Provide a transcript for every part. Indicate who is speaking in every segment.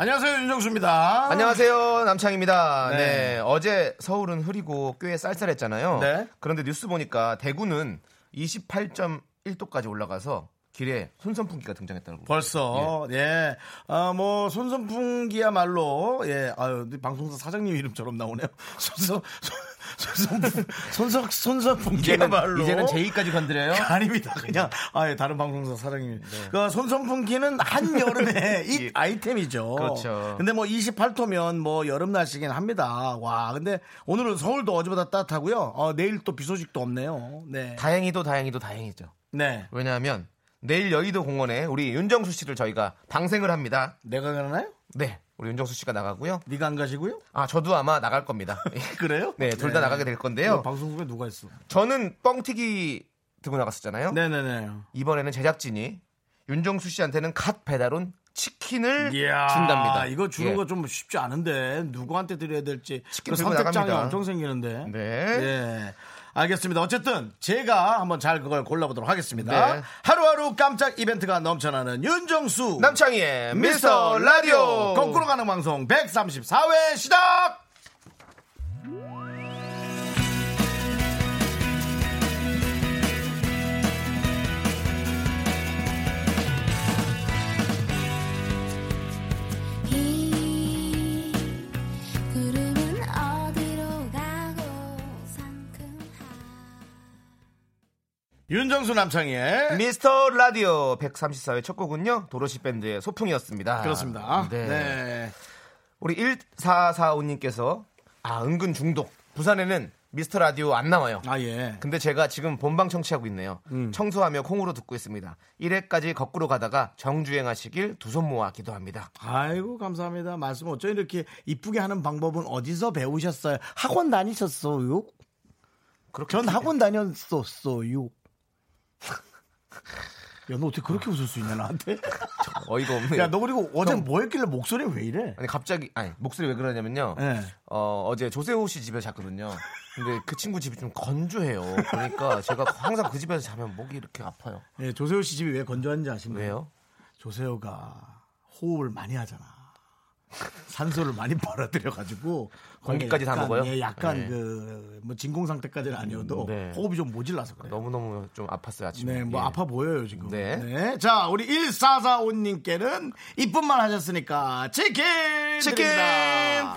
Speaker 1: 안녕하세요 윤정수입니다.
Speaker 2: 안녕하세요 남창입니다.
Speaker 1: 아. 네.
Speaker 2: 네. 어제 서울은 흐리고 꽤 쌀쌀했잖아요.
Speaker 1: 네.
Speaker 2: 그런데 뉴스 보니까 대구는 28.1도까지 올라가서 길에 손선풍기가 등장했다고.
Speaker 1: 벌써 예. 아, 뭐 손선풍기야말로 예. 아유, 근데 방송사 사장님 이름처럼 나오네요. 손선 손선 손석
Speaker 2: 이제는
Speaker 1: 손선풍기야말로
Speaker 2: 이제는 제2까지 건드려요. 네.
Speaker 1: 아닙니다. 그냥 아예 다른 방송사 사장님. 그 손선풍기는 한 여름의 이 아이템이죠.
Speaker 2: 그렇죠.
Speaker 1: 근데 뭐 28도면 뭐 여름 날씨긴 합니다. 와, 근데 오늘은 서울도 어제보다 따뜻하고요. 어, 내일 또 비 소식도 없네요. 네.
Speaker 2: 다행히도 다행히도 다행이죠.
Speaker 1: 네.
Speaker 2: 왜냐하면 내일 여의도 공원에 우리 윤정수 씨를 저희가 방생을 합니다.
Speaker 1: 내가 가나요?
Speaker 2: 네, 우리 윤정수 씨가 나가고요.
Speaker 1: 네가 안 가시고요?
Speaker 2: 아 저도 아마 나갈 겁니다.
Speaker 1: 그래요?
Speaker 2: 네, 둘 다 나가게 될
Speaker 1: 이거
Speaker 2: 건데요.
Speaker 1: 방송국에 누가 있어?
Speaker 2: 저는 뻥튀기 들고 나갔었잖아요.
Speaker 1: 네네네.
Speaker 2: 이번에는 제작진이 윤정수 씨한테는 갓 배달 온 치킨을
Speaker 1: 이야,
Speaker 2: 준답니다.
Speaker 1: 이거 주는
Speaker 2: 예.
Speaker 1: 거 좀 쉽지 않은데 누구한테 드려야 될지
Speaker 2: 치킨
Speaker 1: 그
Speaker 2: 들고
Speaker 1: 선택장이
Speaker 2: 나갑니다.
Speaker 1: 엄청 생기는데.
Speaker 2: 네.
Speaker 1: 예. 알겠습니다. 어쨌든 제가 한번 잘 그걸 골라보도록 하겠습니다.
Speaker 2: 네.
Speaker 1: 하루하루 깜짝 이벤트가 넘쳐나는 윤정수
Speaker 2: 남창희의 미스터 라디오
Speaker 1: 거꾸로 가는 방송 134회 시작.
Speaker 3: 이 구름은 어디로 가고 상큼하
Speaker 1: 윤정수 남창희의
Speaker 2: 미스터 라디오 134회 첫 곡은요 도로시 밴드의 소풍이었습니다.
Speaker 1: 그렇습니다.
Speaker 2: 네.
Speaker 1: 네.
Speaker 2: 우리 1445님께서 아 은근 중독. 부산에는 미스터 라디오 안 나와요.
Speaker 1: 아 음. 예.
Speaker 2: 근데 제가 지금 본방 청취하고 있네요. 청소하며 콩으로 듣고 있습니다. 1회까지 거꾸로 가다가 정주행하시길 두 손 모아 기도합니다.
Speaker 1: 아이고 감사합니다. 말씀 어쩜 이렇게 이쁘게 하는 방법은 어디서 배우셨어요? 학원 다니셨어요?
Speaker 2: 그렇게
Speaker 1: 전 학원 다녔었어요. 야 너 어떻게 그렇게 웃을 수 있냐 나한테?
Speaker 2: 어이가 없네요.
Speaker 1: 야 너 그리고 어제 뭐 했길래 목소리 왜 이래?
Speaker 2: 아니 갑자기 아니 목소리 왜 그러냐면요.
Speaker 1: 예.
Speaker 2: 어, 어제 조세호 씨 집에 잤거든요. 근데 그 친구 집이 좀 건조해요. 그러니까 제가 항상 그 집에서 자면 목이 이렇게 아파요.
Speaker 1: 예, 조세호 씨 집이 왜 건조한지 아시나요?
Speaker 2: 왜요?
Speaker 1: 조세호가 호흡을 많이 하잖아. 산소를 많이 빨아들여가지고
Speaker 2: 공기까지 다
Speaker 1: 약간,
Speaker 2: 먹어요?
Speaker 1: 예, 약간
Speaker 2: 네.
Speaker 1: 그뭐 진공 상태까지는 아니어도
Speaker 2: 네.
Speaker 1: 호흡이 좀 모질라서 그래요.
Speaker 2: 너무너무 좀 아팠어요, 아침에.
Speaker 1: 네, 뭐
Speaker 2: 예.
Speaker 1: 아파 보여요 지금. 네.
Speaker 2: 네.
Speaker 1: 자, 우리 1445님께는 이쁜만 하셨으니까 치킨
Speaker 2: 치킨!
Speaker 1: 드립니다.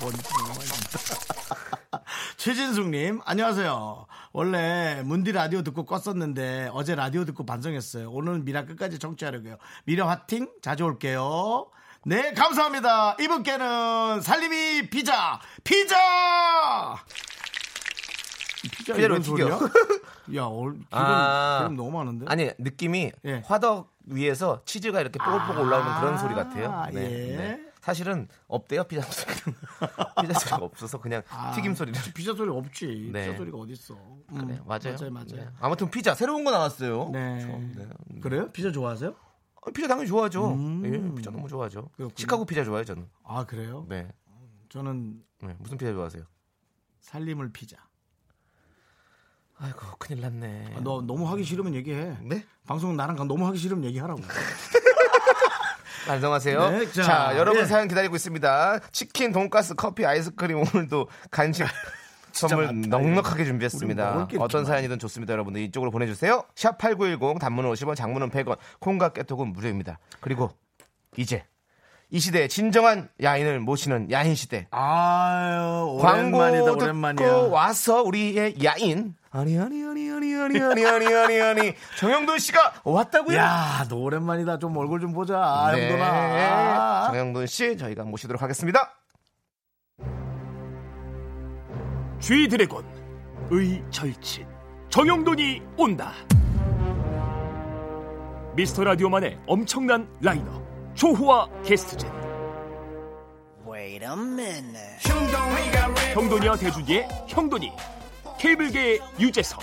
Speaker 1: 뭔 소리야. 최진숙님 안녕하세요. 원래 문디 라디오 듣고 껐었는데 어제 라디오 듣고 반성했어요. 오늘은 미라 끝까지 정치하려고요. 미라 화팅 자주 올게요. 네 감사합니다. 이분께는 살림이 피자 피자 피자
Speaker 2: 피자로
Speaker 1: 이런
Speaker 2: 튀겨.
Speaker 1: 소리야? 야, 얼, 기름,
Speaker 2: 아.
Speaker 1: 기름 너무 많은데?
Speaker 2: 아니, 느낌이
Speaker 1: 예. 아,
Speaker 2: 화덕 위에서 치즈가 이렇게 뽀글뽀글 올라오는 그런 소리 같아요. 네.
Speaker 1: 예.
Speaker 2: 네. 사실은 없대요, 피자 소리. 피자 소리가 없어서 그냥
Speaker 1: 아,
Speaker 2: 튀김 소리를.
Speaker 1: 피자 소리 없지.
Speaker 2: 네.
Speaker 1: 피자 소리가 어딨어. 음,
Speaker 2: 네, 맞아요.
Speaker 1: 맞아요,
Speaker 2: 네.
Speaker 1: 맞아요.
Speaker 2: 아무튼 피자 새로운 거 나왔어요.
Speaker 1: 네.
Speaker 2: 그렇죠. 네.
Speaker 1: 그래요? 피자 좋아하세요?
Speaker 2: 어, 피자 당연히 좋아하죠. 예, 피자 너무 좋아하죠.
Speaker 1: 음. 그렇군요.
Speaker 2: 시카고 피자 좋아해요, 저는.
Speaker 1: 아, 그래요?
Speaker 2: 네.
Speaker 1: 저는
Speaker 2: 네, 무슨 피자 좋아하세요?
Speaker 1: 살림을 피자.
Speaker 2: 아이고, 큰일 났네.
Speaker 1: 아, 너 너무 하기 싫으면 얘기해.
Speaker 2: 네?
Speaker 1: 방송 나랑 가- 너무 하기 싫으면 얘기하라고.
Speaker 2: 반성하세요.
Speaker 1: 네, 자,
Speaker 2: 자, 여러분
Speaker 1: 예.
Speaker 2: 사연 기다리고 있습니다. 치킨, 돈가스, 커피, 아이스크림 오늘도 간식 선물
Speaker 1: 많다,
Speaker 2: 넉넉하게
Speaker 1: 우리 먹을
Speaker 2: 준비했습니다.
Speaker 1: 게 이렇게
Speaker 2: 어떤
Speaker 1: 많아.
Speaker 2: 사연이든 좋습니다. 여러분들 이쪽으로 보내주세요. 샵 8910 단문은 50원, 장문은 100원, 콩과 깨톡은 무료입니다. 그리고 이제 이 시대의 진정한 야인을 모시는 야인 시대.
Speaker 1: 아유, 오랜만이다,
Speaker 2: 광고
Speaker 1: 오랜만이야.
Speaker 2: 듣고 와서 우리의 야인 아니 아니 아니 아니 아니 아니 아니 아니 아니 정영돈 씨가 어, 왔다고요?
Speaker 1: 야, 너 오랜만이다. 좀 얼굴 좀 보자. 아,
Speaker 2: 네.
Speaker 1: 형돈아.
Speaker 2: 정영돈 씨 저희가 모시도록 하겠습니다.
Speaker 4: 쥐 드래곤 의 절친 정영돈이 온다 미스터 라디오만의 엄청난 라이너
Speaker 5: 조후와 게스트제 형돈이와 대준이의 형돈이 케이블계의 유재석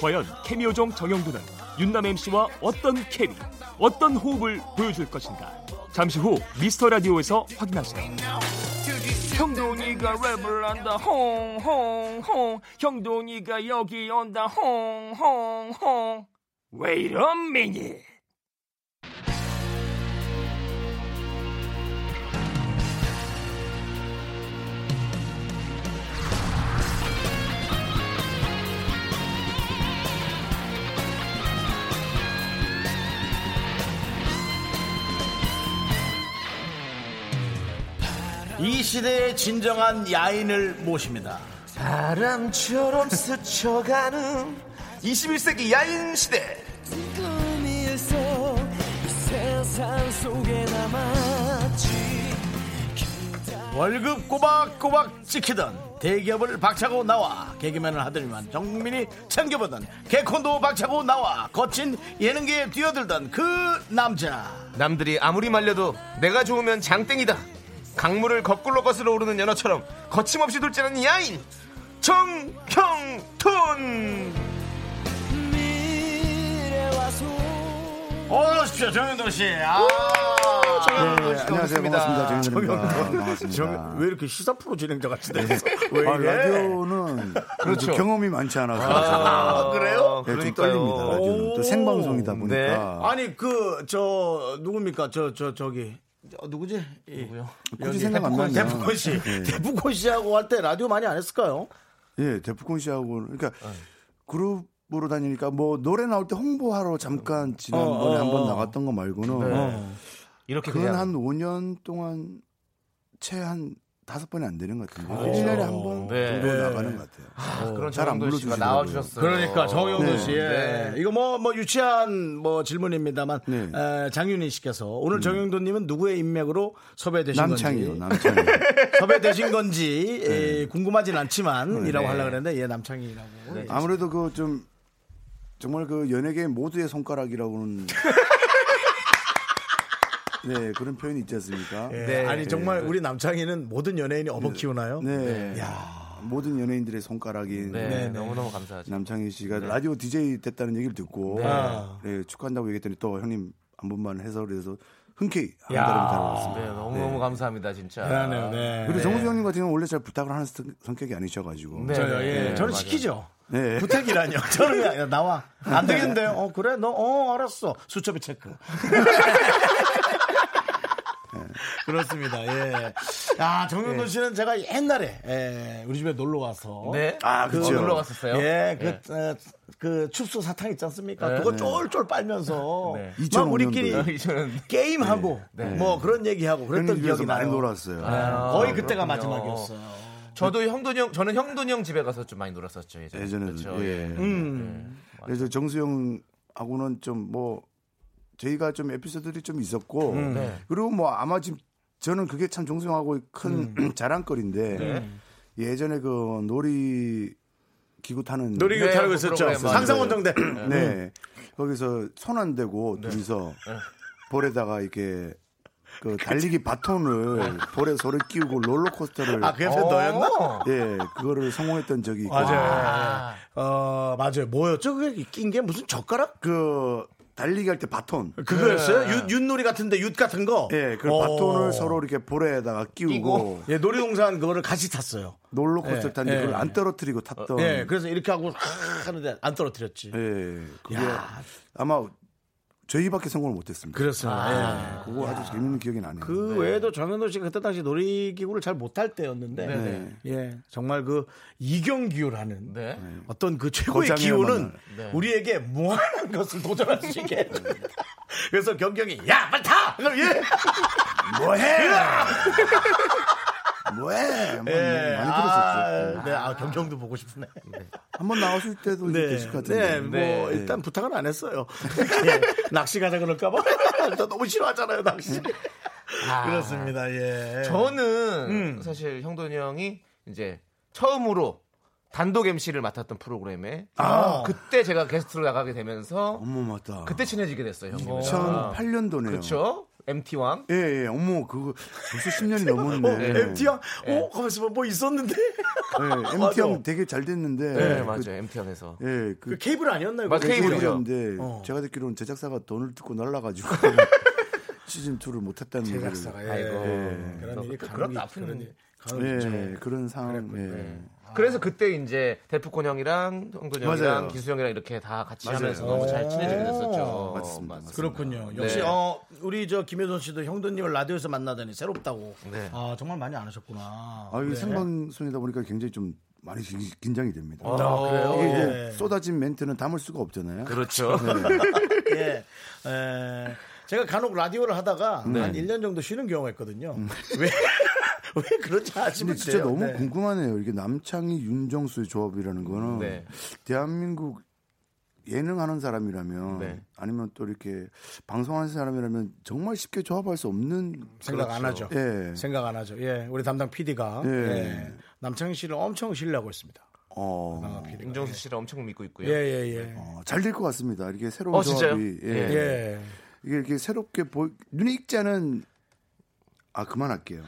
Speaker 5: 과연 케미오종 정영돈은 윤남 MC와 어떤 케미 어떤 호흡을 보여줄 것인가 잠시 후 미스터 라디오에서 확인하세요 형돈이가 랩을 한다 홍홍홍 형돈이가 여기 온다 홍홍홍 Wait a minute
Speaker 1: 이 시대의 진정한 야인을 모십니다.
Speaker 2: 바람처럼 스쳐가는 21세기 야인 시대.
Speaker 1: 월급 꼬박꼬박 찍히던 대기업을 박차고 나와 개그맨을 하더니만 정국민이 챙겨보던 개콘도 박차고 나와 거친 예능계에 뛰어들던 그 남자
Speaker 2: 남들이 아무리 말려도 내가 좋으면 장땡이다. 강물을 거꾸로 거슬러 오르는 연어처럼 거침없이 돌진하는 야인 정형톤.
Speaker 1: 어서 오십시오 정현돈 씨. 아.
Speaker 2: 네, 정형돈 아, 씨
Speaker 6: 네, 안녕하세요.
Speaker 2: 나오셨습니다.
Speaker 6: 반갑습니다. 정현입니다.
Speaker 1: 정현돈.
Speaker 6: 반갑습니다.
Speaker 1: 정- 왜 이렇게 시사 프로 진행자 같이 되셨 왜
Speaker 6: 아,
Speaker 1: 이래?
Speaker 6: 라디오는
Speaker 2: 그렇죠.
Speaker 6: 경험이 많지 않아서
Speaker 1: 아, 그래요?
Speaker 6: 네, 좀
Speaker 2: 그러니까요.
Speaker 6: 떨립니다. 라디오는
Speaker 1: 오.
Speaker 6: 또 생방송이다
Speaker 2: 네.
Speaker 6: 보니까
Speaker 1: 아니 그 저 누굽니까 저 저 저, 기 어, 누구지? 누구요?
Speaker 6: 굳이 생각 안 나네요.
Speaker 1: 데프콘 씨, 데프콘 씨하고 할 때 라디오 많이 안 했을까요?
Speaker 6: 예, 데프콘 씨하고 그러니까 그룹으로 다니니까 뭐 노래 나올 때 홍보하러 잠깐
Speaker 1: 어,
Speaker 6: 지난번에
Speaker 1: 어,
Speaker 6: 한 번
Speaker 1: 어.
Speaker 6: 나갔던 거 말고는
Speaker 2: 이렇게
Speaker 6: 그건
Speaker 2: 그냥
Speaker 6: 한 5년 동안 채 한 다섯 번이 안 되는 것 같은데 1년에 한 번
Speaker 2: 네.
Speaker 6: 정도 나가는 것 같아요.
Speaker 2: 그런
Speaker 6: 잘안
Speaker 2: 정형돈 씨가
Speaker 6: 불러주시더라고요.
Speaker 2: 나와주셨어요.
Speaker 1: 그러니까 정영돈
Speaker 6: 네.
Speaker 1: 씨, 예. 이거 뭐 뭐 유치한 뭐 질문입니다만
Speaker 6: 네. 음.
Speaker 1: 에, 장윤희 씨께서 오늘 정영돈님은 누구의 인맥으로 섭외되신
Speaker 6: 남창이요,
Speaker 1: 건지
Speaker 6: 남창이.
Speaker 1: 섭외되신
Speaker 6: 네.
Speaker 1: 건지 예, 궁금하진 않지만이라고 하려고 그랬는데 예 남창이라고.
Speaker 6: 아무래도 그 좀 정말 그 연예계 모두의 손가락이라고는 네 그런 표현이 있지 않습니까?
Speaker 1: 예,
Speaker 6: 네, 네.
Speaker 1: 아니 정말 우리 남창이는 모든 연예인이 업어 키우나요?
Speaker 6: 모든 연예인들의 손가락인
Speaker 2: 네, 너무너무 감사하죠.
Speaker 6: 남창희 씨가 라디오 DJ 됐다는 얘기를 듣고
Speaker 1: 네. 아.
Speaker 6: 네, 축하한다고 얘기했더니 또 형님 한 번만 해서 그래서 흔쾌히 한 달은 다녀왔습니다.
Speaker 2: 네, 너무너무 감사합니다, 진짜.
Speaker 1: 대단해요. 네.
Speaker 6: 그리고 정수 형님 같은 경우는 원래 잘 부탁을 하는 성- 성격이 아니셔가지고
Speaker 2: 네,
Speaker 1: 저요. 예.
Speaker 2: 네,
Speaker 1: 저는
Speaker 2: 맞아요.
Speaker 1: 시키죠.
Speaker 6: 네.
Speaker 1: 부탁이라뇨. 저는 그냥 나와. 안 되겠는데요. 어 그래 너 어 알았어. 수첩이 체크. 그렇습니다. 예. 아 정영돈 씨는 제가 옛날에 예, 우리 집에 놀러 와서
Speaker 2: 예. 네.
Speaker 6: 아, 그쵸.
Speaker 2: 놀러 갔었어요.
Speaker 1: 예, 그, 어, 그 춥수 사탕 있지 않습니까? 그거 쫄쫄 빨면서
Speaker 2: 네.
Speaker 1: 막
Speaker 6: 2005년도.
Speaker 1: 우리끼리
Speaker 2: 이제는
Speaker 1: 게임하고
Speaker 2: 네.
Speaker 1: 뭐 그런 얘기하고
Speaker 6: 형님
Speaker 1: 그랬던
Speaker 6: 집에서
Speaker 1: 기억이
Speaker 6: 많이
Speaker 1: 나요. 아.
Speaker 6: 놀았어요.
Speaker 1: 거의 그때가
Speaker 2: 아, 그렇군요.
Speaker 1: 마지막이었어요.
Speaker 2: 저도 형돈이 형, 저는 형돈이 형 집에 가서 좀 많이 놀았었죠. 예전에. 음.
Speaker 6: 예전에도
Speaker 2: 그렇죠.
Speaker 6: 예.
Speaker 1: 음.
Speaker 6: 그래서 정수영하고는 좀 뭐 저희가 좀 에피소드들이 좀 있었고
Speaker 1: 음. 네.
Speaker 6: 그리고 뭐 아마 지금 저는 그게 참 정수영하고 큰
Speaker 1: 음.
Speaker 6: 자랑거리인데
Speaker 1: 네.
Speaker 6: 예전에 그 놀이 기구 타는
Speaker 1: 놀이기구 음.
Speaker 2: 네,
Speaker 1: 타고
Speaker 2: 그
Speaker 1: 있었죠.
Speaker 2: 프로그램
Speaker 1: 상상원정대.
Speaker 6: 네 거기서 손 안 대고
Speaker 1: 네.
Speaker 6: 둘이서 볼에다가 이렇게 그 달리기 바톤을 볼에 소를 끼우고 롤러코스터를 어.
Speaker 1: 아, 그게 너였나?
Speaker 2: 어.
Speaker 6: 예 그거를 성공했던 적이 있고
Speaker 1: 맞아요. 어, 맞아요. 뭐였죠? 그게 낀 게 무슨 젓가락?
Speaker 6: 그 달리기 할 때 바톤
Speaker 1: 그거였어요? 윷, 윷놀이 같은데, 윷 같은 거?
Speaker 6: 예, 그
Speaker 1: 어.
Speaker 6: 바톤을 서로 이렇게 볼에다가 끼우고
Speaker 1: 예, 놀이동산 그거를 같이 탔어요.
Speaker 6: 롤러코스터
Speaker 1: 예,
Speaker 6: 를 탔는데
Speaker 1: 예.
Speaker 6: 그걸 안 떨어뜨리고 탔던
Speaker 1: 예, 그래서 이렇게 하고 하- 하는데 안 떨어뜨렸지.
Speaker 6: 음. 예, 그게
Speaker 1: 야.
Speaker 6: 아마 저희밖에 성공을 못했습니다.
Speaker 1: 그렇습니다. 예.
Speaker 6: 그거 아주 재밌는 기억이 나네요.
Speaker 1: 그 외에도 정현도 씨가 그때 당시 놀이기구를 잘 못할 때였는데,
Speaker 6: 네.
Speaker 1: 예, 정말 그 이경규라는
Speaker 2: 네.
Speaker 1: 어떤 그 최고의
Speaker 6: 거장의
Speaker 1: 기운은
Speaker 2: 네.
Speaker 1: 우리에게 무한한 것을 도전할 수 있게 해줍니다. 그래서 경경이 야 빨리 타! 그럼 예!
Speaker 6: 뭐해? 뭐해? 뭐
Speaker 1: 예.
Speaker 6: 많이 들었었죠.
Speaker 1: 아, 네, 아, 경경도 보고 싶네. 네,
Speaker 6: 한번 나왔을 때도 이제 계실 것
Speaker 1: 네,
Speaker 6: 같은데.
Speaker 1: 뭐 일단 부탁은 안 했어요. 예, 낚시 가자 그럴까봐. 저 너무 싫어하잖아요, 낚시. 그렇습니다, 예.
Speaker 2: 아. 저는 사실 형돈이 형이 이제 처음으로 단독 MC를 맡았던 프로그램에 그때 제가 게스트로 나가게 되면서
Speaker 6: 어머 맞다.
Speaker 2: 그때 친해지게 됐어요. 형님.
Speaker 6: 2008년도네요.
Speaker 2: 그렇죠. MT왕.
Speaker 6: 예, 예. 어머, 그거 벌써 10년이
Speaker 1: 어,
Speaker 6: 넘었네.
Speaker 1: MT야? 어, 가만있어 봐. 뭐 있었는데?
Speaker 6: 예, MT
Speaker 1: 맞아.
Speaker 6: 형 되게 잘 됐는데.
Speaker 2: 네,
Speaker 6: 그-
Speaker 2: 맞아요. MT왕에서.
Speaker 6: 예,
Speaker 1: 그
Speaker 6: 그
Speaker 1: 케이블 아니었나요?
Speaker 2: 맞-
Speaker 1: 그게?
Speaker 2: 케이블이죠.
Speaker 6: 케이블이었는데
Speaker 1: 어.
Speaker 6: 제가 듣기로는 제작사가 돈을 뜯고 날라가지고 시즌 2를 못 했다는
Speaker 1: 제작사가. 예.
Speaker 2: 아이고.
Speaker 1: 그런 일이
Speaker 2: 그런
Speaker 1: 간혹이-
Speaker 2: 나쁜
Speaker 1: 그런 일- 간혹이
Speaker 6: 얘기를.
Speaker 1: 있죠. 네.
Speaker 6: 예, 그런 상황. 예.
Speaker 2: 아. 그래서 그때 이제 데프콘 형이랑 홍돈 형이랑
Speaker 6: 맞아요.
Speaker 2: 기수 형이랑 이렇게 다 같이
Speaker 6: 맞아요.
Speaker 2: 하면서 너무 잘 친해지게 됐었죠.
Speaker 6: 어, 맞습니다.
Speaker 1: 어, 그렇군요. 역시
Speaker 2: 네.
Speaker 1: 어, 우리 저 김효선 씨도 형도님을 라디오에서 만나다니 새롭다고.
Speaker 2: 네.
Speaker 1: 아 정말 많이 안 하셨구나.
Speaker 6: 아,
Speaker 1: 네.
Speaker 6: 이게 생방송이다 보니까 굉장히 좀 많이 긴- 긴장이 됩니다.
Speaker 2: 그래요?
Speaker 6: 이게 이제
Speaker 1: 아, 네.
Speaker 6: 쏟아진 멘트는 담을 수가 없잖아요.
Speaker 2: 어,
Speaker 6: 네.
Speaker 2: 그렇죠.
Speaker 1: 예. 에, 제가 간혹 라디오를 하다가
Speaker 6: 네.
Speaker 1: 한 1년 정도 쉬는 경우가 있거든요. 왜, 왜 그런지
Speaker 6: 음. 근데
Speaker 1: 아시면
Speaker 6: 진짜
Speaker 1: 돼요.
Speaker 6: 너무
Speaker 1: 네.
Speaker 6: 궁금하네요. 이게 남창희 윤정수의 조합이라는 거는
Speaker 2: 네.
Speaker 6: 대한민국 예능하는 사람이라면
Speaker 2: 네.
Speaker 6: 아니면 또 이렇게 방송하는 사람이라면 정말 쉽게 조합할 수 없는
Speaker 1: 생각 안 하죠.
Speaker 6: 예.
Speaker 1: 생각 안 하죠. 예. 우리 담당 PD가
Speaker 6: 예.
Speaker 1: 남창희 씨를 엄청 신뢰하고 있습니다.
Speaker 6: 어,
Speaker 1: 담당 PD 가.
Speaker 2: 윤정수 씨를 엄청 믿고 있고요.
Speaker 1: 예, 예, 예.
Speaker 6: 잘 될 것 같습니다. 이렇게 새로운
Speaker 2: 어, 진짜요?
Speaker 6: 조합이 예.
Speaker 2: 예.
Speaker 1: 예.
Speaker 6: 이게 이렇게 새롭게 보이 눈에 익지 않은 아 그만할게요.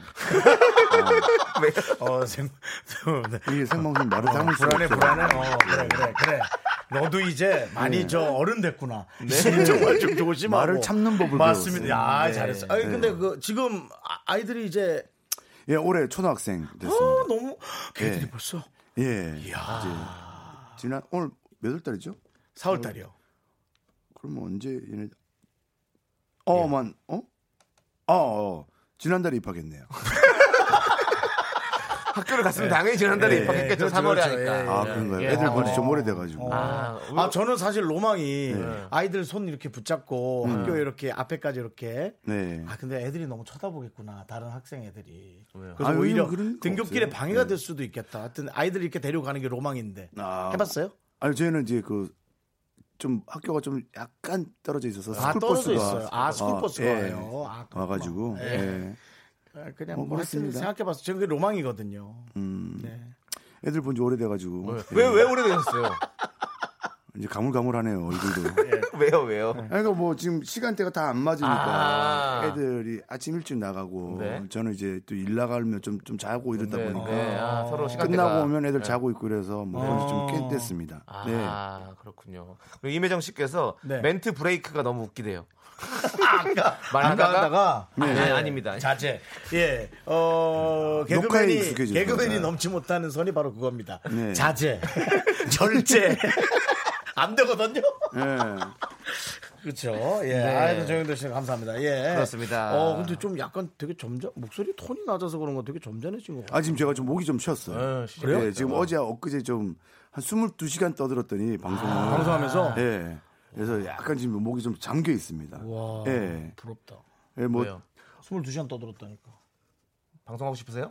Speaker 1: 어, 생, 네.
Speaker 6: 이게 생방송 말을 담을 수가
Speaker 1: 불안해
Speaker 6: 없죠. 예.
Speaker 1: 불안해 어 그래 그래 그래 너도 이제 많이 저 어른 됐구나 네. 정말 좀 조심하고
Speaker 6: 말을 참는 법을
Speaker 1: 맞습니다
Speaker 6: 배웠어요.
Speaker 1: 야
Speaker 6: 네.
Speaker 1: 잘했어 아니 근데 그 지금 아- 아이들이 이제
Speaker 6: 예, 올해 초등학생 됐습니다.
Speaker 1: 어 너무 걔들이
Speaker 6: 네.
Speaker 1: 벌써
Speaker 6: 예. 이제 지난 오늘 몇 월 달이죠?
Speaker 1: 4월
Speaker 6: 음.
Speaker 1: 달이요
Speaker 6: 그러면 언제 얘네
Speaker 1: 예.
Speaker 6: 어만 어? 어, 어. 지난달에 입학했네요.
Speaker 2: 학교를 갔으면 당연히 지난달에
Speaker 1: 예,
Speaker 2: 입학했겠죠.
Speaker 1: 그렇죠,
Speaker 2: 3월에
Speaker 1: 그렇죠. 예, 예.
Speaker 2: 하니까.
Speaker 6: 아, 그런가요?
Speaker 2: 예.
Speaker 6: 애들 본지
Speaker 2: 어.
Speaker 6: 좀 오래돼 가지고.
Speaker 2: 아,
Speaker 1: 아 저는 사실 로망이
Speaker 6: 예.
Speaker 1: 아이들 손 이렇게
Speaker 6: 음.
Speaker 1: 붙잡고 학교에 이렇게 앞에까지 이렇게
Speaker 6: 네.
Speaker 1: 아 근데 애들이 너무 쳐다보겠구나 다른 학생 애들이 그래서
Speaker 6: 아, 요즘
Speaker 1: 오히려
Speaker 6: 그런 거
Speaker 1: 등교길에
Speaker 6: 없어요. 예.
Speaker 1: 방해가 될 수도 있겠다 하여튼 아이들 이렇게 데리고 가는 게 로망인데
Speaker 6: 아.
Speaker 1: 해봤어요?
Speaker 6: 아니 저희는 이제 그 좀 학교가 좀 약간 떨어져 있어서
Speaker 1: 아, 떨어져
Speaker 6: 스쿨버스가
Speaker 1: 있어요. 아, 스쿨버스가
Speaker 6: 예,
Speaker 1: 와요. 아, 그렇구나.
Speaker 6: 와가지고
Speaker 1: 예.
Speaker 6: 예.
Speaker 1: 아, 그냥
Speaker 6: 뭐
Speaker 1: 뭐 하여튼
Speaker 6: 그렇습니다.
Speaker 1: 생각해봤어. 저는 그게 로망이거든요.
Speaker 6: 음,
Speaker 1: 네.
Speaker 6: 애들 본 지 오래돼가지고 예.
Speaker 2: 왜, 왜 오래되셨어요?
Speaker 6: 이제 가물가물하네요 얼굴도.
Speaker 2: 왜요, 왜요?
Speaker 6: 아니, 그러니까 뭐 지금 시간대가 다 안 맞으니까
Speaker 2: 아.
Speaker 6: 애들이 아침 일찍 나가고
Speaker 2: 네.
Speaker 6: 저는 이제 또 일 나가면 좀 좀 자고 이러다
Speaker 2: 네,
Speaker 6: 보니까
Speaker 2: 네. 아, 서로 시간대가.
Speaker 6: 끝나고 오면 애들 자고 있고 그래서 뭐 그런지
Speaker 1: 어.
Speaker 6: 좀깼습니다 네.
Speaker 2: 아, 그렇군요. 그리고 임혜정 씨께서
Speaker 1: 네.
Speaker 2: 멘트 브레이크가 너무 웃기대요.
Speaker 1: 아까
Speaker 2: 말하다가
Speaker 1: 하다가
Speaker 2: 아니, 아닙니다
Speaker 1: 자제. 예. 어,
Speaker 6: 녹화에
Speaker 1: 개그맨이
Speaker 6: 익숙해져서.
Speaker 1: 개그맨이
Speaker 6: 네.
Speaker 1: 넘지 못하는 선이 바로 그겁니다.
Speaker 6: 네.
Speaker 1: 자제. 절제. 안 되거든요.
Speaker 6: 예.
Speaker 1: 그렇죠. 예. 아이고 정영도 씨 감사합니다. 예.
Speaker 2: 그렇습니다.
Speaker 1: 어, 근데 좀 약간 되게 점점 목소리 톤이 낮아서 그런 거 되게 점잖해진 것 같아요.
Speaker 6: 아 지금 제가 좀 목이 좀 쉬었어요.
Speaker 1: 그래요?
Speaker 6: 예, 지금 어제 엊그제 좀 한 22시간 떠들었더니 방송을
Speaker 1: 아. 방송하면서
Speaker 6: 예. 그래서 약간 지금 목이 좀 잠겨 있습니다.
Speaker 1: 와.
Speaker 6: 예.
Speaker 1: 부럽다.
Speaker 6: 예, 뭐
Speaker 2: 왜요?
Speaker 1: 22시간 떠들었다니까.
Speaker 2: 방송하고 싶으세요?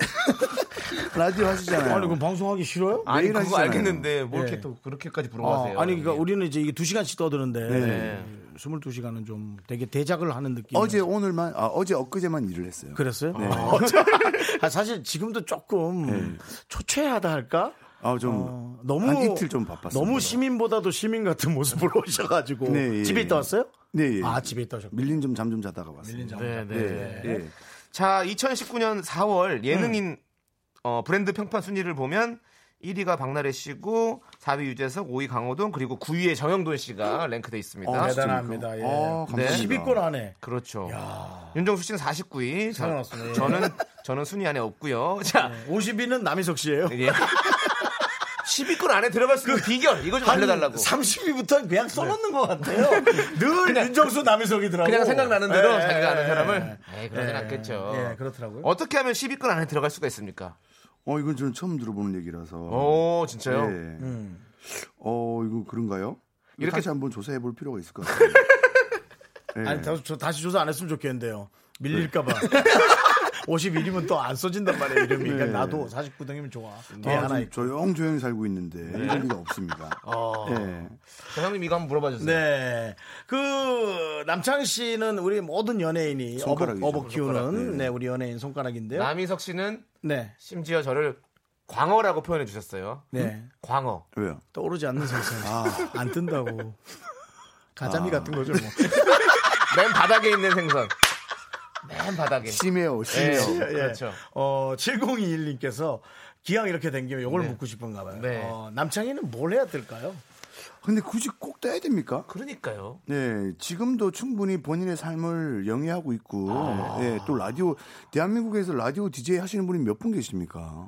Speaker 6: 라디오 하시잖아요.
Speaker 1: 아니, 그럼 방송하기 싫어요?
Speaker 2: 아니,
Speaker 6: 매일
Speaker 2: 그거
Speaker 6: 하시잖아요.
Speaker 2: 알겠는데 뭘 이렇게
Speaker 1: 예.
Speaker 2: 또 그렇게까지
Speaker 1: 아,
Speaker 2: 부러워하세요?
Speaker 1: 아니 그러니까 우리는 이제 이게 2시간씩 떠드는데
Speaker 6: 네.
Speaker 1: 22시간은 좀 되게 대작을 하는 느낌.
Speaker 6: 어제 오늘만 아, 어제 엊그제만 일을 했어요.
Speaker 1: 그랬어요? 아, 아, 사실 지금도 조금 초췌하다 할까?
Speaker 6: 아, 네. 좀
Speaker 1: 어, 너무
Speaker 6: 한 이틀 좀 바빴습니다.
Speaker 1: 너무 시민보다도 시민 같은 모습으로 오셔가지고
Speaker 6: 네, 예,
Speaker 1: 집에
Speaker 6: 예.
Speaker 1: 있다 왔어요?
Speaker 6: 네, 예.
Speaker 1: 아 집에 있다 오셨고.
Speaker 6: 밀린 좀 잠 좀 자다가 왔습니다.
Speaker 2: 네, 네.
Speaker 6: 예. 예.
Speaker 2: 자, 2019년 4월 예능인 어, 브랜드 평판 순위를 보면 1위가 박나래 씨고 4위 유재석, 5위 강호동 그리고 9위에 정영돈 씨가 랭크돼 있습니다.
Speaker 1: 어, 대단합니다. 예.
Speaker 6: 어, 아, 감사합니다.
Speaker 1: 10위권 안에.
Speaker 2: 그렇죠. 윤정수 씨는 49위. 저,
Speaker 1: 살아났어요. 예.
Speaker 2: 저는 저는 순위 안에 없고요. 자,
Speaker 1: 50위는 남희석 씨예요.
Speaker 6: 네,
Speaker 2: 예. 10위권 안에 들어갈 수 있는 비결 이거 좀 알려달라고.
Speaker 1: 30위부터는 그냥 써놓는
Speaker 6: 네.
Speaker 1: 것 같아요. 늘 윤정수 남희석이더라고.
Speaker 2: 그냥 생각나는 대로
Speaker 1: 예,
Speaker 2: 자기가 아는
Speaker 1: 예,
Speaker 2: 사람을. 에이 네. 그러진
Speaker 1: 예,
Speaker 2: 않겠죠.
Speaker 1: 예, 그렇더라고요.
Speaker 2: 어떻게 하면 10위권 안에 들어갈 수가 있습니까?
Speaker 6: 어, 이건 저는 처음 들어보는 얘기라서.
Speaker 2: 오,
Speaker 6: 예.
Speaker 2: 진짜요?
Speaker 6: 어, 이거 그런가요?
Speaker 2: 이렇게-
Speaker 6: 이렇게 다시 한번 조사해 볼 필요가 있을 것 같아요. 예.
Speaker 1: 아니 다시, 저, 다시 조사 안 했으면 좋겠는데요. 밀릴까봐.
Speaker 6: 네.
Speaker 1: 51이면 또 안 써진단 말이에요. 이름이. 그러니까 나도 49등이면 좋아. 뒤에
Speaker 6: 아,
Speaker 1: 하나
Speaker 6: 지금
Speaker 1: 있고.
Speaker 6: 조용조용히 살고 있는데 이럴 리가 없습니다.
Speaker 2: 어.
Speaker 6: 예.
Speaker 2: 아, 자, 형님 이거 한번 물어봐 주세요.
Speaker 1: 네. 그 남창 씨는 우리 모든 연예인이 어버,
Speaker 6: 손가락이죠.
Speaker 1: 어버 키우는
Speaker 6: 손가락.
Speaker 1: 네. 우리 연예인 손가락인데요.
Speaker 2: 남희석 씨는
Speaker 1: 네.
Speaker 2: 심지어 저를 광어라고 표현해 주셨어요.
Speaker 1: 네.
Speaker 2: 광어.
Speaker 6: 왜요?
Speaker 1: 떠오르지 않는 생선.
Speaker 6: 아.
Speaker 1: 안 뜬다고. 가자미 같은 거죠, 뭐.
Speaker 2: 맨 바닥에 있는 생선. 맨 바닥에.
Speaker 6: 심해요,
Speaker 2: 예,
Speaker 6: 심해요.
Speaker 2: 그렇죠.
Speaker 1: 어, 7021님께서 기왕 이렇게 된 김에 요걸 묻고 싶은가 봐요.
Speaker 2: 네.
Speaker 1: 어, 남창희는 뭘 해야 될까요?
Speaker 6: 근데 굳이 꼭 따야 됩니까?
Speaker 2: 그러니까요.
Speaker 6: 네, 지금도 충분히 본인의 삶을 영위하고 있고, 예, 또 라디오, 대한민국에서 라디오 DJ 하시는 분이 몇 분 계십니까?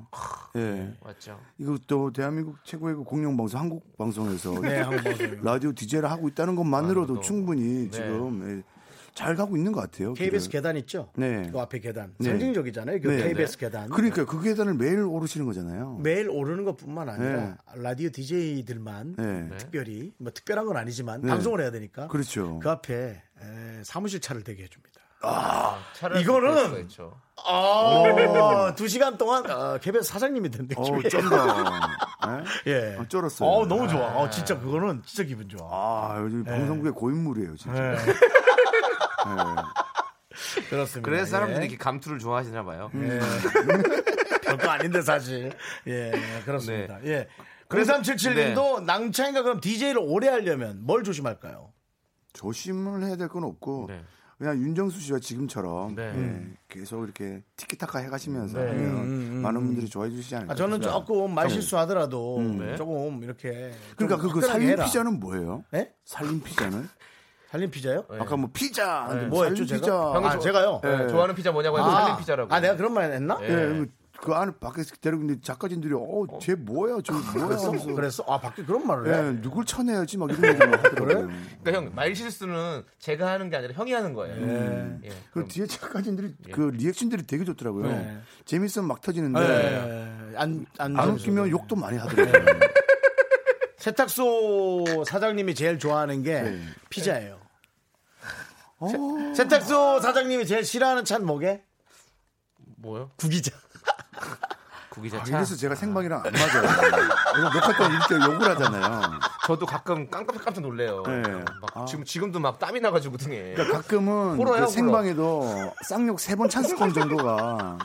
Speaker 6: 예.
Speaker 2: 맞죠.
Speaker 6: 이거 또 대한민국 최고의 그 공영방송, 한국방송에서
Speaker 1: 네, 아, 한번
Speaker 6: 라디오 DJ를 하고 있다는 것만으로도
Speaker 2: 만으로도.
Speaker 6: 충분히
Speaker 2: 네.
Speaker 6: 지금 예, 잘 가고 있는 것 같아요.
Speaker 1: KBS
Speaker 6: 길을.
Speaker 1: 계단 있죠?
Speaker 6: 네.
Speaker 1: 그 앞에 계단.
Speaker 6: 네.
Speaker 1: 상징적이잖아요. 그
Speaker 6: 네.
Speaker 1: KBS 계단.
Speaker 6: 그러니까 그 계단을 매일 오르시는 거잖아요.
Speaker 1: 매일 오르는 것뿐만 아니라 라디오 DJ들만
Speaker 6: 네.
Speaker 1: 특별히 뭐 특별한 건 아니지만 방송을 해야 되니까
Speaker 6: 그렇죠.
Speaker 1: 그 앞에 에, 사무실 차를 대게 해줍니다.
Speaker 2: 아, 차라리
Speaker 1: 이거는-
Speaker 2: 그럴 수가 있죠.
Speaker 1: 아, 두 시간 동안 어, KBS 사장님이 된
Speaker 6: 어,
Speaker 1: 느낌이에요.
Speaker 6: 쩐다. 예?
Speaker 1: 예.
Speaker 6: 어, 쩔었어요.
Speaker 1: 어, 너무 네. 좋아. 어, 진짜 그거는 진짜 기분 좋아.
Speaker 6: 아, 요즘 방송국의 고인물이에요, 진짜.
Speaker 1: 네. 그렇습니다.
Speaker 2: 그래서 사람들이
Speaker 1: 예. 음.
Speaker 2: 이렇게 감투를 좋아하시나 봐요.
Speaker 6: 음.
Speaker 1: 별거 아닌데 사실. 예, 그렇습니다.
Speaker 6: 네.
Speaker 1: 예. 그래서 377
Speaker 2: 네.
Speaker 1: 님도 낭창이가 그럼 DJ를 오래 하려면 뭘 조심할까요?
Speaker 6: 조심을 해야 될 건 없고
Speaker 2: 네.
Speaker 6: 그냥 윤정수 씨와 지금처럼
Speaker 2: 네.
Speaker 6: 예, 계속 이렇게 티키타카 해가시면서
Speaker 1: 네.
Speaker 6: 하면 많은 분들이 좋아해 주시지
Speaker 1: 음,
Speaker 6: 않을까.
Speaker 1: 아, 저는 조금 말 실수하더라도 조금 이렇게
Speaker 6: 네. 음. 그러니까
Speaker 1: 좀
Speaker 6: 그거
Speaker 1: 화끈하게
Speaker 6: 살림
Speaker 1: 해라.
Speaker 6: 피자는 뭐예요?
Speaker 1: 예?
Speaker 6: 살림 피자는
Speaker 1: 살림 피자요?
Speaker 6: 아까 뭐 피자 근데
Speaker 1: 뭐
Speaker 6: 살림
Speaker 1: 했죠, 제가?
Speaker 6: 피자
Speaker 1: 아,
Speaker 2: 저-
Speaker 1: 제가요?
Speaker 2: 네, 좋아하는 피자 뭐냐고 하면 살림 피자라고.
Speaker 1: 아, 내가 그런 말 했나?
Speaker 6: 예, 그- 그 안에 밖에서 데리고 있는데 작가진들이 어쟤 뭐야 저 뭐야
Speaker 1: 그랬어?
Speaker 6: 하면서
Speaker 1: 그랬어? 아, 밖에 그런 말을 해?
Speaker 6: 예, 누굴 쳐내야지 막 이런 얘기 막 하더라고요.
Speaker 2: 그러니까 형 말실수는 제가 하는 게 아니라 형이 하는 거예요. 예.
Speaker 6: 그
Speaker 2: 그럼
Speaker 6: 뒤에 작가진들이 그 리액션들이 되게 좋더라고요.
Speaker 1: 네.
Speaker 6: 재밌으면 막 터지는데
Speaker 1: 예. 안, 안,
Speaker 6: 안 웃기면 욕도 많이 하더라고요.
Speaker 1: 세탁소 사장님이 제일 좋아하는 게 피자예요. 세, 세탁소 사장님이 제일 싫어하는 찬 뭐게?
Speaker 2: 뭐요?
Speaker 1: 구기자.
Speaker 2: 구기자 차.
Speaker 6: 그래서 제가 아, 생방이랑 안 맞아요. 이거 녹화 때 이렇게 욕을 하잖아요.
Speaker 2: 저도 가끔 깜짝깜짝 놀래요.
Speaker 6: 네.
Speaker 2: 막 지금 지금도 막 땀이 나가지고 등에.
Speaker 6: 그러니까 가끔은
Speaker 2: 홀어요,
Speaker 6: 그
Speaker 2: 홀어.
Speaker 6: 생방에도 쌍욕 세 번 찬스권 정도가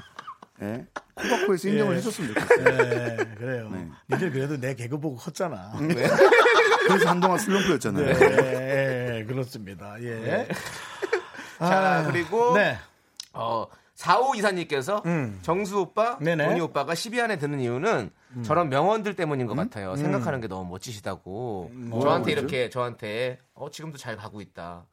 Speaker 6: 예? 코바코에서 인정을 해줬으면 좋겠어요.
Speaker 1: 네, 예. 그래요. 니들 그래도 내 개그 보고 컸잖아.
Speaker 6: 그래서 한동안 슬럼프였잖아요.
Speaker 1: 네, 예, 예, 그렇습니다. 예.
Speaker 2: 자 그리고
Speaker 1: 네.
Speaker 2: 어 4호 이사님께서 정수 오빠,
Speaker 1: 음. 네네. 음.
Speaker 2: 문희 오빠가 10위 안에 드는 이유는 저런 명언들 때문인 것 같아요. 생각하는 게 너무 멋지시다고.
Speaker 1: 음,
Speaker 2: 저한테 이렇게 저한테 어 지금도 잘 가고 있다.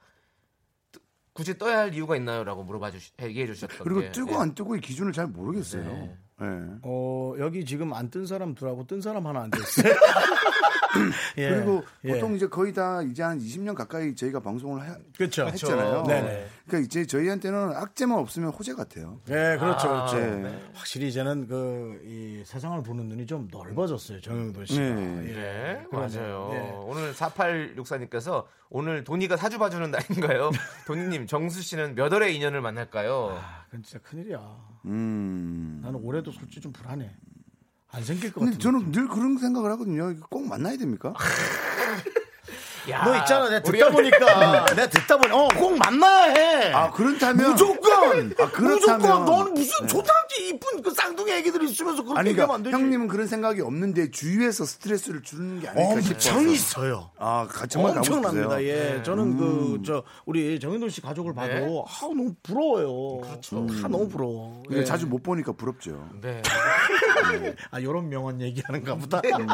Speaker 2: 뜨- 굳이 떠야 할 이유가 있나요라고 물어봐 주시 얘기해 주셨던
Speaker 6: 그리고
Speaker 2: 게.
Speaker 6: 뜨고
Speaker 2: 예.
Speaker 6: 안 뜨고의 기준을 잘 모르겠어요.
Speaker 1: 네.
Speaker 6: 예.
Speaker 1: 어, 여기 지금 안 뜬 사람 둘하고 뜬 사람 하나 앉아있어요. 예,
Speaker 6: 그리고
Speaker 1: 예.
Speaker 6: 보통 이제 거의 다 이제 한 20년 가까이 저희가 방송을 하-
Speaker 1: 그렇죠.
Speaker 6: 했잖아요.
Speaker 1: 네네.
Speaker 6: 그러니까 이제 저희한테는 악재만 없으면 호재 같아요.
Speaker 1: 네, 그렇죠, 그렇죠.
Speaker 6: 네.
Speaker 1: 확실히 이제는 그, 이 세상을 보는 눈이 좀 넓어졌어요, 정영돈 씨가.
Speaker 6: 네.
Speaker 1: 예.
Speaker 2: 네,
Speaker 1: 그러네요.
Speaker 2: 맞아요.
Speaker 1: 예.
Speaker 2: 오늘 4864님께서 오늘 도니가 사주 봐주는 날인가요? 도니님, 정수 씨는 몇 월에 인연을 만날까요?
Speaker 1: 아, 그건 진짜 큰일이야.
Speaker 6: 음.
Speaker 1: 나는 올해도 솔직히 좀 불안해. 안 생길 것
Speaker 6: 근데
Speaker 1: 같은데.
Speaker 6: 저는 늘 그런 생각을 하거든요. 이거 꼭 만나야 됩니까?
Speaker 2: 야,
Speaker 1: 너 있잖아, 내가
Speaker 2: 우리
Speaker 1: 듣다
Speaker 2: 형-
Speaker 1: 보니까. 내가 듣다 보니, 어, 꼭 만나야 해.
Speaker 6: 아 그렇다면
Speaker 1: 네. 무조건!
Speaker 6: 아, 그렇다면 네.
Speaker 1: 무조건! 넌 무슨 초등학교 이쁜 그 쌍둥이 애기들 있으면서 그렇게
Speaker 6: 아니
Speaker 1: 얘기하면 안
Speaker 6: 그러니까
Speaker 1: 되지.
Speaker 6: 형님은 그런 생각이 없는데 주위에서 스트레스를 주는 게 아닐까 싶어서
Speaker 1: 엄청 있어요.
Speaker 6: 아 가- 정말 가고
Speaker 1: 엄청납니다.
Speaker 6: 싶으세요? 음. 네.
Speaker 1: 예. 저는 그, 저, 우리 정현돈 씨 가족을 봐도, 아우, 너무 부러워요. 그렇죠. 다 너무 부러워.
Speaker 6: 근데
Speaker 1: 예.
Speaker 6: 자주 못 보니까 부럽죠.
Speaker 2: 네.
Speaker 1: 아, 요런 명언 얘기하는가 보다. 음.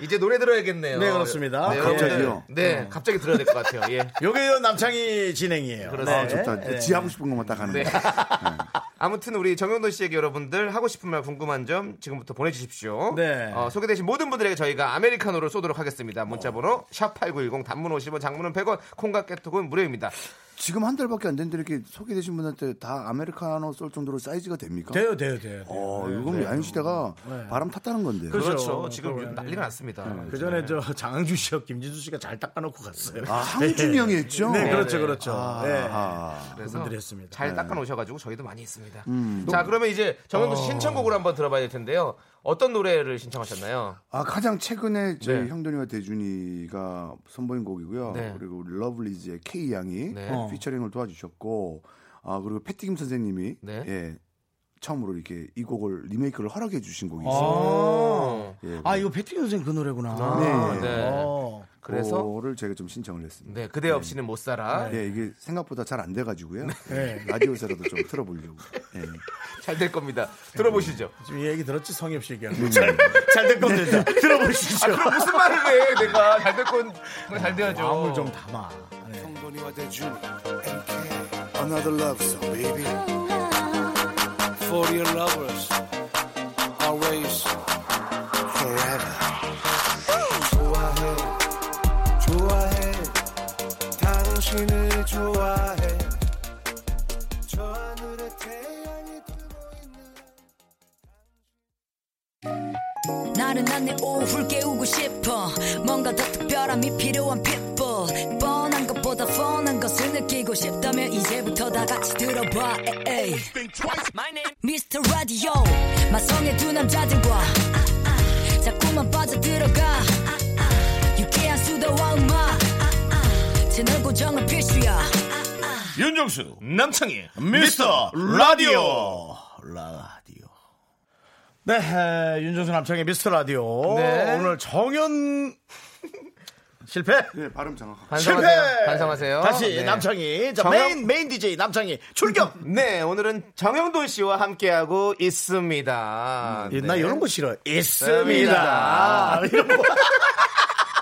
Speaker 2: 이제 노래 들어야겠네요.
Speaker 1: 네, 그렇습니다.
Speaker 2: 네,
Speaker 1: 아,
Speaker 2: 여러분들,
Speaker 6: 갑자기요?
Speaker 2: 네, 갑자기 들어야 될 것 같아요. 예.
Speaker 1: 요게 남창희 진행이에요.
Speaker 2: 그렇습니다.
Speaker 1: 네.
Speaker 6: 아, 좋다.
Speaker 1: 네.
Speaker 6: 지 하고 싶은 것만 딱 하는
Speaker 2: 네.
Speaker 6: 거야.
Speaker 2: 아무튼 우리 정영돈 씨에게 여러분들 하고 싶은 말 궁금한 점 지금부터 보내주십시오.
Speaker 1: 네.
Speaker 2: 어, 소개되신 모든 분들에게 저희가 아메리카노를 쏘도록 하겠습니다. 문자번호 샵 #8910 단문 50원, 장문은 100원, 콩과 깨톡은 무료입니다.
Speaker 6: 지금 한 달밖에 안 됐는데 이렇게 소개되신 분한테 다 아메리카노 쏠 정도로 사이즈가 됩니까?
Speaker 1: 돼요, 돼요, 돼요. 돼요.
Speaker 6: 어, 이건 야인 시대가 바람 탔다는 건데.
Speaker 1: 그렇죠.
Speaker 2: 그렇죠. 지금
Speaker 1: 그러면,
Speaker 2: 난리가 났습니다. 네.
Speaker 1: 그 전에 저 장항준 씨와 김진수 씨가 잘 닦아놓고 갔어요.
Speaker 6: 아, 항준이 형이 했죠?
Speaker 1: 네, 그렇죠,
Speaker 2: 네.
Speaker 1: 그렇죠. 네.
Speaker 6: 아,
Speaker 2: 그래서
Speaker 1: 분들이 네. 했습니다.
Speaker 2: 잘 닦아 놓으셔가지고 저희도 많이 했습니다.
Speaker 6: 음.
Speaker 2: 자 그러면 이제 정영돈
Speaker 1: 어.
Speaker 2: 씨 신청곡으로 한번 들어봐야 될 텐데요. 어떤 노래를 신청하셨나요?
Speaker 6: 아, 가장 최근에 저희
Speaker 2: 네.
Speaker 6: 형돈이와 대준이가 선보인 곡이고요.
Speaker 2: 네.
Speaker 6: 그리고 우리 러블리즈의 K 양이
Speaker 2: 네.
Speaker 6: 어. 피처링을 도와주셨고, 아 그리고 패티김 선생님이
Speaker 2: 네.
Speaker 6: 예, 처음으로 이렇게 이 곡을 리메이크를 허락해 주신 곡이 있어요.
Speaker 1: 아,
Speaker 2: 어.
Speaker 6: 예,
Speaker 1: 아, 이거 패팅 선생 그 노래구나.
Speaker 2: 아,
Speaker 6: 네.
Speaker 2: 네.
Speaker 1: 어.
Speaker 2: 그래서?
Speaker 6: 그거를 제가 좀 신청을 했습니다.
Speaker 2: 네, 그대 없이는 못
Speaker 1: 네.
Speaker 2: 살아.
Speaker 6: 예, 이게 생각보다 잘 안 돼가지고요. 예, 라디오에서라도 좀 틀어보려고. 예.
Speaker 2: 잘 될 겁니다. 들어보시죠.
Speaker 1: 지금 이 얘기 들었지? 성의 없이 얘기하는 잘될 겁니다. 들어보시죠.
Speaker 2: 아, 그럼 무슨 말을 해? 내가 잘 될 건 잘 돼야죠.
Speaker 1: 마음을 좀 담아. 네.
Speaker 6: 성돈이와 대준, MK, Another Love Song, Baby. For your lovers, always, forever. 좋아해, 좋아해, 당신을 좋아해. 저 하늘에 태양이 뜨고 있는
Speaker 7: 나른한 내 오후를 깨우고 싶어 뭔가 더 특별함이 필요한 people 뻔한 것보다 뻔한 것을 느끼고 싶다면 이제부터 다 같이 들어봐 에이. Mr. Radio 마성의 두 남자들과 아, 아. 자꾸만 빠져들어가 아, 아. 유쾌한 수다와 음악 아, 아. 채널 고정은 필수야
Speaker 1: 윤정수 남창희 미스터 라디오 라디오 네 에, 윤정수 남창희 미스터 라디오
Speaker 2: 네.
Speaker 1: 오늘 정연 실패
Speaker 6: 네, 발음 정확하고.
Speaker 2: 반성하세요.
Speaker 1: 실패
Speaker 2: 반성하세요.
Speaker 1: 다시
Speaker 2: 네.
Speaker 1: 남창희 자,
Speaker 2: 정연-
Speaker 1: 메인 메인 DJ 남창희 출격
Speaker 2: 네, 오늘은 정영돈 씨와 함께하고 있습니다.
Speaker 1: 음, 예,
Speaker 6: 음.
Speaker 1: 나
Speaker 2: 네.
Speaker 1: 이런 거 싫어 있습니다 아,
Speaker 2: 있습니다.
Speaker 1: 이런 거.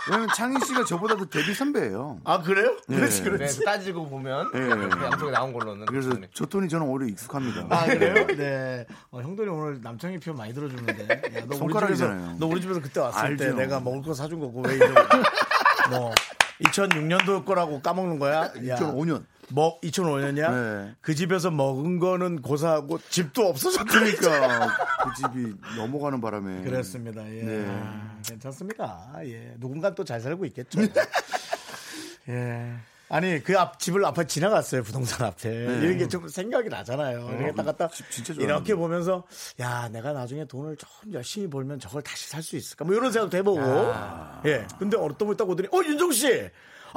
Speaker 6: 왜냐면 창희 씨가 저보다도 데뷔 선배예요.
Speaker 1: 아 그래요 그렇지
Speaker 2: 네,
Speaker 1: 그렇지
Speaker 2: 따지고 보면
Speaker 6: 예.
Speaker 2: 양쪽에 나온 걸로는
Speaker 6: 그래서
Speaker 2: 그렇네.
Speaker 6: 저 톤이 저는 오히려 익숙합니다.
Speaker 1: 아 그래요? 네. 어, 형들이 오늘 남창희 표 많이 들어줬는데. 야, 너 우리 집에서
Speaker 6: 손가락이잖아요.
Speaker 1: 너 우리 집에서 그때 왔을 때
Speaker 6: 알죠.
Speaker 1: 내가 먹을 거 사준 거고 왜 이런 뭐 2006년도 거라고 까먹는 거야? 야.
Speaker 6: 2005년.
Speaker 1: 뭐 2005년이야?
Speaker 6: 네.
Speaker 1: 그 집에서 먹은 거는 고사하고 집도 없어졌다니까.
Speaker 6: 그러니까 그 집이 넘어가는 바람에
Speaker 1: 그랬습니다. 예.
Speaker 6: 네.
Speaker 1: 아, 괜찮습니다. 예. 누군가 또 잘 살고 있겠죠.
Speaker 6: 네.
Speaker 1: 예. 아니 그 앞 집을 앞에 지나갔어요 부동산 앞에 이런 게 좀 생각이 나잖아요. 이렇게 딱 갔다
Speaker 6: 집 네. 진짜 좋아하는데.
Speaker 1: 이렇게 보면서 야 내가 나중에 돈을 좀 열심히 벌면 저걸 다시 살 수 있을까 뭐 이런 생각도 해보고
Speaker 6: 아.
Speaker 1: 예 근데 어떤 분이 딱 오더니 어 윤종 씨아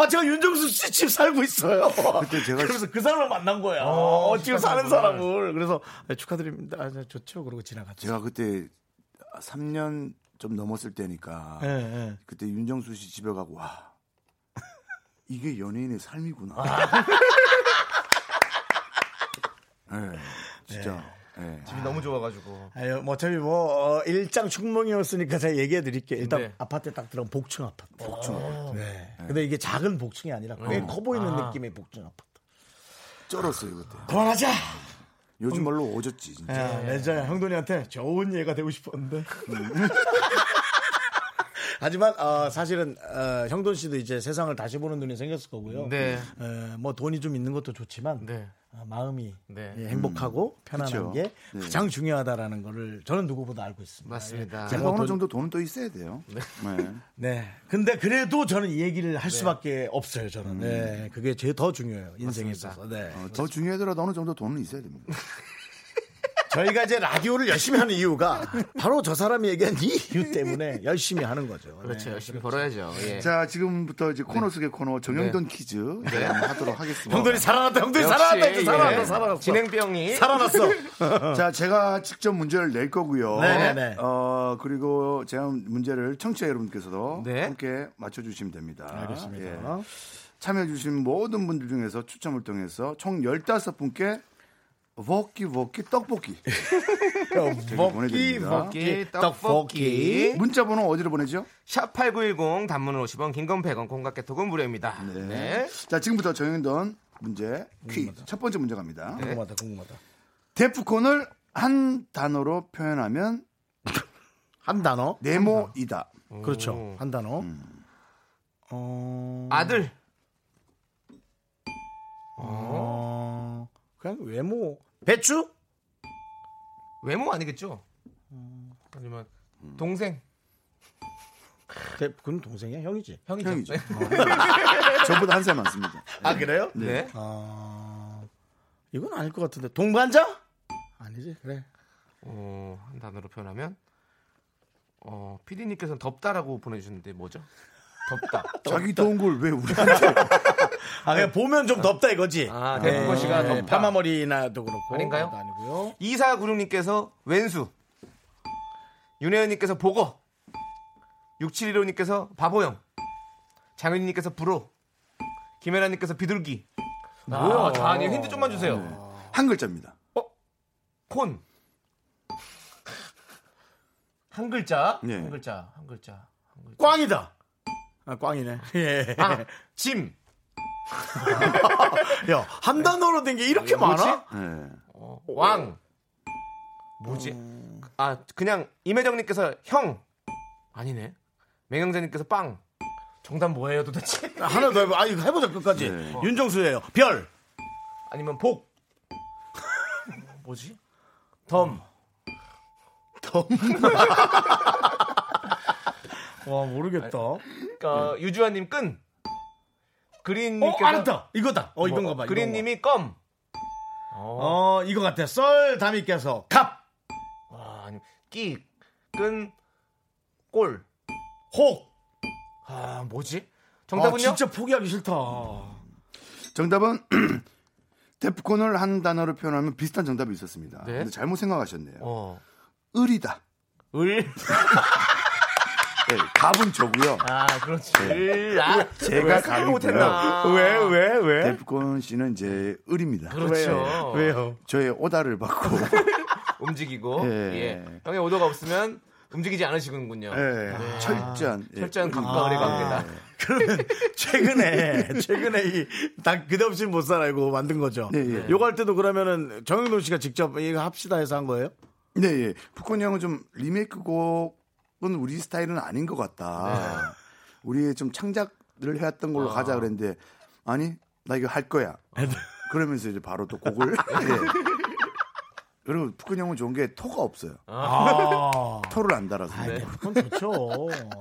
Speaker 1: 제가 윤종수 씨 집 살고 있어요.
Speaker 6: 그때 제가 아,
Speaker 1: 그래서 그 사람을 만난 거야. 어, 지금 사는 사람을 그래서 네, 축하드립니다. 아, 네, 좋죠. 그러고 지나갔죠.
Speaker 6: 제가 그때 3년 좀 넘었을 때니까
Speaker 1: 예, 예.
Speaker 6: 그때 윤정수 씨 집에 가고 와 이게 연예인의 삶이구나.
Speaker 1: 아.
Speaker 6: 예, 진짜.
Speaker 1: 네.
Speaker 6: 예.
Speaker 2: 집이 너무 좋아가지고.
Speaker 1: 아유, 뭐 어차피 뭐 어, 일장 충몽이었으니까 제가 얘기해 드릴게요. 일단
Speaker 2: 네.
Speaker 1: 아파트에 딱 들어온 복층 아파트. 복층 아파트. 네. 근데 이게 작은 복층이 아니라 꽤커 보이는 느낌의 복층 아파트.
Speaker 6: 쩔었어요 그때.
Speaker 1: 그만하자. 음.
Speaker 6: 요즘 말로 오졌지 진짜.
Speaker 1: 야, 내 진짜 네, 형돈이한테 좋은 얘가 되고 싶었는데. 음. 하지만 어, 사실은 어, 형돈 씨도 이제 세상을 다시 보는 눈이 생겼을 거고요.
Speaker 2: 네.
Speaker 1: 에, 뭐 돈이 좀 있는 것도 좋지만
Speaker 2: 네.
Speaker 1: 어, 마음이
Speaker 2: 네.
Speaker 1: 예, 행복하고 편안한
Speaker 6: 그쵸.
Speaker 1: 게
Speaker 6: 네.
Speaker 1: 가장 중요하다라는 거를 저는 누구보다 알고 있습니다.
Speaker 2: 맞습니다.
Speaker 1: 예.
Speaker 6: 제가 어느 정도 돈은 또 있어야 돼요. 네.
Speaker 1: 네. 근데 그래도 저는 이 얘기를
Speaker 2: 네.
Speaker 1: 할 수밖에 없어요, 저는.
Speaker 2: 음.
Speaker 1: 네. 그게 제일 더 중요해요. 인생에 있어서. 네.
Speaker 6: 어, 더 중요하더라도 어느 정도 돈은 있어야 됩니다.
Speaker 1: 저희가 이제 라디오를 열심히 하는 이유가 바로 저 사람이 얘기한 이 이유 때문에 열심히 하는 거죠. 네.
Speaker 2: 그렇죠. 열심히 벌어야죠. 예.
Speaker 6: 자 지금부터 이제 코너 속의 코너 정영돈 퀴즈 네, 한번 하도록 하겠습니다.
Speaker 1: 형들이 살아났다, 형들이
Speaker 2: 역시,
Speaker 1: 살아났다, 이제
Speaker 2: 예.
Speaker 1: 살아났다, 살아났어.
Speaker 2: 진행병이
Speaker 1: 살아났어.
Speaker 6: 자, 제가 직접 문제를 낼 거고요.
Speaker 1: 네네네.
Speaker 6: 어, 그리고 제가 문제를 청취자 여러분께서도
Speaker 2: 네.
Speaker 6: 함께 맞춰주시면 됩니다. 알겠습니다. 참여해주신 모든 분들 중에서 추첨을 통해서 총 15분께 워키 워키 떡볶이.
Speaker 1: 먹기, 뭐,
Speaker 6: 보내드립니다.
Speaker 1: 먹기, 떡볶이.
Speaker 6: 문자 번호 어디로 보내죠?
Speaker 2: 샵8910 단문은 50원, 긴건 100원, 공각개톡은 무료입니다. 네.
Speaker 6: 자, 지금부터 정현돈 문제 퀴즈. 첫 번째 문제 갑니다.
Speaker 1: 궁금하다, 궁금하다.
Speaker 6: 데프콘을 한 단어로 표현하면
Speaker 1: 한 단어.
Speaker 6: 네모이다.
Speaker 2: 음.
Speaker 1: 그렇죠. 한 단어. 어,
Speaker 2: 아들.
Speaker 1: 어, 그냥 외모. 배추?
Speaker 2: 외모 아니겠죠? 아니면 동생.
Speaker 1: 대- 그건 동생이야? 형이지?
Speaker 2: 형이죠. 네.
Speaker 6: 형이죠. 저보다 한 살 많습니다.
Speaker 2: 아, 그래요? 네.
Speaker 1: 아, 이건 아닐 것 같은데 동반자? 아니지 그래
Speaker 2: 어, 한 단어로 표현하면 어, 피디님께서는 덥다라고 보내주셨는데 뭐죠? 덥다.
Speaker 6: 자기 더운 걸 왜 우리한테
Speaker 1: 아 그냥 보면 좀 덥다 이거지 네.
Speaker 2: 아, 대부분 씨가 덥다.
Speaker 1: 파마머리나도 그렇고
Speaker 2: 아닌가요?
Speaker 1: 그것도 아니고요
Speaker 2: 이사구룡님께서 왼수. 윤혜연님께서 보거. 6715님께서 바보형. 장윤님께서 불호, 김혜라님께서 비둘기. 뭐야? 아, 아니 힌트 좀만 주세요.
Speaker 6: 한 글자입니다.
Speaker 2: 콘. 한 글자.
Speaker 6: 예.
Speaker 2: 한 글자. 한 글자. 한 글자.
Speaker 1: 꽝이다. 아, 꽝이네. 예.
Speaker 2: 아, 짐.
Speaker 1: 야, 한 단어로 된 게 이렇게 네. 많아?
Speaker 6: 예.
Speaker 2: 왕. 뭐지? 아, 그냥 임혜정님께서 형. 아니네. 맹영재님께서 빵. 정답 뭐예요 도대체?
Speaker 1: 하나 더 해봐. 아, 이거 해보자, 끝까지.
Speaker 6: 네.
Speaker 1: 윤정수예요. 별.
Speaker 2: 아니면 복. 뭐지? 덤.
Speaker 1: 와, 모르겠다.
Speaker 2: 그러니까 유주환님 끈.
Speaker 1: 어,
Speaker 2: 그린님께서
Speaker 1: 알았다. 이거다. 어, 이건가 봐. 이건가
Speaker 2: 뭐, 그린님이 껌.
Speaker 1: 봐. 어, 이거 같아. 썰 담이께서 갑,
Speaker 2: 와, 아니 끼, 끈, 꼴.
Speaker 1: 혹.
Speaker 2: 아, 뭐지?
Speaker 1: 아,
Speaker 2: 정답은요?
Speaker 1: 진짜 포기하기 싫다.
Speaker 6: 정답은 데프콘을 한 단어로 표현하면 비슷한 정답이 있었습니다.
Speaker 2: 네.
Speaker 6: 근데 잘못 생각하셨네요.
Speaker 2: 어.
Speaker 6: 을이다.
Speaker 2: 을.
Speaker 6: 네, 답은 저고요. 네.
Speaker 2: 아, 그렇지. 을. 아,
Speaker 6: 제가
Speaker 2: 생각
Speaker 6: 감이
Speaker 2: 못했나? 왜, 왜,
Speaker 1: 네,
Speaker 2: 왜?
Speaker 6: 데프콘 씨는 제 을입니다. 네.
Speaker 2: 그렇죠.
Speaker 1: 왜요?
Speaker 6: 저의 오다를 받고
Speaker 2: 움직이고.
Speaker 6: 예.
Speaker 2: 예. 형의 오도가 없으면 움직이지 않으시군요.
Speaker 6: 예, 철저한
Speaker 2: 네.
Speaker 6: 예,
Speaker 2: 철저한
Speaker 6: 을입니다.
Speaker 2: 감각을 해갑니다.
Speaker 1: 그러면 최근에 최근에 이닭 그대 없이 못 살아이고 만든 거죠.
Speaker 6: 네, 예.
Speaker 1: 요거 할 때도 그러면은 정영돈 씨가 직접 이거 합시다 해서 한 거예요?
Speaker 6: 네, 예. 푸콘 형은 좀 리메이크 곡은 우리 스타일은 아닌 것
Speaker 2: 네.
Speaker 6: 같다. 우리의 좀 창작을 해왔던
Speaker 2: 아.
Speaker 6: 걸로 가자 그랬는데 아니 나 이거 할 거야. 그러면서 이제 바로 또 곡을.
Speaker 2: 네.
Speaker 6: 예. 그리고 푸콘 형은 좋은 게 토가 없어요.
Speaker 1: 아.
Speaker 6: 토를 안 달아서. 네.
Speaker 1: 대표권 좋죠.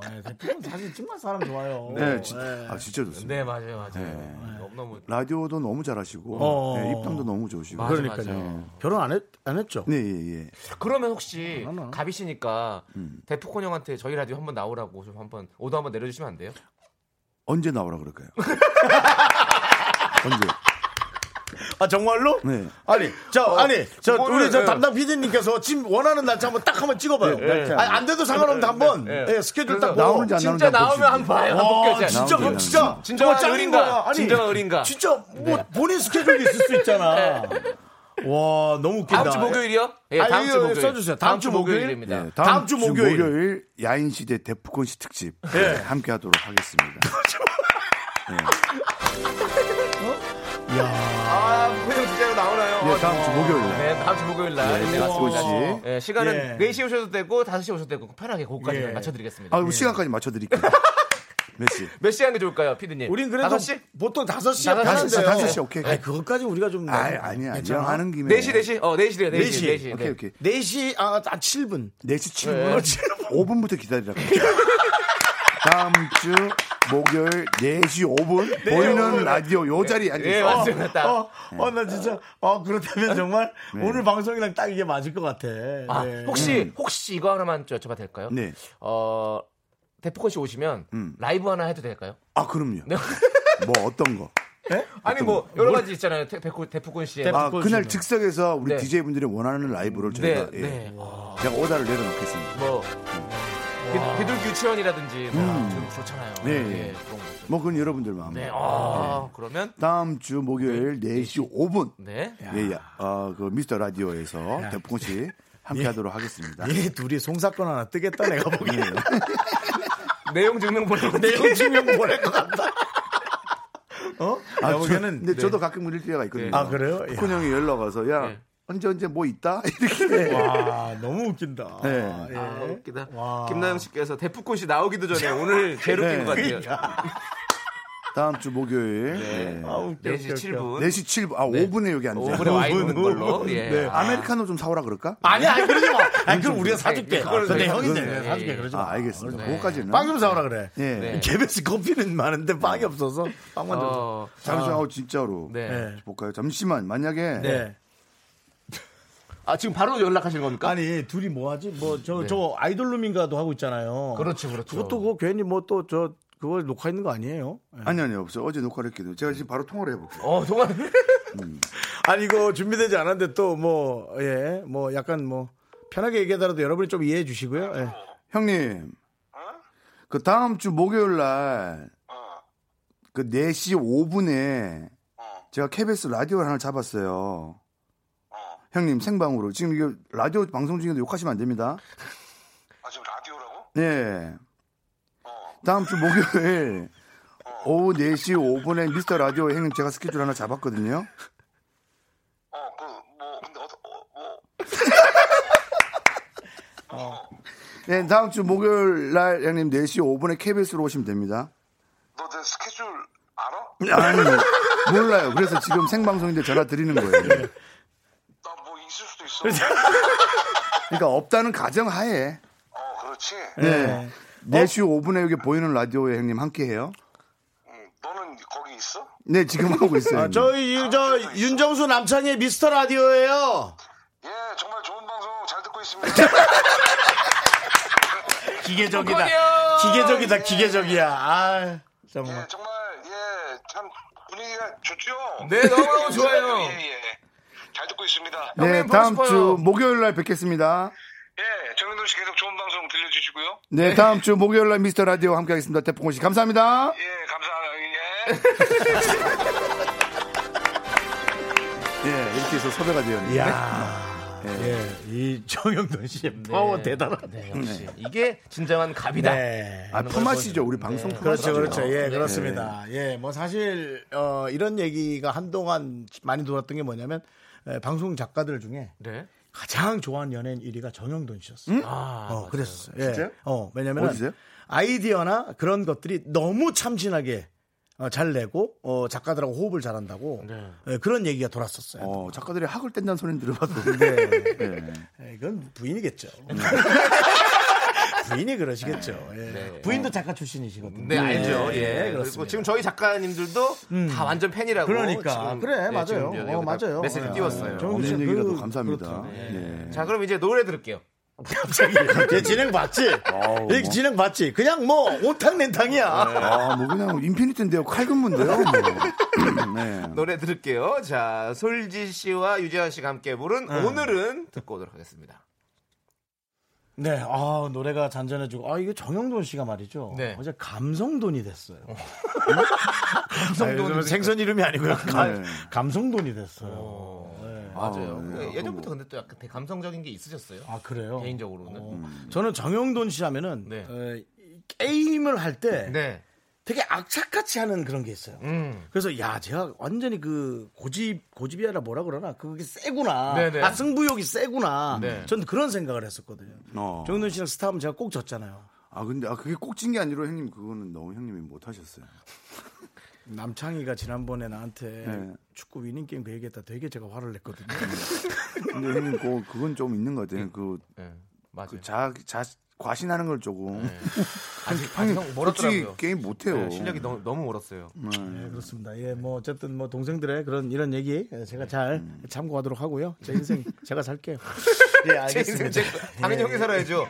Speaker 1: 네, 대표권 사실 정말 사람 좋아요.
Speaker 6: 네, 지-
Speaker 1: 네.
Speaker 6: 아 진짜 좋습니다.
Speaker 2: 네, 맞아요, 맞아요. 너무너무.
Speaker 6: 라디오도 너무 잘하시고
Speaker 1: 어.
Speaker 6: 예, 입담도 너무 좋으시고.
Speaker 2: 맞아,
Speaker 1: 그러니까요.
Speaker 2: 맞아요.
Speaker 1: 결혼 안, 했, 안 했죠?
Speaker 6: 네, 예, 예.
Speaker 2: 그러면 혹시
Speaker 1: 하나.
Speaker 2: 가비씨니까 데프콘 형한테 저희 라디오 한번 나오라고 좀 한번 오도 한번 내려주시면 안 돼요?
Speaker 6: 언제 나오라 그럴까요? 언제?
Speaker 1: 아 정말로?
Speaker 6: 네.
Speaker 1: 아니 저 아니 저
Speaker 2: 그거는,
Speaker 1: 우리 저
Speaker 2: 예.
Speaker 1: 담당 PD님께서 지금 원하는 날짜 한번 딱 한번 찍어봐요.
Speaker 6: 네, 날짜.
Speaker 1: 아니, 안 돼도 상관없는데 한번 예, 스케줄 딱
Speaker 2: 그래서
Speaker 1: 보고.
Speaker 6: 나오는지 안
Speaker 2: 어, 진짜
Speaker 6: 나오는지
Speaker 2: 나오면 한번
Speaker 6: 한번
Speaker 2: 봐요.
Speaker 1: 와,
Speaker 2: 한번
Speaker 1: 어, 진짜
Speaker 6: 나오는지
Speaker 1: 그럼
Speaker 6: 안
Speaker 1: 진짜
Speaker 6: 나오는지.
Speaker 2: 진정한
Speaker 1: 그거 짱인
Speaker 2: 의리인가?
Speaker 1: 거야. 아니,
Speaker 2: 진정한 의리인가? 네.
Speaker 1: 진짜 뭐 본인 스케줄이 있을 수 있잖아. 와 너무 웃긴다.
Speaker 2: 다음 주 목요일이요? 예,
Speaker 1: 아니,
Speaker 2: 다음 주
Speaker 1: 이거
Speaker 2: 목요일.
Speaker 1: 써주세요. 다음 주 목요일?
Speaker 6: 예,
Speaker 2: 아, 목요일입니다. 네.
Speaker 1: 다음 주 목요일.
Speaker 6: 야인 시대 데프콘 씨 특집 네, 함께 하도록 하겠습니다.
Speaker 2: 아, 목요일 진짜로 나오나요?
Speaker 6: 예, 다음 주 목요일 날.
Speaker 2: 네, 다음 주 목요일 날. 네,
Speaker 6: 데프콘
Speaker 2: 맞습니다.
Speaker 6: 씨.
Speaker 2: 예, 시간은
Speaker 1: 예.
Speaker 2: 4시 오셔도 되고 5시 오셔도 되고 편하게 거기까지
Speaker 1: 예.
Speaker 2: 맞춰드리겠습니다.
Speaker 6: 아, 그럼 시간까지 맞춰 드릴게요. 몇 시?
Speaker 2: 몇 시간 게 좋을까요, 피디님?
Speaker 1: 우린 그래도 네.
Speaker 2: 5시?
Speaker 1: 보통 5시에
Speaker 2: 다섯 시,
Speaker 1: 하는데요.
Speaker 6: 다섯 시, 오케이.
Speaker 1: 아니, 그것까지 우리가 좀.
Speaker 6: 아, 아니야.
Speaker 1: 괜찮아?
Speaker 6: 이왕 하는 김에
Speaker 2: 네. 4시, 4시? 어, 4시래요, 4시. 4시.
Speaker 1: 네 시.
Speaker 2: 4시.
Speaker 6: 오케이, 오케이.
Speaker 1: 4시, 아, 아 7분.
Speaker 6: 4시
Speaker 2: 네.
Speaker 6: 7분. 5분부터 기다리라 그럴게요. 다음 주 목요일 4시 5분 보이는 라디오 요 자리에 앉아
Speaker 2: 예,
Speaker 6: 있어.
Speaker 2: 네. 맞습니다. 딱.
Speaker 1: 어, 어, 나 진짜. 어, 그렇다면 정말 오늘 방송이랑 딱 이게 맞을 것 같아.
Speaker 2: 아,
Speaker 1: 네.
Speaker 2: 혹시, 혹시 이거 하나만 좀 여쭤봐도 될까요?
Speaker 6: 네.
Speaker 2: 어, 데프콘 씨 오시면
Speaker 6: 음.
Speaker 2: 라이브 하나 해도 될까요?
Speaker 6: 아, 그럼요.
Speaker 2: 네.
Speaker 6: 뭐 어떤 거?
Speaker 2: 아니 뭐 여러 가지 있잖아요. 데, 데프, 데프콘 씨의
Speaker 1: 데프-
Speaker 6: 아,
Speaker 1: 듣고
Speaker 6: 그날
Speaker 1: 주시면.
Speaker 6: 즉석에서
Speaker 2: 네.
Speaker 6: 우리 DJ분들이 원하는 라이브를
Speaker 2: 네,
Speaker 6: 저희가 예.
Speaker 2: 네.
Speaker 6: 제가 오다를 내려놓겠습니다.
Speaker 2: 뭐 비, 비둘기 유치원이라든지 뭐 좀 좋잖아요.
Speaker 6: 네.
Speaker 2: 예, 그런 것들.
Speaker 6: 뭐 그건 여러분들 마음.
Speaker 2: 네. 아, 그러면
Speaker 6: 다음 주 목요일 4시 5분.
Speaker 2: 네.
Speaker 6: 예, 예. 어, 그 미스터 라디오에서 대풍 씨 함께 하도록 하겠습니다.
Speaker 1: 얘 둘이 송사건 하나 뜨겠다, 내가
Speaker 2: 네.
Speaker 1: 보기에.
Speaker 2: 내용 증명 보내고
Speaker 1: 내용 증명 보낼 것 같다. 어? 아,
Speaker 6: 저,
Speaker 1: 여기는.
Speaker 6: 근데 저도 가끔 물릴 때가 있거든요.
Speaker 1: 네. 아, 그래요?
Speaker 6: 푸콘 형이 연락 와서 야
Speaker 2: 네.
Speaker 6: 언제 언제 뭐 있다 이렇게.
Speaker 1: 와, 너무 웃긴다.
Speaker 6: 네.
Speaker 1: 예.
Speaker 2: 아, 웃기다.
Speaker 1: 와.
Speaker 2: 김나영 씨께서 데프콘 씨 나오기도 전에 오늘 제일 웃긴
Speaker 6: 네.
Speaker 2: 것 같아요.
Speaker 6: 다음 주 목요일 네.
Speaker 1: 아, 웃겨,
Speaker 2: 4시
Speaker 1: 웃겨, 웃겨.
Speaker 2: 7분.
Speaker 6: 4시 7분 아 5분에 여기 앉아.
Speaker 2: 5분에 와 있는 걸로. 예.
Speaker 1: 네.
Speaker 2: 아,
Speaker 6: 아메리카노 좀 사오라 그럴까?
Speaker 1: 아니, 아니, 그러지 마. 아니, 그럼 우리가 사줄게.
Speaker 2: 네, 그거는
Speaker 1: 근데
Speaker 2: 저희가
Speaker 1: 형인데,
Speaker 2: 그거는
Speaker 1: 내가 사줄게.
Speaker 2: 예, 예.
Speaker 1: 그러지 마.
Speaker 6: 아 알겠습니다. 그거까지는.
Speaker 1: 빵 좀 사오라 그래.
Speaker 6: 예.
Speaker 2: 네.
Speaker 1: KBS 커피는 많은데 빵이 없어서 빵만 좀. 사-
Speaker 2: 어,
Speaker 6: 잠시만 아, 진짜로
Speaker 2: 네.
Speaker 1: 네.
Speaker 6: 볼까요? 잠시만 만약에
Speaker 1: 네.
Speaker 2: 아, 지금 바로 연락하시는 겁니까?
Speaker 1: 아니 둘이 뭐 하지? 뭐 저 저 아이돌 루밍가도 하고 있잖아요.
Speaker 2: 그렇죠, 그렇죠.
Speaker 1: 그것도 그거 괜히 뭐 또 저 그거 녹화 있는 거 아니에요? 예.
Speaker 6: 아니 아니 없어요. 어제 녹화를 했거든요. 제가 지금 바로 통화를 해볼게요.
Speaker 2: 어, 정말
Speaker 1: 아니 이거 준비되지 않았는데 또 뭐 예 뭐 약간 뭐 편하게 얘기하더라도 여러분이 좀 이해해
Speaker 8: 어?
Speaker 1: 주시고요. 예.
Speaker 6: 형님. 그 다음 주 목요일 날 그 4시 5분에
Speaker 8: 어,
Speaker 6: 제가 KBS 라디오를 하나 잡았어요.
Speaker 8: 어.
Speaker 6: 형님 생방으로 지금 이거 라디오 방송 중인데 욕하시면 안 됩니다.
Speaker 8: 아, 지금 라디오라고?
Speaker 6: 예.
Speaker 8: 어.
Speaker 6: 다음 주 목요일 오후 4시 5분에 미스터 라디오 형님 제가 스케줄 하나 잡았거든요.
Speaker 8: 어, 그, 뭐, 근데, 어, 어, 뭐,
Speaker 6: 네, 다음 주 목요일 날 형님 4시 5분에 KBS로 오시면 됩니다.
Speaker 8: 너 내 스케줄 알아?
Speaker 6: 아니, 몰라요. 그래서 지금 생방송인데 전화 드리는 거예요.
Speaker 8: 나 뭐 있을 수도 있어.
Speaker 6: 그러니까 없다는 가정 하에.
Speaker 8: 어, 그렇지.
Speaker 6: 네. 4시 5분에 여기 보이는 라디오에 형님 함께 해요.
Speaker 8: 응, 너는 거기 있어?
Speaker 6: 네, 지금 하고 있어요. 형님.
Speaker 1: 저희 유- 저 윤정수 남창의 미스터 라디오예요.
Speaker 8: 예, 정말 좋은 방송 잘 듣고 있습니다.
Speaker 1: 기계적이다. 기계적이다. 기계적이야. 아, 정말.
Speaker 8: 예, 정말, 예, 참, 분위기가 좋죠?
Speaker 2: 네, 너무너무 좋아요.
Speaker 8: 예, 예. 잘 듣고 있습니다.
Speaker 6: 네,
Speaker 2: 형님 보고
Speaker 6: 다음
Speaker 2: 싶어요.
Speaker 6: 주 목요일 날 뵙겠습니다.
Speaker 8: 예, 정민도 씨 계속 좋은 방송 들려주시고요.
Speaker 6: 네, 다음 주 목요일 날 미스터 라디오 함께 하겠습니다. 태풍호 씨 감사합니다.
Speaker 8: 예, 감사합니다. 예.
Speaker 6: 예, 이렇게 해서 섭외가 되었네요.
Speaker 1: 이야. 예, 이 정영돈 씨의 파워 대단하네.
Speaker 2: 네, 역시. 이게 진정한 갑이다.
Speaker 1: 네.
Speaker 6: 아, 품앗이죠. 우리 방송
Speaker 1: 그렇죠,
Speaker 6: 품앗이죠.
Speaker 1: 그렇죠. 예, 그렇습니다. 예, 뭐 사실 어, 이런 얘기가 한동안 많이 돌았던 게 뭐냐면 예, 방송 작가들 중에
Speaker 2: 네.
Speaker 1: 가장 좋아하는 연예인 1위가 정영돈 씨였어요.
Speaker 2: 아,
Speaker 1: 어, 그랬었어요. 예.
Speaker 6: 진짜요?
Speaker 1: 어, 왜냐면
Speaker 6: 어디세요?
Speaker 1: 아이디어나 그런 것들이 너무 참신하게 어, 잘 내고 어, 작가들하고 호흡을 잘한다고
Speaker 2: 네.
Speaker 1: 예, 그런 얘기가 돌았었어요.
Speaker 6: 어, 작가들이 학을 뗀다는 소리는 들어봐도.
Speaker 1: 네.
Speaker 6: 예.
Speaker 1: 예, 이건 부인이겠죠. 부인이 그러시겠죠. 예.
Speaker 2: 네.
Speaker 1: 부인도 작가 출신이시거든요.
Speaker 2: 네, 음. 알죠. 예.
Speaker 1: 그렇습니다.
Speaker 2: 그리고 지금 저희 작가님들도 다 완전 팬이라고.
Speaker 1: 그러니까
Speaker 2: 지금,
Speaker 1: 그래
Speaker 2: 네,
Speaker 1: 맞아요.
Speaker 2: 지금 여기다
Speaker 1: 어, 맞아요.
Speaker 2: 메시지를
Speaker 1: 예.
Speaker 2: 띄웠어요.
Speaker 1: 정훈
Speaker 6: 없는
Speaker 1: 씨,
Speaker 6: 얘기라도
Speaker 1: 그-
Speaker 6: 감사합니다.
Speaker 1: 그렇죠.
Speaker 6: 예.
Speaker 2: 자, 그럼 이제 노래 들을게요.
Speaker 1: 갑자기 얘 진행 봤지?
Speaker 6: 아우,
Speaker 1: 얘
Speaker 6: 뭐.
Speaker 1: 진행 봤지? 그냥 뭐 온탕
Speaker 2: 네.
Speaker 1: 냉탕이야.
Speaker 6: 아, 뭐 그냥 인피니트인데요. 칼군무인데요. 뭐. 네.
Speaker 2: 노래 들을게요. 자, 솔지 씨와 유재환 씨가 함께 부른 오늘은 듣고 오도록 하겠습니다.
Speaker 1: 네, 아 노래가 잔잔해지고 아 이게 정영돈 씨가 말이죠.
Speaker 2: 네.
Speaker 1: 어제 감성돈이 됐어요.
Speaker 2: 아,
Speaker 1: 감성돈 생선 이름이 아니고요.
Speaker 6: 네.
Speaker 1: 감, 성돈이 됐어요.
Speaker 2: 맞아요.
Speaker 6: 아,
Speaker 2: 그
Speaker 6: 네,
Speaker 1: 어.
Speaker 2: 예전부터 근데 또 약간 되게 감성적인 게 있으셨어요.
Speaker 1: 아 그래요?
Speaker 2: 개인적으로는.
Speaker 1: 어, 저는 정영돈 씨 하면은
Speaker 2: 네.
Speaker 1: 어, 이 게임을 할 때
Speaker 2: 네.
Speaker 1: 되게 악착같이 하는 그런 게 있어요.
Speaker 2: 음.
Speaker 1: 그래서 야 제가 완전히 그 고집 고집이 아니라 뭐라 그러나 그게 세구나
Speaker 2: 네네.
Speaker 1: 아 승부욕이 세구나
Speaker 2: 네.
Speaker 1: 전 그런 생각을 했었거든요
Speaker 6: 어.
Speaker 1: 정윤 씨랑 스타하면 제가 꼭 졌잖아요
Speaker 6: 아, 근데 아, 그게 꼭 찐 게 아니라 형님 그거는 너무 형님이 못 하셨어요.
Speaker 1: 남창희가 지난번에 나한테
Speaker 6: 네.
Speaker 1: 축구 위닝 게임 그 얘기했다 되게 제가 화를 냈거든요
Speaker 6: 근데 형님 그 그건 좀 있는 것 같아요. 그,
Speaker 2: 네, 맞아요.
Speaker 6: 그 자, 자, 과신하는 걸 조금.
Speaker 2: 아직 아직 형
Speaker 6: 솔직히
Speaker 2: 멀었더라고요.
Speaker 6: 게임 못해요.
Speaker 2: 네, 실력이 너무 너무 멀었어요.
Speaker 1: 그 네, 그렇습니다 예뭐 어쨌든 뭐 동생들의 그런 이런 얘기 제가 잘
Speaker 2: 음.
Speaker 1: 참고하도록 하고요 제 인생 제가 살게요 예
Speaker 2: 제 인생
Speaker 1: 알겠습니다 네.
Speaker 2: 제 당연히 형이 살아야죠.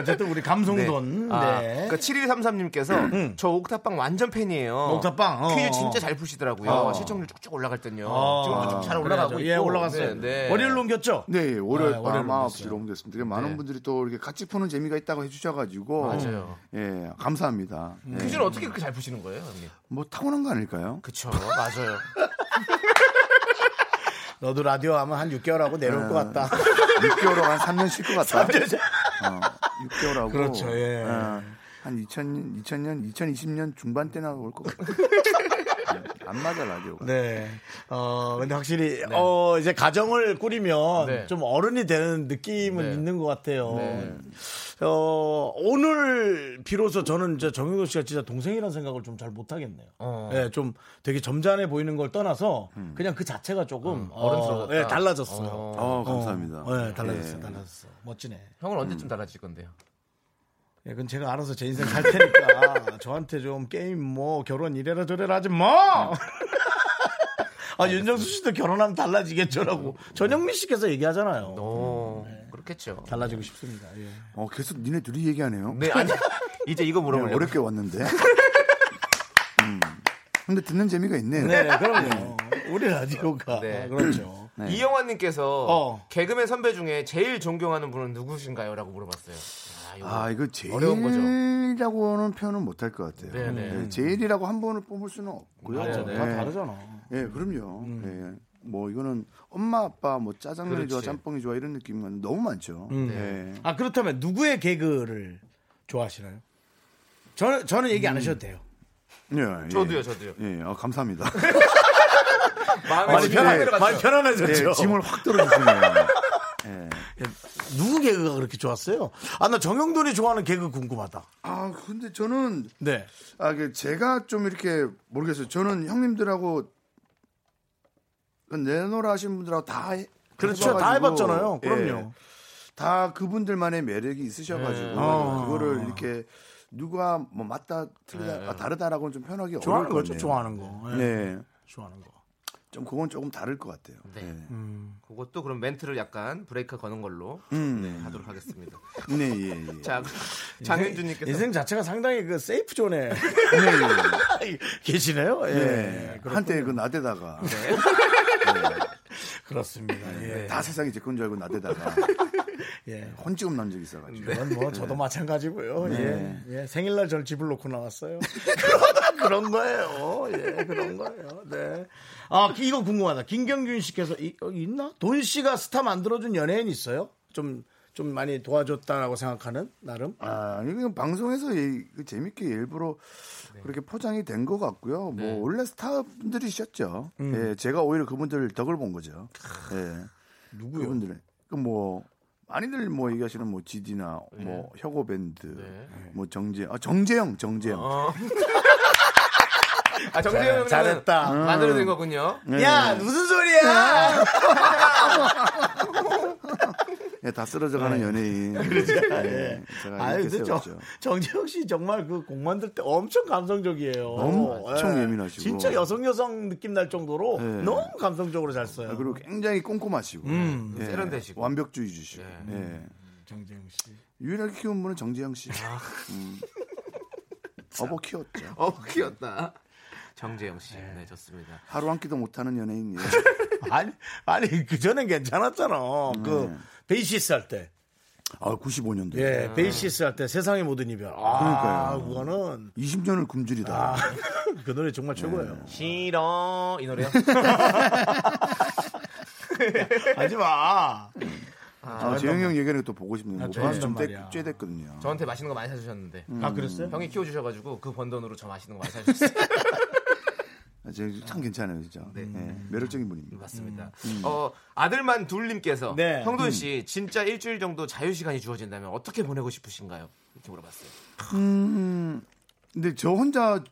Speaker 1: 어쨌든 우리 감성돈 네. 음.
Speaker 2: 아, 그러니까 7133님께서 저 옥탑방 완전 팬이에요.
Speaker 1: 옥탑방, 어,
Speaker 2: 퀴즈
Speaker 1: 어.
Speaker 2: 진짜 잘 푸시더라고요. 시청률 쭉쭉 올라갈 땐요. 지금도 쭉 잘
Speaker 1: 그래야죠.
Speaker 2: 올라가고 있고.
Speaker 1: 예 올라갔어요
Speaker 2: 네, 네.
Speaker 1: 월요일로 옮겼죠
Speaker 6: 네, 월요일
Speaker 1: 아, 월요일
Speaker 6: 밤
Speaker 1: 넘겼어요.
Speaker 6: 9시로 옮겼습니다. 되게 많은 분들이 또 이렇게 같이 푸는 재미가 있다고 해주셔가지고.
Speaker 2: 맞아요. 음.
Speaker 6: 예, 감사합니다. 예.
Speaker 2: 퀴즈는 어떻게 그렇게 잘 푸시는 거예요, 형님?
Speaker 6: 뭐 타고난 거 아닐까요?
Speaker 2: 그쵸, 맞아요.
Speaker 1: 너도 라디오 하면 한 6개월 하고 내려올 것
Speaker 2: 네.
Speaker 1: 같다.
Speaker 6: 6개월하고 아, 한 3년 쉴 것 같다. 6개월하고. 어,
Speaker 1: 그렇죠, 예.
Speaker 6: 한 2000년, 2000년, 2020년 중반 때나 올 것 같아요. 예, 안 맞아, 라디오가.
Speaker 1: 네. 어, 근데 확실히, 어, 이제 가정을 꾸리면
Speaker 2: 네.
Speaker 1: 좀 어른이 되는 느낌은
Speaker 2: 네.
Speaker 1: 있는 것 같아요.
Speaker 2: 네.
Speaker 1: 어, 오늘 비로소 저는 이제 정윤호 씨가 진짜 동생이라는 생각을 좀 잘 못하겠네요.
Speaker 2: 어. 음.
Speaker 1: 예, 좀 되게 점잖해 보이는 걸 떠나서 그냥 그 자체가 조금
Speaker 2: 어, 어른스러워졌다.
Speaker 1: 예, 달라졌어요.
Speaker 2: 어.
Speaker 6: 어, 감사합니다.
Speaker 1: 어, 예, 달라졌어요.
Speaker 6: 예.
Speaker 1: 달라졌어. 멋지네.
Speaker 2: 형은 언제쯤 달라질 건데요?
Speaker 1: 예, 그건 제가 알아서 제 인생 살 테니까 저한테 좀 게임 뭐 결혼 이래라 저래라 하지 마. 아 윤정수 씨도 결혼하면 달라지겠죠라고 전영미 씨께서 얘기하잖아요.
Speaker 2: 어, 그렇겠죠.
Speaker 1: 달라지고 싶습니다. 예.
Speaker 6: 어, 계속 니네 둘이 얘기하네요.
Speaker 2: 네, 아니, 이제 이거 물어보려고.
Speaker 6: 어렵게 왔는데. 음. 근데 듣는 재미가 있네요.
Speaker 1: 네, 그럼요. 우리 라디오가
Speaker 2: 네.
Speaker 1: 아, 그렇죠.
Speaker 6: 네.
Speaker 2: 이영환님께서
Speaker 1: 어.
Speaker 2: 개그맨 선배 중에 제일 존경하는 분은 누구신가요? 라고 물어봤어요. 이거
Speaker 6: 아, 이거 제일
Speaker 2: 어려운 거죠.
Speaker 6: 이라고는 표현은 못 할 것 같아요.
Speaker 2: 네, 네.
Speaker 6: 예, 제일이라고 한 번을 뽑을 수는 없고요.
Speaker 2: 네.
Speaker 1: 아, 다 다르잖아.
Speaker 6: 예, 그럼요.
Speaker 1: 음.
Speaker 6: 예. 뭐 이거는 엄마 아빠 뭐 짜장면이 좋아
Speaker 2: 그렇지.
Speaker 6: 짬뽕이 좋아 이런 느낌은 너무 많죠. 예.
Speaker 1: 아 그렇다면 누구의 개그를 좋아하시나요? 저는 저는 얘기 안 하셔도 돼요. 네.
Speaker 6: 예, 예.
Speaker 2: 저도요, 저도요.
Speaker 6: 예, 아, 감사합니다.
Speaker 2: 마음이 아, 편하게
Speaker 1: 많이
Speaker 2: 들어갔죠.
Speaker 1: 편안해졌죠.
Speaker 6: 예, 짐을 확 들어주시네요. 예.
Speaker 1: 누구 개그가 그렇게 좋았어요? 아 나 정영돈이 좋아하는 개그 궁금하다.
Speaker 6: 아, 근데 저는
Speaker 1: 네.
Speaker 6: 아, 그 제가 좀 이렇게 모르겠어요. 저는 형님들하고 그 내노라 하신 분들하고 다 해-
Speaker 1: 그렇죠. 다
Speaker 6: 해봐가지고,
Speaker 1: 해봤잖아요.
Speaker 6: 예.
Speaker 1: 그럼요.
Speaker 6: 다 그분들만의 매력이 있으셔가지고
Speaker 1: 아.
Speaker 6: 그거를 이렇게 누가 뭐 맞다 틀리다 아, 다르다라고는 좀 편하기 어려울
Speaker 1: 네. 좋아하는
Speaker 6: 것
Speaker 1: 거죠.
Speaker 6: 같네요.
Speaker 1: 좋아하는 거. 예.
Speaker 6: 네,
Speaker 1: 좋아하는 거.
Speaker 6: 좀 그건 조금 다를 것 같아요.
Speaker 2: 네. 그것도 그럼 멘트를 약간 브레이크 거는 걸로 네, 음. 하도록 하겠습니다.
Speaker 6: 네, 예, 예.
Speaker 2: 자, 장현주님께서
Speaker 1: 인생 자체가 상당히 그 세이프 존에
Speaker 6: 네,
Speaker 1: 음.
Speaker 6: 예.
Speaker 1: 계시네요. 예.
Speaker 6: 네.
Speaker 1: 그렇-
Speaker 6: 한때 그 나대다가
Speaker 1: 그렇습니다. 예.
Speaker 6: 다 세상이 제 건 줄 알고 나대다가
Speaker 1: 예.
Speaker 6: 혼지겁 난 적이 있어가지고.
Speaker 1: 그건 뭐 저도 마찬가지고요. 예. 예. 생일날 절 집을 놓고 나왔어요. 그런- 그런 거예요. 예, 그런 거예요. 네. 아, 이거 궁금하다. 김경균 씨께서 이, 어, 있나? 돈 씨가 스타 만들어준 연예인 있어요? 좀, 좀 많이 도와줬다라고 생각하는 나름?
Speaker 6: 아, 이건 방송에서 이- 그 재밌게 일부러 그렇게 포장이 된 것 같고요. 뭐 원래 스타분들이셨죠. 예, 제가 오히려 그분들 덕을 본 거죠. 예. 누구요? 그분들은 그뭐 많이들 뭐 얘기하시는 뭐 지디나 뭐 혁오 밴드, 뭐 정재, 아 정재영, 정재영.
Speaker 2: 아 정재영 형님
Speaker 1: 잘했다.
Speaker 2: 만들어낸 거군요.
Speaker 1: 야, 무슨 소리야!
Speaker 6: 예, 다 쓰러져가는 연예인. 예, 제가
Speaker 1: 네. 아유, 그렇죠.
Speaker 6: 이렇게
Speaker 1: 근데 저,
Speaker 6: 세웠죠.
Speaker 1: 정재혁 씨 정말 그 곡 만들 때 엄청 감성적이에요.
Speaker 6: 엄청
Speaker 1: 예.
Speaker 6: 예민하시고.
Speaker 1: 진짜 여성 여성 느낌 날 정도로
Speaker 6: 예.
Speaker 1: 너무 감성적으로 잘 써요.
Speaker 6: 아, 그리고 굉장히 꼼꼼하시고
Speaker 1: 음,
Speaker 6: 예,
Speaker 2: 세련되시고.
Speaker 6: 완벽주의주시고 예.
Speaker 1: 네. 정재혁 씨. 아.
Speaker 6: 유일하게 키운 분은 정재영 씨. 음. 어버 키웠죠.
Speaker 2: 어 귀엽다. 정재영 씨, 네 좋습니다.
Speaker 6: 하루 한 끼도 못하는 연예인. 예.
Speaker 1: 아니, 아니 그 전엔 괜찮았잖아.
Speaker 6: 네.
Speaker 1: 그 베이시스 할 때,
Speaker 6: 아, 95년도.
Speaker 1: 예, 베이시스 할 때 세상의 모든 이별. 아,
Speaker 6: 그러니까요.
Speaker 1: 그거는
Speaker 6: 20년을
Speaker 1: 아,
Speaker 6: 굶주리다.
Speaker 1: 그 노래 정말 최고예요.
Speaker 6: 네.
Speaker 2: 싫어 이 노래요.
Speaker 1: 하지 마.
Speaker 6: 아, 재영이 형 얘기하는 거 또 보고 싶네요. 뭐
Speaker 1: 죄송합니다.
Speaker 6: 좀
Speaker 1: 아, 말이야.
Speaker 6: 떼- 쬐댔거든요.
Speaker 2: 저한테 맛있는 거 많이 사주셨는데
Speaker 1: 아 그랬어요?
Speaker 2: 형이 키워주셔가지고 그 번 돈으로 저 맛있는 거 많이 사주셨어요.
Speaker 6: 아, 쟤참 괜찮아요, 진짜.
Speaker 1: 네.
Speaker 6: 예, 매력적인
Speaker 1: 음.
Speaker 6: 분입니다.
Speaker 2: 맞습니다. 어 아들만 둘님께서
Speaker 1: 네.
Speaker 2: 형돈 씨 진짜 일주일 정도 자유 시간이 주어진다면 어떻게 보내고 싶으신가요? 이렇게 물어봤어요.
Speaker 6: 근데 저 혼자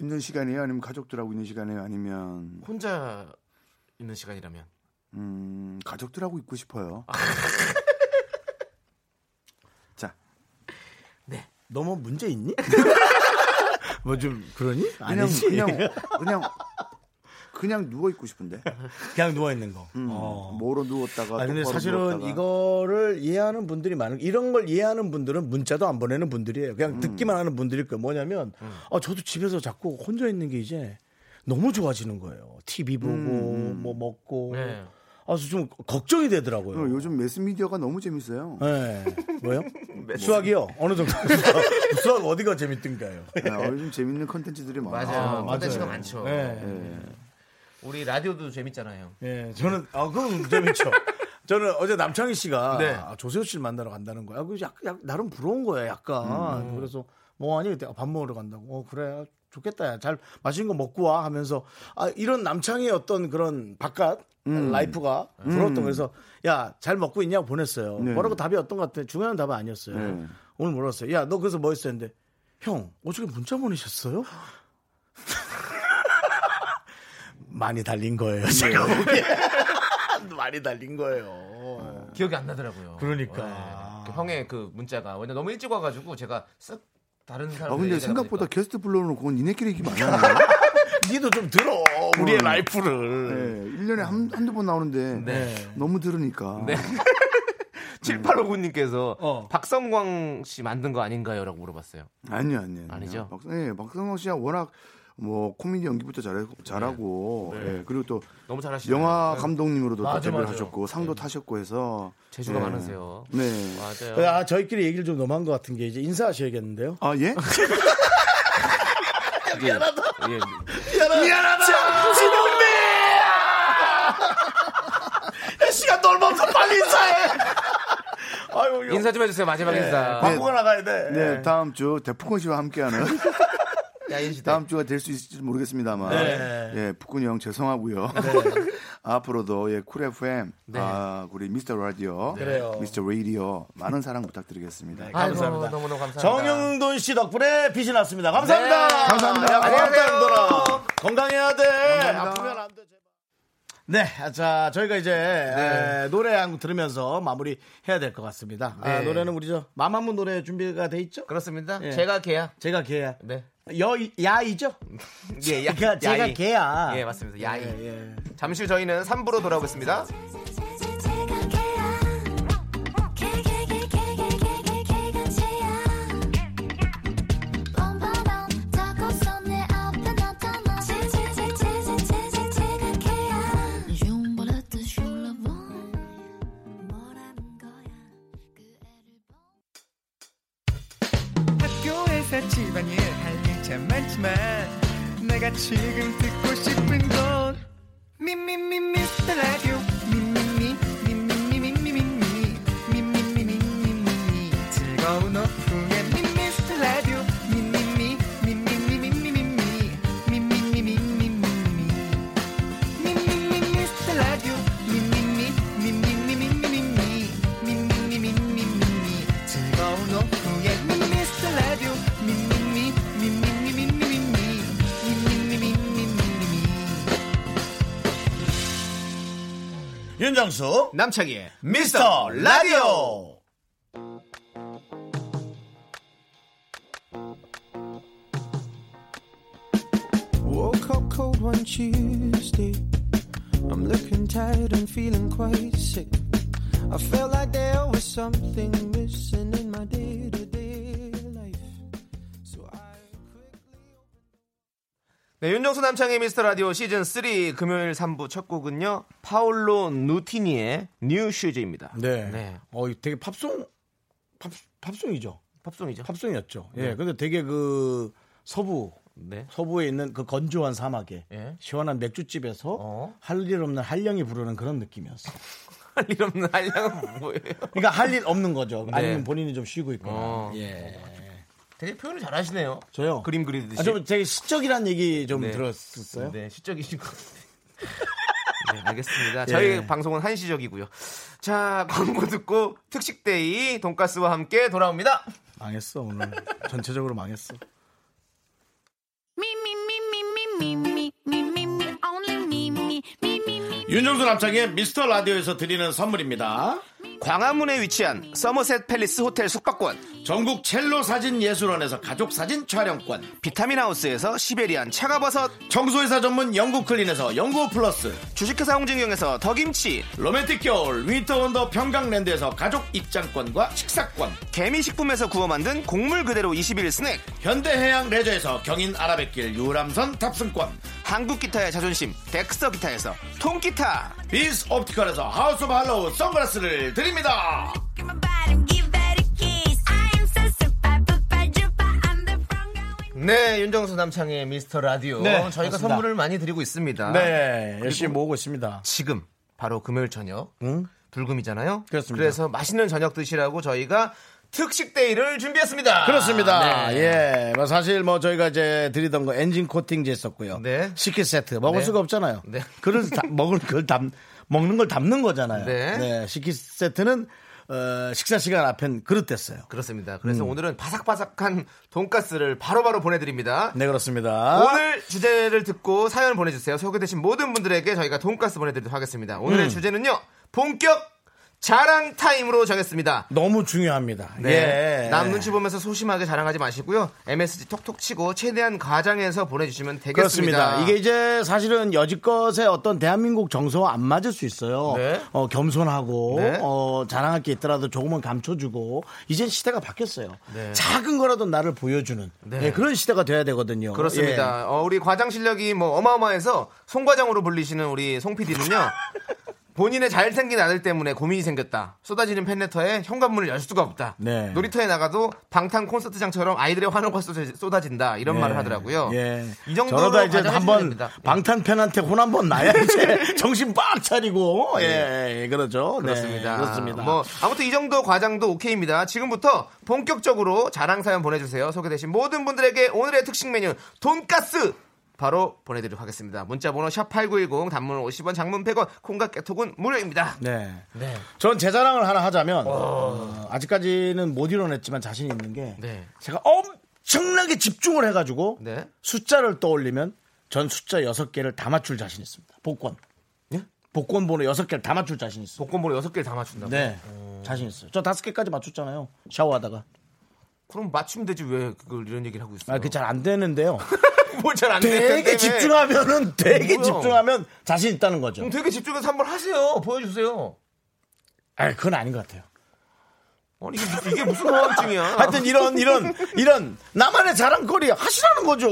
Speaker 6: 있는 시간이에요? 아니면 가족들하고 있는 시간이에요? 아니면
Speaker 2: 혼자 있는 시간이라면
Speaker 6: 음, 가족들하고 있고 싶어요. 자,
Speaker 1: 너 뭐 문제 있니? 뭐 좀 그러니?
Speaker 6: 그냥
Speaker 1: 아니지.
Speaker 6: 그냥
Speaker 1: 그냥,
Speaker 6: 그냥 그냥 누워 있고 싶은데.
Speaker 1: 누워 있는 거.
Speaker 6: 음.
Speaker 1: 어.
Speaker 6: 뭐로 누웠다가
Speaker 1: 아 근데
Speaker 6: 똑바로
Speaker 1: 사실은
Speaker 6: 누웠다가.
Speaker 1: 이거를 이해하는 분들이 많은 이런 걸 이해하는 분들은 문자도 안 보내는 분들이에요. 그냥 듣기만 하는 분들일 거예요. 뭐냐면 아 저도 집에서 자꾸 혼자 있는 게 이제 너무 좋아지는 거예요. TV 보고 뭐 먹고
Speaker 2: 네.
Speaker 1: 아서 좀 걱정이 되더라고요.
Speaker 6: 어, 요즘 매스미디어가 너무 재밌어요.
Speaker 1: 네. 뭐요? 수학이요? 어느 정도? 수학, 수학 어디가 재밌던가요?
Speaker 6: 아, 요즘 재밌는 컨텐츠들이 많아요.
Speaker 2: 맞아요. 컨텐츠가 많죠.
Speaker 1: 네.
Speaker 2: 우리 라디오도 재밌잖아요.
Speaker 1: 예, 저는 아 그건 재밌죠. 저는 어제 남창희 씨가
Speaker 2: 네.
Speaker 1: 아, 조세호 씨를 만나러 간다는 거야. 그 약, 약, 나름 부러운 거야, 약간. 그래서 뭐 하니 그때 아, 밥 먹으러 간다고. 어 그래 좋겠다. 야. 잘 맛있는 거 먹고 와 하면서 아 이런 남창희의 어떤 그런 바깥 라이프가 부러웠던 거에서 야 잘 먹고 있냐고 보냈어요. 뭐라고 답이 어떤 것 같아. 중요한 답은 아니었어요. 오늘 물었어요. 야 너 그래서 뭐 했어? 했는데 형 어떻게 문자 보내셨어요? 많이 달린 거예요. 제가 보기에 많이 달린 거예요.
Speaker 2: 기억이 안 나더라고요.
Speaker 1: 그러니까.
Speaker 2: 네. 그 형의 그 문자가 왜냐 너무 일찍 와가지고 제가 쓱 다른 사람.
Speaker 6: 아, 근데 생각보다 게스트 불러놓고 니네끼리 얘기 많이 하네요.
Speaker 1: 니도 좀 들어 우리의 라이프를.
Speaker 6: 네, 1년에 한, 한두 번 나오는데 너무 들으니까.
Speaker 2: 7859님께서
Speaker 1: 어.
Speaker 2: 박성광 씨 만든 거 아닌가요?라고 물어봤어요.
Speaker 6: 아니요, 아니요. 아니요.
Speaker 2: 아니죠?
Speaker 6: 박성, 예, 박성광 씨가 워낙 뭐 코미디 연기부터 잘 잘하고 예, 그리고 또
Speaker 2: 너무 잘하시네요.
Speaker 6: 영화 감독님으로도
Speaker 2: 맞아,
Speaker 6: 또 데뷔를
Speaker 2: 맞아요. 네.
Speaker 6: 하셨고 상도 타셨고 해서
Speaker 2: 재주가
Speaker 6: 예.
Speaker 2: 많으세요.
Speaker 6: 네.
Speaker 2: 맞아요.
Speaker 1: 아, 저희끼리 얘기를 좀 너무한 것 같은 게 이제 인사하셔야겠는데요.
Speaker 6: 아 예?
Speaker 1: 아,
Speaker 2: 미안하다.
Speaker 1: 미안하다. 지동배. 야, 시간 너무 없어 빨리 인사해. 아유, 이거
Speaker 2: 인사 좀 해주세요.
Speaker 1: 예.
Speaker 2: 마지막 인사.
Speaker 1: 광고가 나가야 돼.
Speaker 6: 네, 다음 주 대풍권 씨와 함께하는
Speaker 2: 야인시대.
Speaker 6: 다음 주가 될 수 있을지 모르겠습니다만
Speaker 1: 네.
Speaker 6: 예, 북군이 형 죄송하고요.
Speaker 2: 네.
Speaker 6: 앞으로도 예, 쿨 FM 아, 우리 미스터 라디오
Speaker 2: 네.
Speaker 1: 그래요.
Speaker 6: 미스터 라디오 많은 사랑 부탁드리겠습니다.
Speaker 2: 아이고,
Speaker 1: 감사합니다.
Speaker 2: 너무너무 감사합니다.
Speaker 1: 정영돈 씨 덕분에 빛이 났습니다. 감사합니다.
Speaker 2: 네, 감사합니다.
Speaker 1: 야, 고맙다,
Speaker 2: 안녕하세요.
Speaker 1: 영돈아. 건강해야 돼. 아프면 안 돼. 제발. 네, 자 저희가 이제 에, 노래 한 곡 들으면서 마무리 해야 될 것 같습니다. 아,
Speaker 2: 네.
Speaker 1: 노래는 우리죠 마마무 노래 준비가 돼 있죠?
Speaker 2: 그렇습니다.
Speaker 1: 예.
Speaker 2: 제가 개야.
Speaker 1: 제가 걔야,
Speaker 2: 네.
Speaker 1: 여 야이죠? 그러니까
Speaker 2: 예, 야,
Speaker 1: 제가, 제가
Speaker 2: 야이.
Speaker 1: 걔야.
Speaker 2: 예, 맞습니다. 야이.
Speaker 1: 예, 예.
Speaker 2: 잠시 후 저희는 3부로 돌아오겠습니다.
Speaker 3: 제가 개야 개개개개개개개개가 죄야 뻔뻔한 자고서 내 앞에 나타나 제제제제제제제제가 개야 좀 버릇듯이 올라와 뭐라는 거야 그 애를 봐
Speaker 9: 학교에서 집안일 할 일 참 많지만 내가 지금 듣고 싶은 건 미미미 미스터 라디오 미미미 미미미 미미미 미미미 미미미 즐거운 오후에 미스터 라디오 미미미 미미미 미미미 미미미 미미미
Speaker 1: 윤정수
Speaker 2: 남창희의
Speaker 1: 미스터 라디오.
Speaker 9: Woke up cold one Tuesday. I'm looking tired and feeling quite sick. I felt like there was something missing in my day to day life. So I quickly.
Speaker 2: 네, 윤정수 남창의 미스터 라디오 시즌 3 금요일 3부 첫 곡은요. 파올로 누티니의 뉴 슈즈입니다.
Speaker 1: 네. 어, 이거 되게 팝송 팝 팝송이죠.
Speaker 2: 팝송이죠.
Speaker 1: 팝송이었죠. 예. 근데 되게 그 서부
Speaker 2: 네.
Speaker 1: 서부에 있는 그 건조한 사막에
Speaker 2: 예.
Speaker 1: 시원한 맥주집에서
Speaker 2: 어.
Speaker 1: 할 일 없는 한량이 부르는 그런 느낌이었어.
Speaker 2: 할 일 없는 한량은 뭐예요?
Speaker 1: 그러니까 할 일 없는 거죠.
Speaker 2: 네.
Speaker 1: 아니면 본인이 좀 쉬고 있거나.
Speaker 2: 어.
Speaker 1: 예.
Speaker 2: 되게 표현을 잘 하시네요.
Speaker 1: 저요.
Speaker 2: 그림 그리듯이.
Speaker 1: 아, 좀 되게 시적이란 얘기 좀
Speaker 2: 네.
Speaker 1: 들었었어요.
Speaker 2: 네, 시적이신 것 같아요. 네, 알겠습니다. 저희
Speaker 1: 예.
Speaker 2: 방송은 한시적이고요. 자, 광고 듣고 특식데이 돈가스와 함께 돌아옵니다.
Speaker 1: 망했어 오늘. 전체적으로 망했어. 윤정수 남창의 미스터 라디오에서 드리는 선물입니다.
Speaker 2: 광화문에 위치한 서머셋 팰리스 호텔 숙박권,
Speaker 1: 전국 첼로 사진 예술원에서 가족 사진 촬영권,
Speaker 2: 비타민 하우스에서 시베리안 차가버섯,
Speaker 1: 청소회사 전문 영국 클린에서 영국 플러스,
Speaker 2: 주식회사 홍진경에서 더김치,
Speaker 1: 로맨틱 겨울 위터 원더 평강랜드에서 가족 입장권과 식사권,
Speaker 2: 개미식품에서 구워 만든 곡물 그대로 21 스낵,
Speaker 1: 현대해양 레저에서 경인 아라뱃길 유람선 탑승권,
Speaker 2: 한국 기타의 자존심, 덱스터 기타에서 통기타,
Speaker 1: 비스 옵티컬에서 하우스 오브 할로우 선글라스를 드립니다.
Speaker 2: 네, 윤정수 남창의 미스터 라디오.
Speaker 1: 네,
Speaker 2: 저희가
Speaker 1: 그렇습니다.
Speaker 2: 선물을 많이 드리고 있습니다.
Speaker 1: 네, 열심히 모으고 있습니다.
Speaker 2: 지금 바로 금요일 저녁
Speaker 1: 응?
Speaker 2: 불금이잖아요.
Speaker 1: 그렇습니다.
Speaker 2: 래서 맛있는 저녁 드시라고 저희가 특식 데이를 준비했습니다.
Speaker 1: 그렇습니다.
Speaker 2: 아, 네.
Speaker 1: 예. 뭐 사실 뭐 저희가 이제 드리던 거 엔진 코팅제 있었고요.
Speaker 2: 네.
Speaker 1: 식혜 세트 먹을
Speaker 2: 네.
Speaker 1: 수가 없잖아요.
Speaker 2: 네.
Speaker 1: 그걸 다- 먹을 걸 담, 먹는 걸 담는 거잖아요.
Speaker 2: 네.
Speaker 1: 식혜 세트는 어, 식사 시간 앞엔 그릇 됐어요.
Speaker 2: 그렇습니다.
Speaker 1: 음.
Speaker 2: 그래서 오늘은 바삭바삭한 돈가스를 바로바로 보내드립니다.
Speaker 1: 네, 그렇습니다.
Speaker 2: 오늘 주제를 듣고 사연
Speaker 1: 음.
Speaker 2: 보내주세요. 소개되신 모든 분들에게 저희가 돈가스 보내드리도록 하겠습니다. 오늘의 주제는요. 본격 자랑 타임으로 정했습니다.
Speaker 1: 너무 중요합니다.
Speaker 2: 네.
Speaker 1: 예.
Speaker 2: 남 눈치 보면서 소심하게 자랑하지 마시고요. MSG 톡톡 치고 최대한 과장해서 보내주시면 되겠습니다.
Speaker 1: 그렇습니다. 이게 이제 사실은 여지껏의 어떤 대한민국 정서와 안 맞을 수 있어요.
Speaker 2: 네.
Speaker 1: 어, 겸손하고
Speaker 2: 네.
Speaker 1: 어, 자랑할 게 있더라도 조금은 감춰주고 이젠 시대가 바뀌었어요.
Speaker 2: 네.
Speaker 1: 작은 거라도 나를 보여주는
Speaker 2: 네.
Speaker 1: 예, 그런 시대가 돼야 되거든요. 예.
Speaker 2: 그렇습니다. 어, 우리 과장 실력이 뭐 어마어마해서 송과장으로 불리시는 우리 송 PD는요. 본인의 잘생긴 아들 때문에 고민이 생겼다. 쏟아지는 팬레터에 현관문을 열 수가 없다.
Speaker 1: 네.
Speaker 2: 놀이터에 나가도 방탄 콘서트장처럼 아이들의 환호가 쏟아지- 쏟아진다. 이런
Speaker 1: 예.
Speaker 2: 말을 하더라고요.
Speaker 1: 예.
Speaker 2: 이 정도로
Speaker 1: 저러다 이제
Speaker 2: 과장하시면
Speaker 1: 한번
Speaker 2: 됩니다. 예.
Speaker 1: 방탄 팬한테 혼 한 번 나야 이제 정신 빡 차리고 예, 예, 그러죠. 네,
Speaker 2: 그렇습니다.
Speaker 1: 그렇습니다.
Speaker 2: 뭐 아무튼 이 정도 과장도 오케이입니다. 지금부터 본격적으로 자랑 사연 보내주세요. 소개되신 모든 분들에게 오늘의 특식 메뉴 돈가스 바로 보내드리도록 하겠습니다. 문자번호 샵 #8910 단문 50원, 장문 100원, 콩과 깨톡은 무료입니다.
Speaker 1: 네. 전 제 자랑을 하나 하자면 어, 아직까지는 못 이뤄냈지만 자신 있는 게
Speaker 2: 네.
Speaker 1: 제가 엄청나게 집중을 해가지고
Speaker 2: 네.
Speaker 1: 숫자를 떠올리면 전 숫자 여섯 개를 다 맞출 자신 있습니다. 복권.
Speaker 2: 예?
Speaker 1: 복권 번호 여섯 개를 다 맞출 자신 있어요.
Speaker 2: 복권번호 6개를 다 맞춘다고.
Speaker 1: 네. 자신 있어요. 저 다섯 개까지 맞췄잖아요. 샤워하다가.
Speaker 2: 그럼 맞추면 되지 왜 그걸 이런 얘기를 하고 있어요?
Speaker 1: 아, 그게 잘 안 되는데요.
Speaker 2: 뭘잘안
Speaker 1: 되게 집중하면은 되게
Speaker 2: 뭐야? 음.
Speaker 1: 집중하면 자신 있다는 거죠.
Speaker 2: 되게 집중해서 한번 하세요. 보여주세요.
Speaker 1: 아, 그건 아닌 것 같아요.
Speaker 2: 아니 이게, 무슨- 이게 무슨 호황증이야?
Speaker 1: 하여튼 이런 이런 이런 나만의 자랑거리 하시라는 거죠.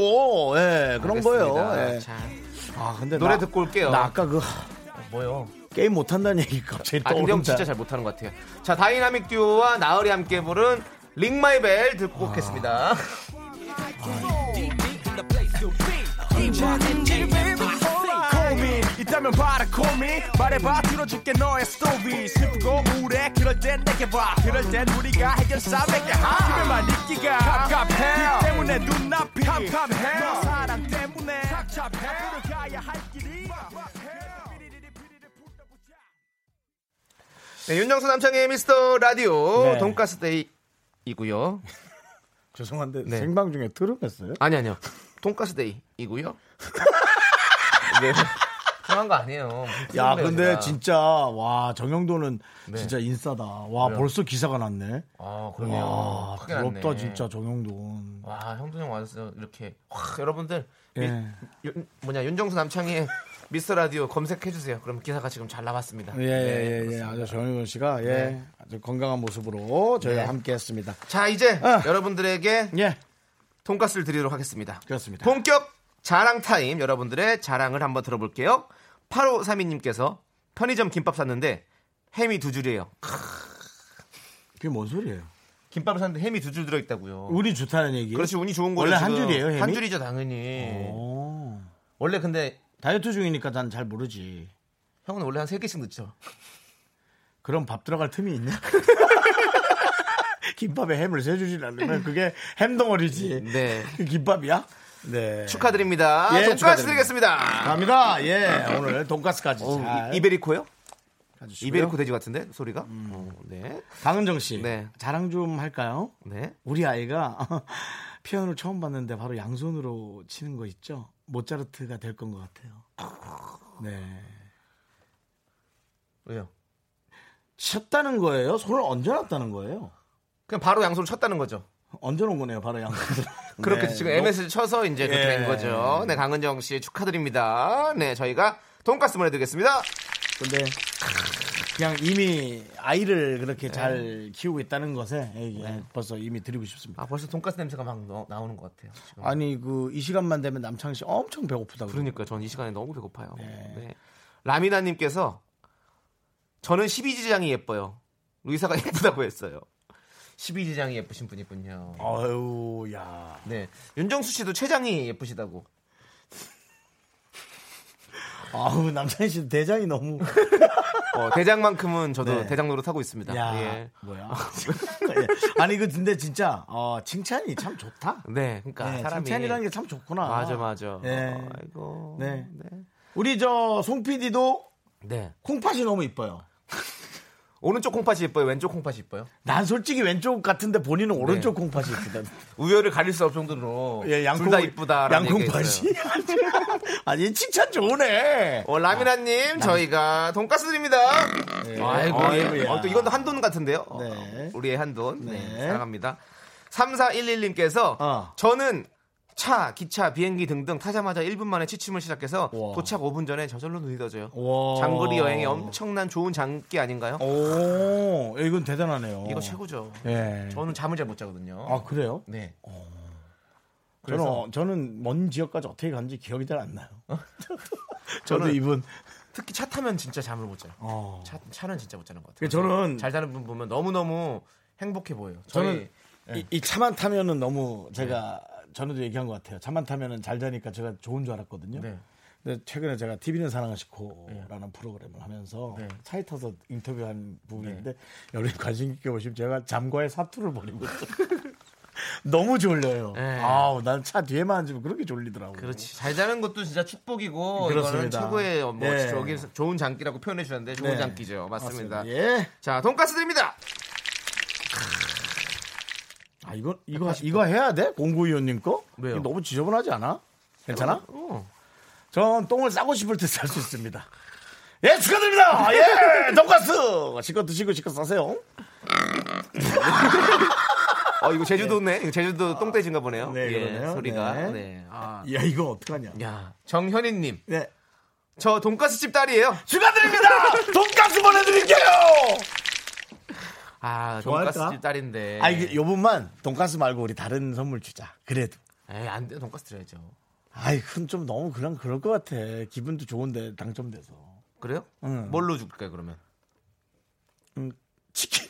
Speaker 1: 예, 그런 거예요.
Speaker 2: 알겠습니다.
Speaker 1: 예.
Speaker 2: 자,
Speaker 1: 아, 근데
Speaker 2: 노래
Speaker 1: 나-
Speaker 2: 듣고 올게요. 어,
Speaker 1: 나 아까 그
Speaker 2: 뭐요?
Speaker 1: 게임 못 한다는 얘기 갑자기
Speaker 2: 아, 근데 형
Speaker 1: 떠오른다.
Speaker 2: 진짜 잘 못하는 것 같아요. 자, 다이나믹 듀오와 나으리 함께 부른
Speaker 1: 아.
Speaker 2: 링마이벨 듣고 오겠습니다.
Speaker 4: 고민 있다면 바라 고민 말해봐 들어줄게 너의 스토리 슬프고 우울해 그럴 땐 내게 봐 그럴 땐 우리가 해결사 내게 하 집에만 있기가 갑갑해 이 때문에 눈앞이 캄캄해 너 사랑 때문에 착잡해 앞으로 가야 할 길이
Speaker 2: 네, 윤정수 남창의 미스터 라디오
Speaker 1: 네.
Speaker 2: 돈가스 데이이고요.
Speaker 1: 죄송한데
Speaker 2: 네.
Speaker 1: 생방 중에 트름했어요?
Speaker 2: 아니 아니요. 돈가스 데이이고요. 네. 그런 거 아니에요. 무슨
Speaker 1: 야,
Speaker 2: 소리예요,
Speaker 1: 근데
Speaker 2: 제가.
Speaker 1: 진짜 와 정영도는 진짜 인싸다. 와 벌써 기사가 났네.
Speaker 2: 아, 그러네요.
Speaker 1: 와
Speaker 2: 큰일 났네.
Speaker 1: 부럽다 진짜 정영돈.
Speaker 2: 와, 형도 형 와서 이렇게 와, 여러분들 미-
Speaker 1: 예.
Speaker 2: 윤- 뭐냐 윤정수 남창의 미스터 라디오 검색해 주세요. 그럼 기사가 지금 잘 나왔습니다. 네.
Speaker 1: 예, 예, 예, 예. 아주 정영돈 씨가 예 아주 건강한 모습으로 저희와
Speaker 2: 네.
Speaker 1: 함께했습니다.
Speaker 2: 자, 이제
Speaker 1: 아.
Speaker 2: 여러분들에게
Speaker 1: 예,
Speaker 2: 돈가스를 드리도록 하겠습니다.
Speaker 1: 그렇습니다.
Speaker 2: 본격 자랑 타임 여러분들의 자랑을 한번 들어볼게요. 8532님께서 편의점 김밥 샀는데 햄이 두 줄이에요.
Speaker 1: 그게 뭔 소리예요?
Speaker 2: 김밥을 샀는데 햄이 두 줄 들어있다고요.
Speaker 1: 우리 좋다는 얘기.
Speaker 2: 그렇지 운이 좋은 거예요.
Speaker 1: 원래 한
Speaker 2: 지금.
Speaker 1: 줄이에요, 햄이?
Speaker 2: 한 줄이죠 당연히.
Speaker 1: 오.
Speaker 2: 원래 근데
Speaker 1: 다이어트 중이니까 난 잘 모르지.
Speaker 2: 형은 원래 한 세 개씩 넣죠.
Speaker 1: 그럼 밥 들어갈 틈이 있냐? 김밥에 햄을 세주질 않으면 그게 햄 덩어리지.
Speaker 2: 네.
Speaker 1: 그 김밥이야? 네.
Speaker 2: 축하드립니다. 아,
Speaker 1: 예,
Speaker 2: 돈가스
Speaker 1: 축하드립니다.
Speaker 2: 드리겠습니다.
Speaker 1: 갑니다. 예, 오늘 돈가스까지 잘
Speaker 2: 어, 이- 이베리코요?
Speaker 1: 가주시고요.
Speaker 2: 이베리코 돼지 같은데 소리가. 어, 네.
Speaker 1: 강은정 씨,
Speaker 2: 네.
Speaker 1: 자랑 좀 할까요?
Speaker 2: 네.
Speaker 1: 우리 아이가 피아노를 처음 봤는데 바로 양손으로 치는 거 있죠? 모차르트가 될 건 것 같아요. 네.
Speaker 2: 왜요?
Speaker 1: 쳤다는 거예요? 손을 얹어놨다는 거예요?
Speaker 2: 그냥 바로 양손을 쳤다는 거죠.
Speaker 1: 얹어놓은 거네요, 바로 양손으로.
Speaker 2: 그렇게
Speaker 1: 네.
Speaker 2: 지금 MS를 쳐서 이제 그렇게
Speaker 1: 예.
Speaker 2: 된 거죠. 네, 강은정 씨 축하드립니다. 네, 저희가 돈가스 보내드리겠습니다.
Speaker 1: 근데 그냥 이미 아이를 그렇게 잘 키우고 있다는 것에 예, 예,
Speaker 2: 네.
Speaker 1: 벌써 이미 드리고 싶습니다.
Speaker 2: 아, 벌써 돈가스 냄새가 막 너- 나오는 것 같아요. 지금.
Speaker 1: 아니 그 이 시간만 되면 남창 씨 엄청 배고프다고.
Speaker 2: 그러니까 전 이 시간에 너무 배고파요. 네. 라미나님께서 저는 12지장이 예뻐요. 의사가 예쁘다고 했어요. 어. 12지장이 예쁘신 분이군요.
Speaker 1: 아유, 야.
Speaker 2: 네, 윤정수 씨도 최장이 예쁘시다고.
Speaker 1: 아우 남창 씨 대장이 너무.
Speaker 2: 어, 대장만큼은 저도
Speaker 1: 네.
Speaker 2: 대장 노릇 하고 있습니다.
Speaker 1: 야,
Speaker 2: 예.
Speaker 1: 뭐야. 예. 아니 그 근데 진짜 어, 칭찬이 참 좋다.
Speaker 2: 네, 그러니까
Speaker 1: 네,
Speaker 2: 사람이
Speaker 1: 칭찬이라는 게 참 좋구나.
Speaker 2: 맞아, 맞아.
Speaker 1: 예.
Speaker 2: 어, 아이고.
Speaker 1: 네.
Speaker 2: 네.
Speaker 1: 우리 저 송 PD도
Speaker 2: 네.
Speaker 1: 콩팥이 너무 이뻐요.
Speaker 2: 오른쪽 콩팥이 예뻐요? 왼쪽 콩팥이 예뻐요?
Speaker 1: 난 솔직히 왼쪽 같은데 본인은 오른쪽
Speaker 2: 네.
Speaker 1: 콩팥이 이쁘다.
Speaker 2: 우열을 가릴 수 없을 정도로
Speaker 1: 예, 양콩
Speaker 2: 뭐, 둘 다 이쁘다.
Speaker 1: 양콩팥이. 아니 칭찬 좋으네.
Speaker 2: 어, 라미나님 저희가 돈가스 드립니다. 아이고, 예.
Speaker 1: 아, 네. 아이고야.
Speaker 2: 어, 또 이건 또 한돈 같은데요. 어,
Speaker 1: 네.
Speaker 2: 우리의 한돈 네,
Speaker 1: 네.
Speaker 2: 사랑합니다. 3411님께서
Speaker 1: 어.
Speaker 2: 저는 차, 기차, 비행기 등등 타자마자 1분 만에 취침을 시작해서
Speaker 1: 우와.
Speaker 2: 도착 5분 전에 저절로 눈이 떠져요.
Speaker 1: 우와.
Speaker 2: 장거리 여행에 엄청난 좋은 장기 아닌가요?
Speaker 1: 오, 야, 이건 대단하네요.
Speaker 2: 이거 최고죠.
Speaker 1: 예.
Speaker 2: 저는 잠을 잘 못 자거든요.
Speaker 1: 아 그래요?
Speaker 2: 네.
Speaker 1: 저는
Speaker 2: 그래서-
Speaker 1: 어, 저는 먼 지역까지 어떻게 갔는지 기억이 잘 안 나요. 저도 이분.
Speaker 2: 특히 차 타면 진짜 잠을 못 자요.
Speaker 1: 어.
Speaker 2: 차, 차는 진짜 못 자는 것 같아요.
Speaker 1: 그러니까 저는-
Speaker 2: 잘 자는 분 보면 너무너무 행복해 보여요. 저는
Speaker 1: 저는
Speaker 2: 예.
Speaker 1: 이, 이 차만 타면은 너무 제가 전에도 얘기한 것 같아요. 차만 타면은 잘 자니까 제가 좋은 줄 알았거든요.
Speaker 2: 네. 예.
Speaker 1: 근데 최근에 제가 TV는 사랑하시코라는 프로그램을 하면서
Speaker 2: 네.
Speaker 1: 차에 타서 인터뷰한 부분인데 여러분 관심 있게 보시면 제가 잠과의 사투를 벌이고 있어요. 너무 졸려요.
Speaker 2: 네.
Speaker 1: 아우, 난 차 뒤에만 앉으면 그렇게 졸리더라고요.
Speaker 2: 그렇지. 잘 자는 것도 진짜 축복이고 이거는
Speaker 1: 그렇습니다.
Speaker 2: 최고의 뭐
Speaker 1: 예.
Speaker 2: 저기 좋은 장기라고 표현해 주셨는데 좋은
Speaker 1: 네.
Speaker 2: 장기죠. 맞습니다.
Speaker 1: 예.
Speaker 2: 자, 돈가스 드립니다.
Speaker 1: 아, 이거 이거 이거 해야 돼? 공구위원님 거?
Speaker 2: 왜요? 어,
Speaker 1: 이거 너무 지저분하지 않아? 괜찮아? 전 똥을 싸고 싶을 때 쌀 수 있습니다. 예, 축하드립니다. 예, 돈가스. 실컷 드시고 실컷 싸세요.
Speaker 2: 어, 이거 제주도네. 이거 제주도 똥돼지인가 보네요.
Speaker 1: 예. 네,
Speaker 2: 예,
Speaker 1: 그러네요.
Speaker 2: 소리가.
Speaker 1: 네.
Speaker 2: 네. 아.
Speaker 1: 야, 이거 어떡하냐?
Speaker 2: 야, 정현희 님.
Speaker 1: 네.
Speaker 2: 저 돈가스 집 딸이에요.
Speaker 1: 축하드립니다. 돈가스 보내 드릴게요.
Speaker 2: 아,
Speaker 1: 좋아할까?
Speaker 2: 돈가스 집 딸인데.
Speaker 1: 아, 이게 요분만 돈가스 말고 우리 다른 선물 주자. 그래도.
Speaker 2: 에이, 안 돼. 돈가스 드려야죠.
Speaker 1: 아이, 그건 좀 너무 그냥 그럴 것 같아. 기분도 좋은데 당첨돼서.
Speaker 2: 그래요?
Speaker 1: 음.
Speaker 2: 뭘로 줄까요, 그러면?
Speaker 1: 치킨.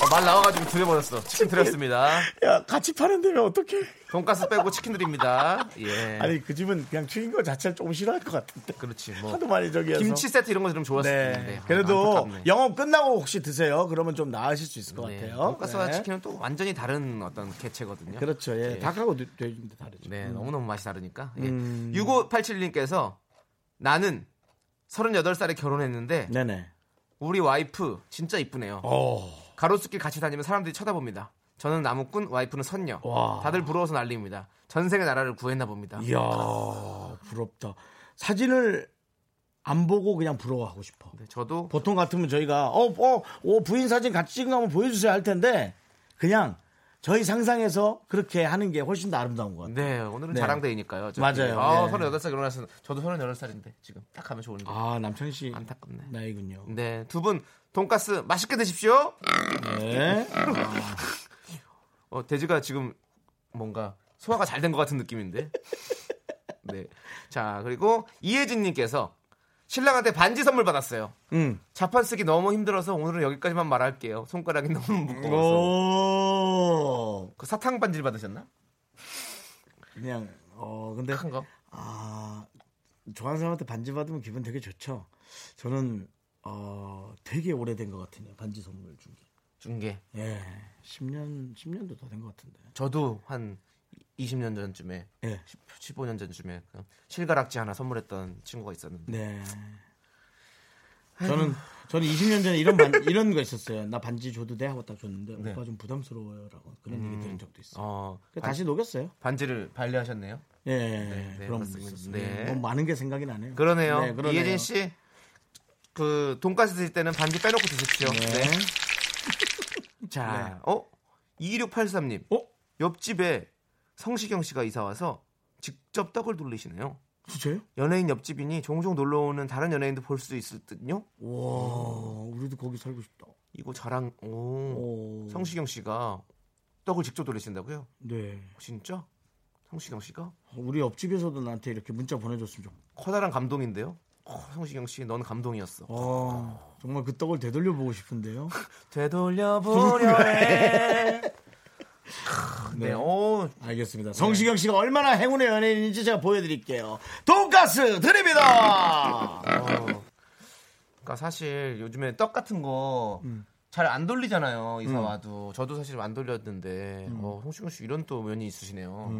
Speaker 2: 어, 말 나와 가지고 드려 버렸어. 치킨 드렸습니다.
Speaker 1: 야, 같이 파는 데면 어떡해?
Speaker 2: 돈가스 빼고 치킨 드립니다. 예.
Speaker 1: 아니, 그 집은 그냥 튀긴 거 자체를 조금 싫어할 것 같은데.
Speaker 2: 그렇지. 뭐
Speaker 1: 하도 많이 저기 해서.
Speaker 2: 김치 세트 이런 거 좀 좋았을 텐데.
Speaker 1: 네.
Speaker 2: 아,
Speaker 1: 그래도
Speaker 2: 안타깝네.
Speaker 1: 영업 끝나고 혹시 드세요. 그러면 좀 나으실 수 있을 것
Speaker 2: 네,
Speaker 1: 같아요.
Speaker 2: 돈가스와
Speaker 1: 네.
Speaker 2: 치킨은 또 완전히 다른 어떤 개체거든요.
Speaker 1: 그렇죠. 음. 예.
Speaker 2: 예.
Speaker 1: 닭하고 돼- 돼지인데 다르죠.
Speaker 2: 네, 너무너무 맛이 다르니까. 예.
Speaker 1: 음.
Speaker 2: 6587님께서 나는 38살에 결혼했는데
Speaker 1: 네네.
Speaker 2: 우리 와이프 진짜 이쁘네요.
Speaker 1: 어.
Speaker 2: 가로수길 같이 다니면 사람들이 쳐다봅니다. 저는 나무꾼, 와이프는 선녀.
Speaker 1: 와.
Speaker 2: 다들 부러워서 난리입니다. 전생의 나라를 구했나 봅니다.
Speaker 1: 이야, 부럽다. 사진을 안 보고 그냥 부러워하고 싶어.
Speaker 2: 네, 저도
Speaker 1: 보통 같으면 저희가 어, 어, 어, 부인 사진 같이 찍은 거 한번 보여주세요 할 텐데 그냥 저희 상상에서 그렇게 하는 게 훨씬 더 아름다운 것 같아요.
Speaker 2: 네, 오늘은
Speaker 1: 네.
Speaker 2: 자랑데이니까요. 어차피.
Speaker 1: 맞아요.
Speaker 2: 아,
Speaker 1: 네.
Speaker 2: 38살 결혼해서 저도 38살인데 지금 딱 하면 좋은데.
Speaker 1: 아, 음. 남창희 씨
Speaker 2: 네. 안타깝네.
Speaker 1: 나이군요.
Speaker 2: 네, 두 분 돈가스 맛있게 드십시오.
Speaker 1: 네.
Speaker 2: 어, 돼지가 지금 뭔가 소화가 잘 된 것 같은 느낌인데. 네. 자, 그리고 이혜진님께서 신랑한테 반지 선물 받았어요.
Speaker 1: 음.
Speaker 2: 자판 쓰기 너무 힘들어서 오늘은 여기까지만 말할게요. 손가락이 너무 무거워서.
Speaker 1: 오.
Speaker 2: 그 사탕 반지를 받으셨나?
Speaker 1: 그냥 어 근데
Speaker 2: 큰 거?
Speaker 1: 아, 좋아하는 사람한테 반지 받으면 기분 되게 좋죠. 저는 어, 되게 오래된 것 같으네요. 반지 선물 준 게.
Speaker 2: 준 게.
Speaker 1: 예. 10년, 10년도 더 된 것 같은데.
Speaker 2: 저도 한 20년 전쯤에,
Speaker 1: 예.
Speaker 2: 15년 전쯤에 그 실가락지 하나 선물했던 친구가 있었는데.
Speaker 1: 네. 저는 저는 20년 전에 이런 반, 이런 거 있었어요. 나 반지 줘도 돼 하고 딱 줬는데 오빠 좀 부담스러워요라고 그런 얘기 들은 적도 있어요.
Speaker 2: 어,
Speaker 1: 그래서 다시 녹였어요.
Speaker 2: 반지를 발레하셨네요.
Speaker 1: 예,
Speaker 2: 네,
Speaker 1: 그런 거
Speaker 2: 그렇습니다.
Speaker 1: 있었어요.
Speaker 2: 네.
Speaker 1: 너무 많은 게 생각이 나네요.
Speaker 2: 그러네요.
Speaker 1: 네, 그러네요.
Speaker 2: 이혜진 씨, 그 돈가스 드실 때는 반지 빼놓고 드십시오. 네. 자, 어? 2683님.
Speaker 1: 네. 어?
Speaker 2: 옆집에 성시경 씨가 이사 와서 직접 떡을 돌리시네요.
Speaker 1: 진짜요?
Speaker 2: 연예인 옆집이니 종종 놀러 오는 다른 연예인도 볼 수 있을 듯요.
Speaker 1: 와, 우리도 거기 살고 싶다.
Speaker 2: 이거 저랑 오.
Speaker 1: 오.
Speaker 2: 음. 성시경 씨가 떡을 직접 돌리신다고요?
Speaker 1: 네.
Speaker 2: 진짜? 성시경 씨가
Speaker 1: 우리 옆집에서도 나한테 이렇게 문자 보내줬으면 좋겠다.
Speaker 2: 커다란 감동인데요. 어, 성시경 씨, 넌 감동이었어.
Speaker 1: 아, 정말 그 떡을 되돌려보고 싶은데요.
Speaker 2: 되돌려보려 해. 크, 네, 어,
Speaker 1: 알겠습니다. 성시경 씨가 얼마나 행운의 연예인인지 제가 보여드릴게요. 돈가스 드립니다!
Speaker 2: 그러니까 사실 요즘에 떡 같은 거. 잘 안 돌리잖아요 이사 와도 저도 사실 안 돌렸는데 어, 성시경 씨 이런 또 면이 있으시네요.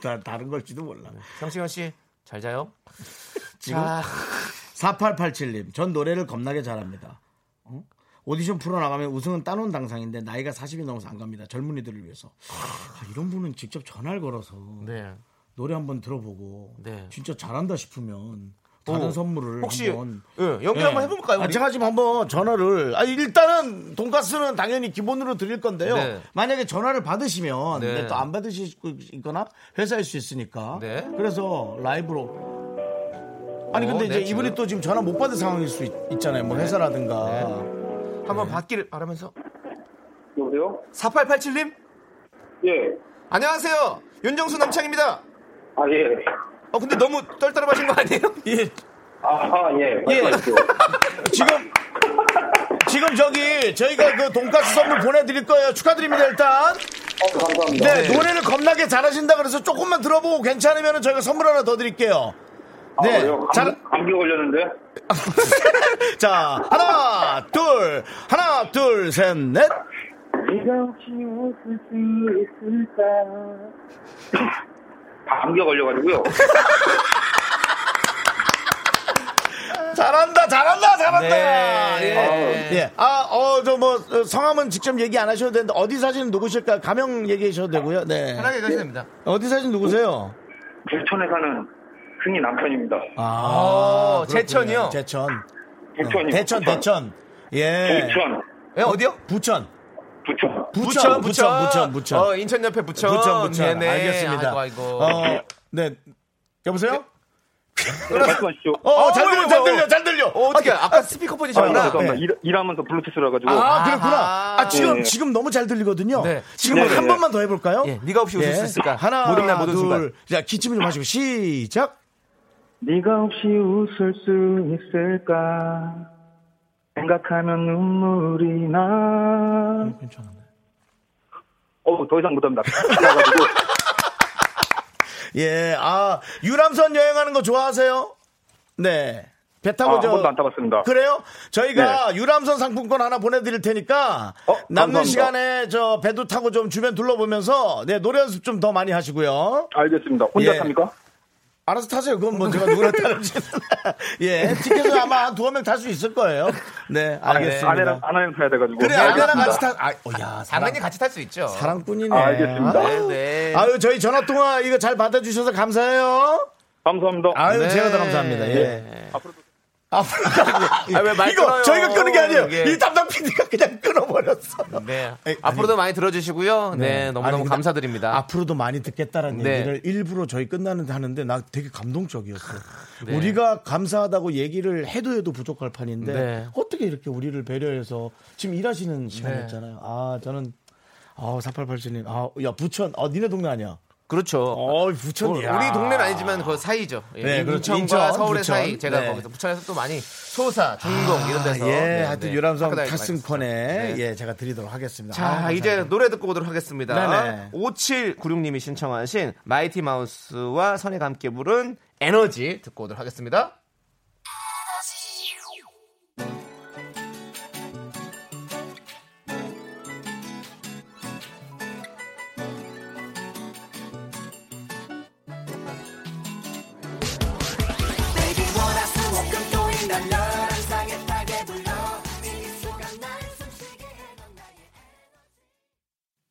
Speaker 1: 다, 다른 걸지도 몰라.
Speaker 2: 성시경 씨 잘 자요.
Speaker 1: 지금
Speaker 2: 자,
Speaker 1: 4887님, 전 노래를 겁나게 잘합니다. 어? 오디션 프로 나가면 우승은 따놓은 당상인데 나이가 40이 넘어서 안 갑니다. 젊은이들을 위해서. 아, 이런 분은 직접 전화를 걸어서
Speaker 2: 네.
Speaker 1: 노래 한번 들어보고
Speaker 2: 네.
Speaker 1: 진짜 잘한다 싶으면 다른
Speaker 2: 어,
Speaker 1: 선물을
Speaker 2: 혹시
Speaker 1: 한번
Speaker 2: 예, 연결
Speaker 1: 네.
Speaker 2: 한번 해볼까요?
Speaker 1: 아,
Speaker 2: 우리?
Speaker 1: 제가 지금 한번 전화를 아 일단은 돈가스는 당연히 기본으로 드릴 건데요.
Speaker 2: 네.
Speaker 1: 만약에 전화를 받으시면
Speaker 2: 네.
Speaker 1: 또 안 받으시거나 회사일 수 있으니까.
Speaker 2: 네.
Speaker 1: 그래서 라이브로 아니
Speaker 2: 어,
Speaker 1: 근데 이제
Speaker 2: 네, 지금. 네.
Speaker 1: 이분이 또 지금 전화 못 받은 상황일 수 있, 잖아요뭐 회사라든가.
Speaker 2: 한번 받기를 바라면서
Speaker 8: 네. 여보세요?
Speaker 2: 4887님
Speaker 8: 예.
Speaker 2: 안녕하세요. 윤정수 남창입니다.
Speaker 8: 아, 예.
Speaker 2: 어 근데 너무 떨떠름하신 거 아니에요?
Speaker 1: 예.
Speaker 8: 아, 예. 말씀하십시오.
Speaker 1: 지금 지금 저기 저희가 그 돈가스 선물 보내드릴 거예요. 축하드립니다 일단.
Speaker 8: 어, 감사합니다.
Speaker 1: 네, 노래를 겁나게 잘하신다 그래서 조금만 들어보고 괜찮으면 저희가 선물 하나 더 드릴게요.
Speaker 8: 아,
Speaker 1: 네,
Speaker 8: 그래요? 감,
Speaker 1: 잘-
Speaker 8: 감기 걸렸는데?
Speaker 1: 자, 하나, 둘, 하나, 둘, 셋, 넷.
Speaker 8: 네가 혹시 웃을 수 있을까? 감기가 걸려가지고요.
Speaker 1: 잘한다, 잘한다, 잘한다.
Speaker 2: 네.
Speaker 1: 예. 예. 아, 어, 저 뭐, 어, 성함은 직접 얘기 안 하셔도 되는데, 어디 사진 누구실까? 가명 얘기하셔도 되고요. 네.
Speaker 2: 편하게 가시면 됩니다.
Speaker 1: 어디 사진 누구세요?
Speaker 8: 부천에 사는 승희 남편입니다.
Speaker 2: 아,
Speaker 1: 그렇군요.
Speaker 2: 제천이요?
Speaker 1: 제천. 네.
Speaker 8: 부천이요.
Speaker 1: 대천, 대천. 예.
Speaker 8: 부천.
Speaker 2: 예, 어디요?
Speaker 1: 부천.
Speaker 8: 부천.
Speaker 1: 부천, 부천, 부천, 부천.
Speaker 2: 어, 인천 옆에 부천.
Speaker 1: 부천, 부천.
Speaker 2: 네네.
Speaker 1: 알겠습니다.
Speaker 2: 아이고, 아이고.
Speaker 1: 어, 네. 여보세요?
Speaker 8: 네, 말씀하시죠.
Speaker 1: 어,
Speaker 2: 어,
Speaker 1: 잘 들려,
Speaker 2: 어,
Speaker 1: 잘
Speaker 2: 어,
Speaker 1: 들려, 잘 들려.
Speaker 2: 어, 어떻게 아까 스피커폰이
Speaker 8: 아,
Speaker 2: 잖아
Speaker 8: 죄송합니다.
Speaker 1: 네.
Speaker 8: 일, 일하면서 블루투스라 가지고.
Speaker 1: 아,
Speaker 2: 아하.
Speaker 1: 그렇구나. 아, 지금,
Speaker 8: 예.
Speaker 1: 지금 너무 잘 들리거든요.
Speaker 2: 네.
Speaker 1: 지금
Speaker 8: 네,
Speaker 1: 한
Speaker 8: 네.
Speaker 1: 번만 더 해볼까요?
Speaker 2: 예, 네가 없이 웃을 수 있을까?
Speaker 1: 하나,
Speaker 2: 모든 날, 모든
Speaker 1: 둘,
Speaker 2: 순간.
Speaker 1: 자, 기침 좀 하시고, 시작.
Speaker 8: 네가 없이 웃을 수 있을까? 생각하면 눈물이 나.
Speaker 2: 음,
Speaker 1: 괜찮은데.
Speaker 8: 어, 더 이상 못합니다. 그래가지고
Speaker 1: 예, 아, 유람선 여행하는 거 좋아하세요? 네. 배 타고
Speaker 8: 아,
Speaker 1: 저.
Speaker 8: 한 번도 안 타봤습니다.
Speaker 1: 그래요? 저희가 유람선 상품권 하나 보내드릴 테니까
Speaker 8: 어,
Speaker 1: 남는
Speaker 8: 감사합니다.
Speaker 1: 시간에 저 배도 타고 좀 주변 둘러보면서 네, 노래 연습 좀 더 많이 하시고요.
Speaker 8: 알겠습니다. 혼자
Speaker 1: 예.
Speaker 8: 탑니까?
Speaker 1: 알아서 타세요. 그건 뭐 제가 누구나 타는지. 예, 티켓은 아마 한 두어 명 탈 수 있을 거예요. 네, 알겠습니다.
Speaker 8: 아내랑 아내랑 타야 돼가지고.
Speaker 1: 그래,
Speaker 8: 네,
Speaker 1: 아내랑
Speaker 8: 알겠습니다.
Speaker 1: 같이 타. 아, 어, 야, 사랑,
Speaker 2: 당연히 같이 탈 수 있죠.
Speaker 1: 사랑꾼이네.
Speaker 8: 아, 알겠습니다.
Speaker 1: 아유,
Speaker 2: 네, 네.
Speaker 1: 아유, 저희 전화 통화 이거 잘 받아주셔서 감사해요.
Speaker 8: 감사합니다.
Speaker 1: 아유,
Speaker 2: 네.
Speaker 1: 제가 더 감사합니다. 예. 앞으로
Speaker 2: 아, 왜말
Speaker 1: 이거
Speaker 2: 끊어요?
Speaker 1: 저희가 끊은 게 아니에요.
Speaker 2: 이게.
Speaker 1: 이 담당 PD가 그냥 끊어버렸어.
Speaker 2: 네.
Speaker 1: 예, 아니,
Speaker 2: 앞으로도 많이 들어주시고요. 네,
Speaker 1: 아니,
Speaker 2: 너무너무
Speaker 1: 근데 아,
Speaker 2: 감사드립니다.
Speaker 1: 앞으로도 많이 듣겠다라는
Speaker 2: 네.
Speaker 1: 얘기를 일부러 저희 끝나는 데 하는데 나 되게 감동적이었어. 요
Speaker 2: 네.
Speaker 1: 우리가 감사하다고 얘기를 해도 해도 부족할 판인데
Speaker 2: 네.
Speaker 1: 어떻게 이렇게 우리를 배려해서 지금 일하시는 시간이었잖아요. 아 저는 아 4887님 아야 부천 아 니네 동네 아니야.
Speaker 2: 그렇죠.
Speaker 1: 어
Speaker 2: 우-
Speaker 1: 부천
Speaker 2: 우리 동네는 아니지만 그 사이죠. 예,
Speaker 1: 네, 그렇죠.
Speaker 2: 인천과
Speaker 1: 인천,
Speaker 2: 서울의
Speaker 1: 부천.
Speaker 2: 사이. 제가
Speaker 1: 네.
Speaker 2: 거기서 부천에서 또 많이 소사, 중동 이런 데서.
Speaker 1: 예,
Speaker 2: 네,
Speaker 1: 하여튼
Speaker 2: 네.
Speaker 1: 유람선
Speaker 2: 학교 다니고
Speaker 1: 탑승권에
Speaker 2: 많이 했었죠. 네.
Speaker 1: 예 제가 드리도록 하겠습니다.
Speaker 2: 자,
Speaker 1: 아, 감사합니다.
Speaker 2: 이제 노래 듣고 오도록 하겠습니다.
Speaker 1: 네네.
Speaker 2: 5796님이 신청하신 마이티 마우스와 선혜가 함께 부른 에너지 듣고 오도록 하겠습니다.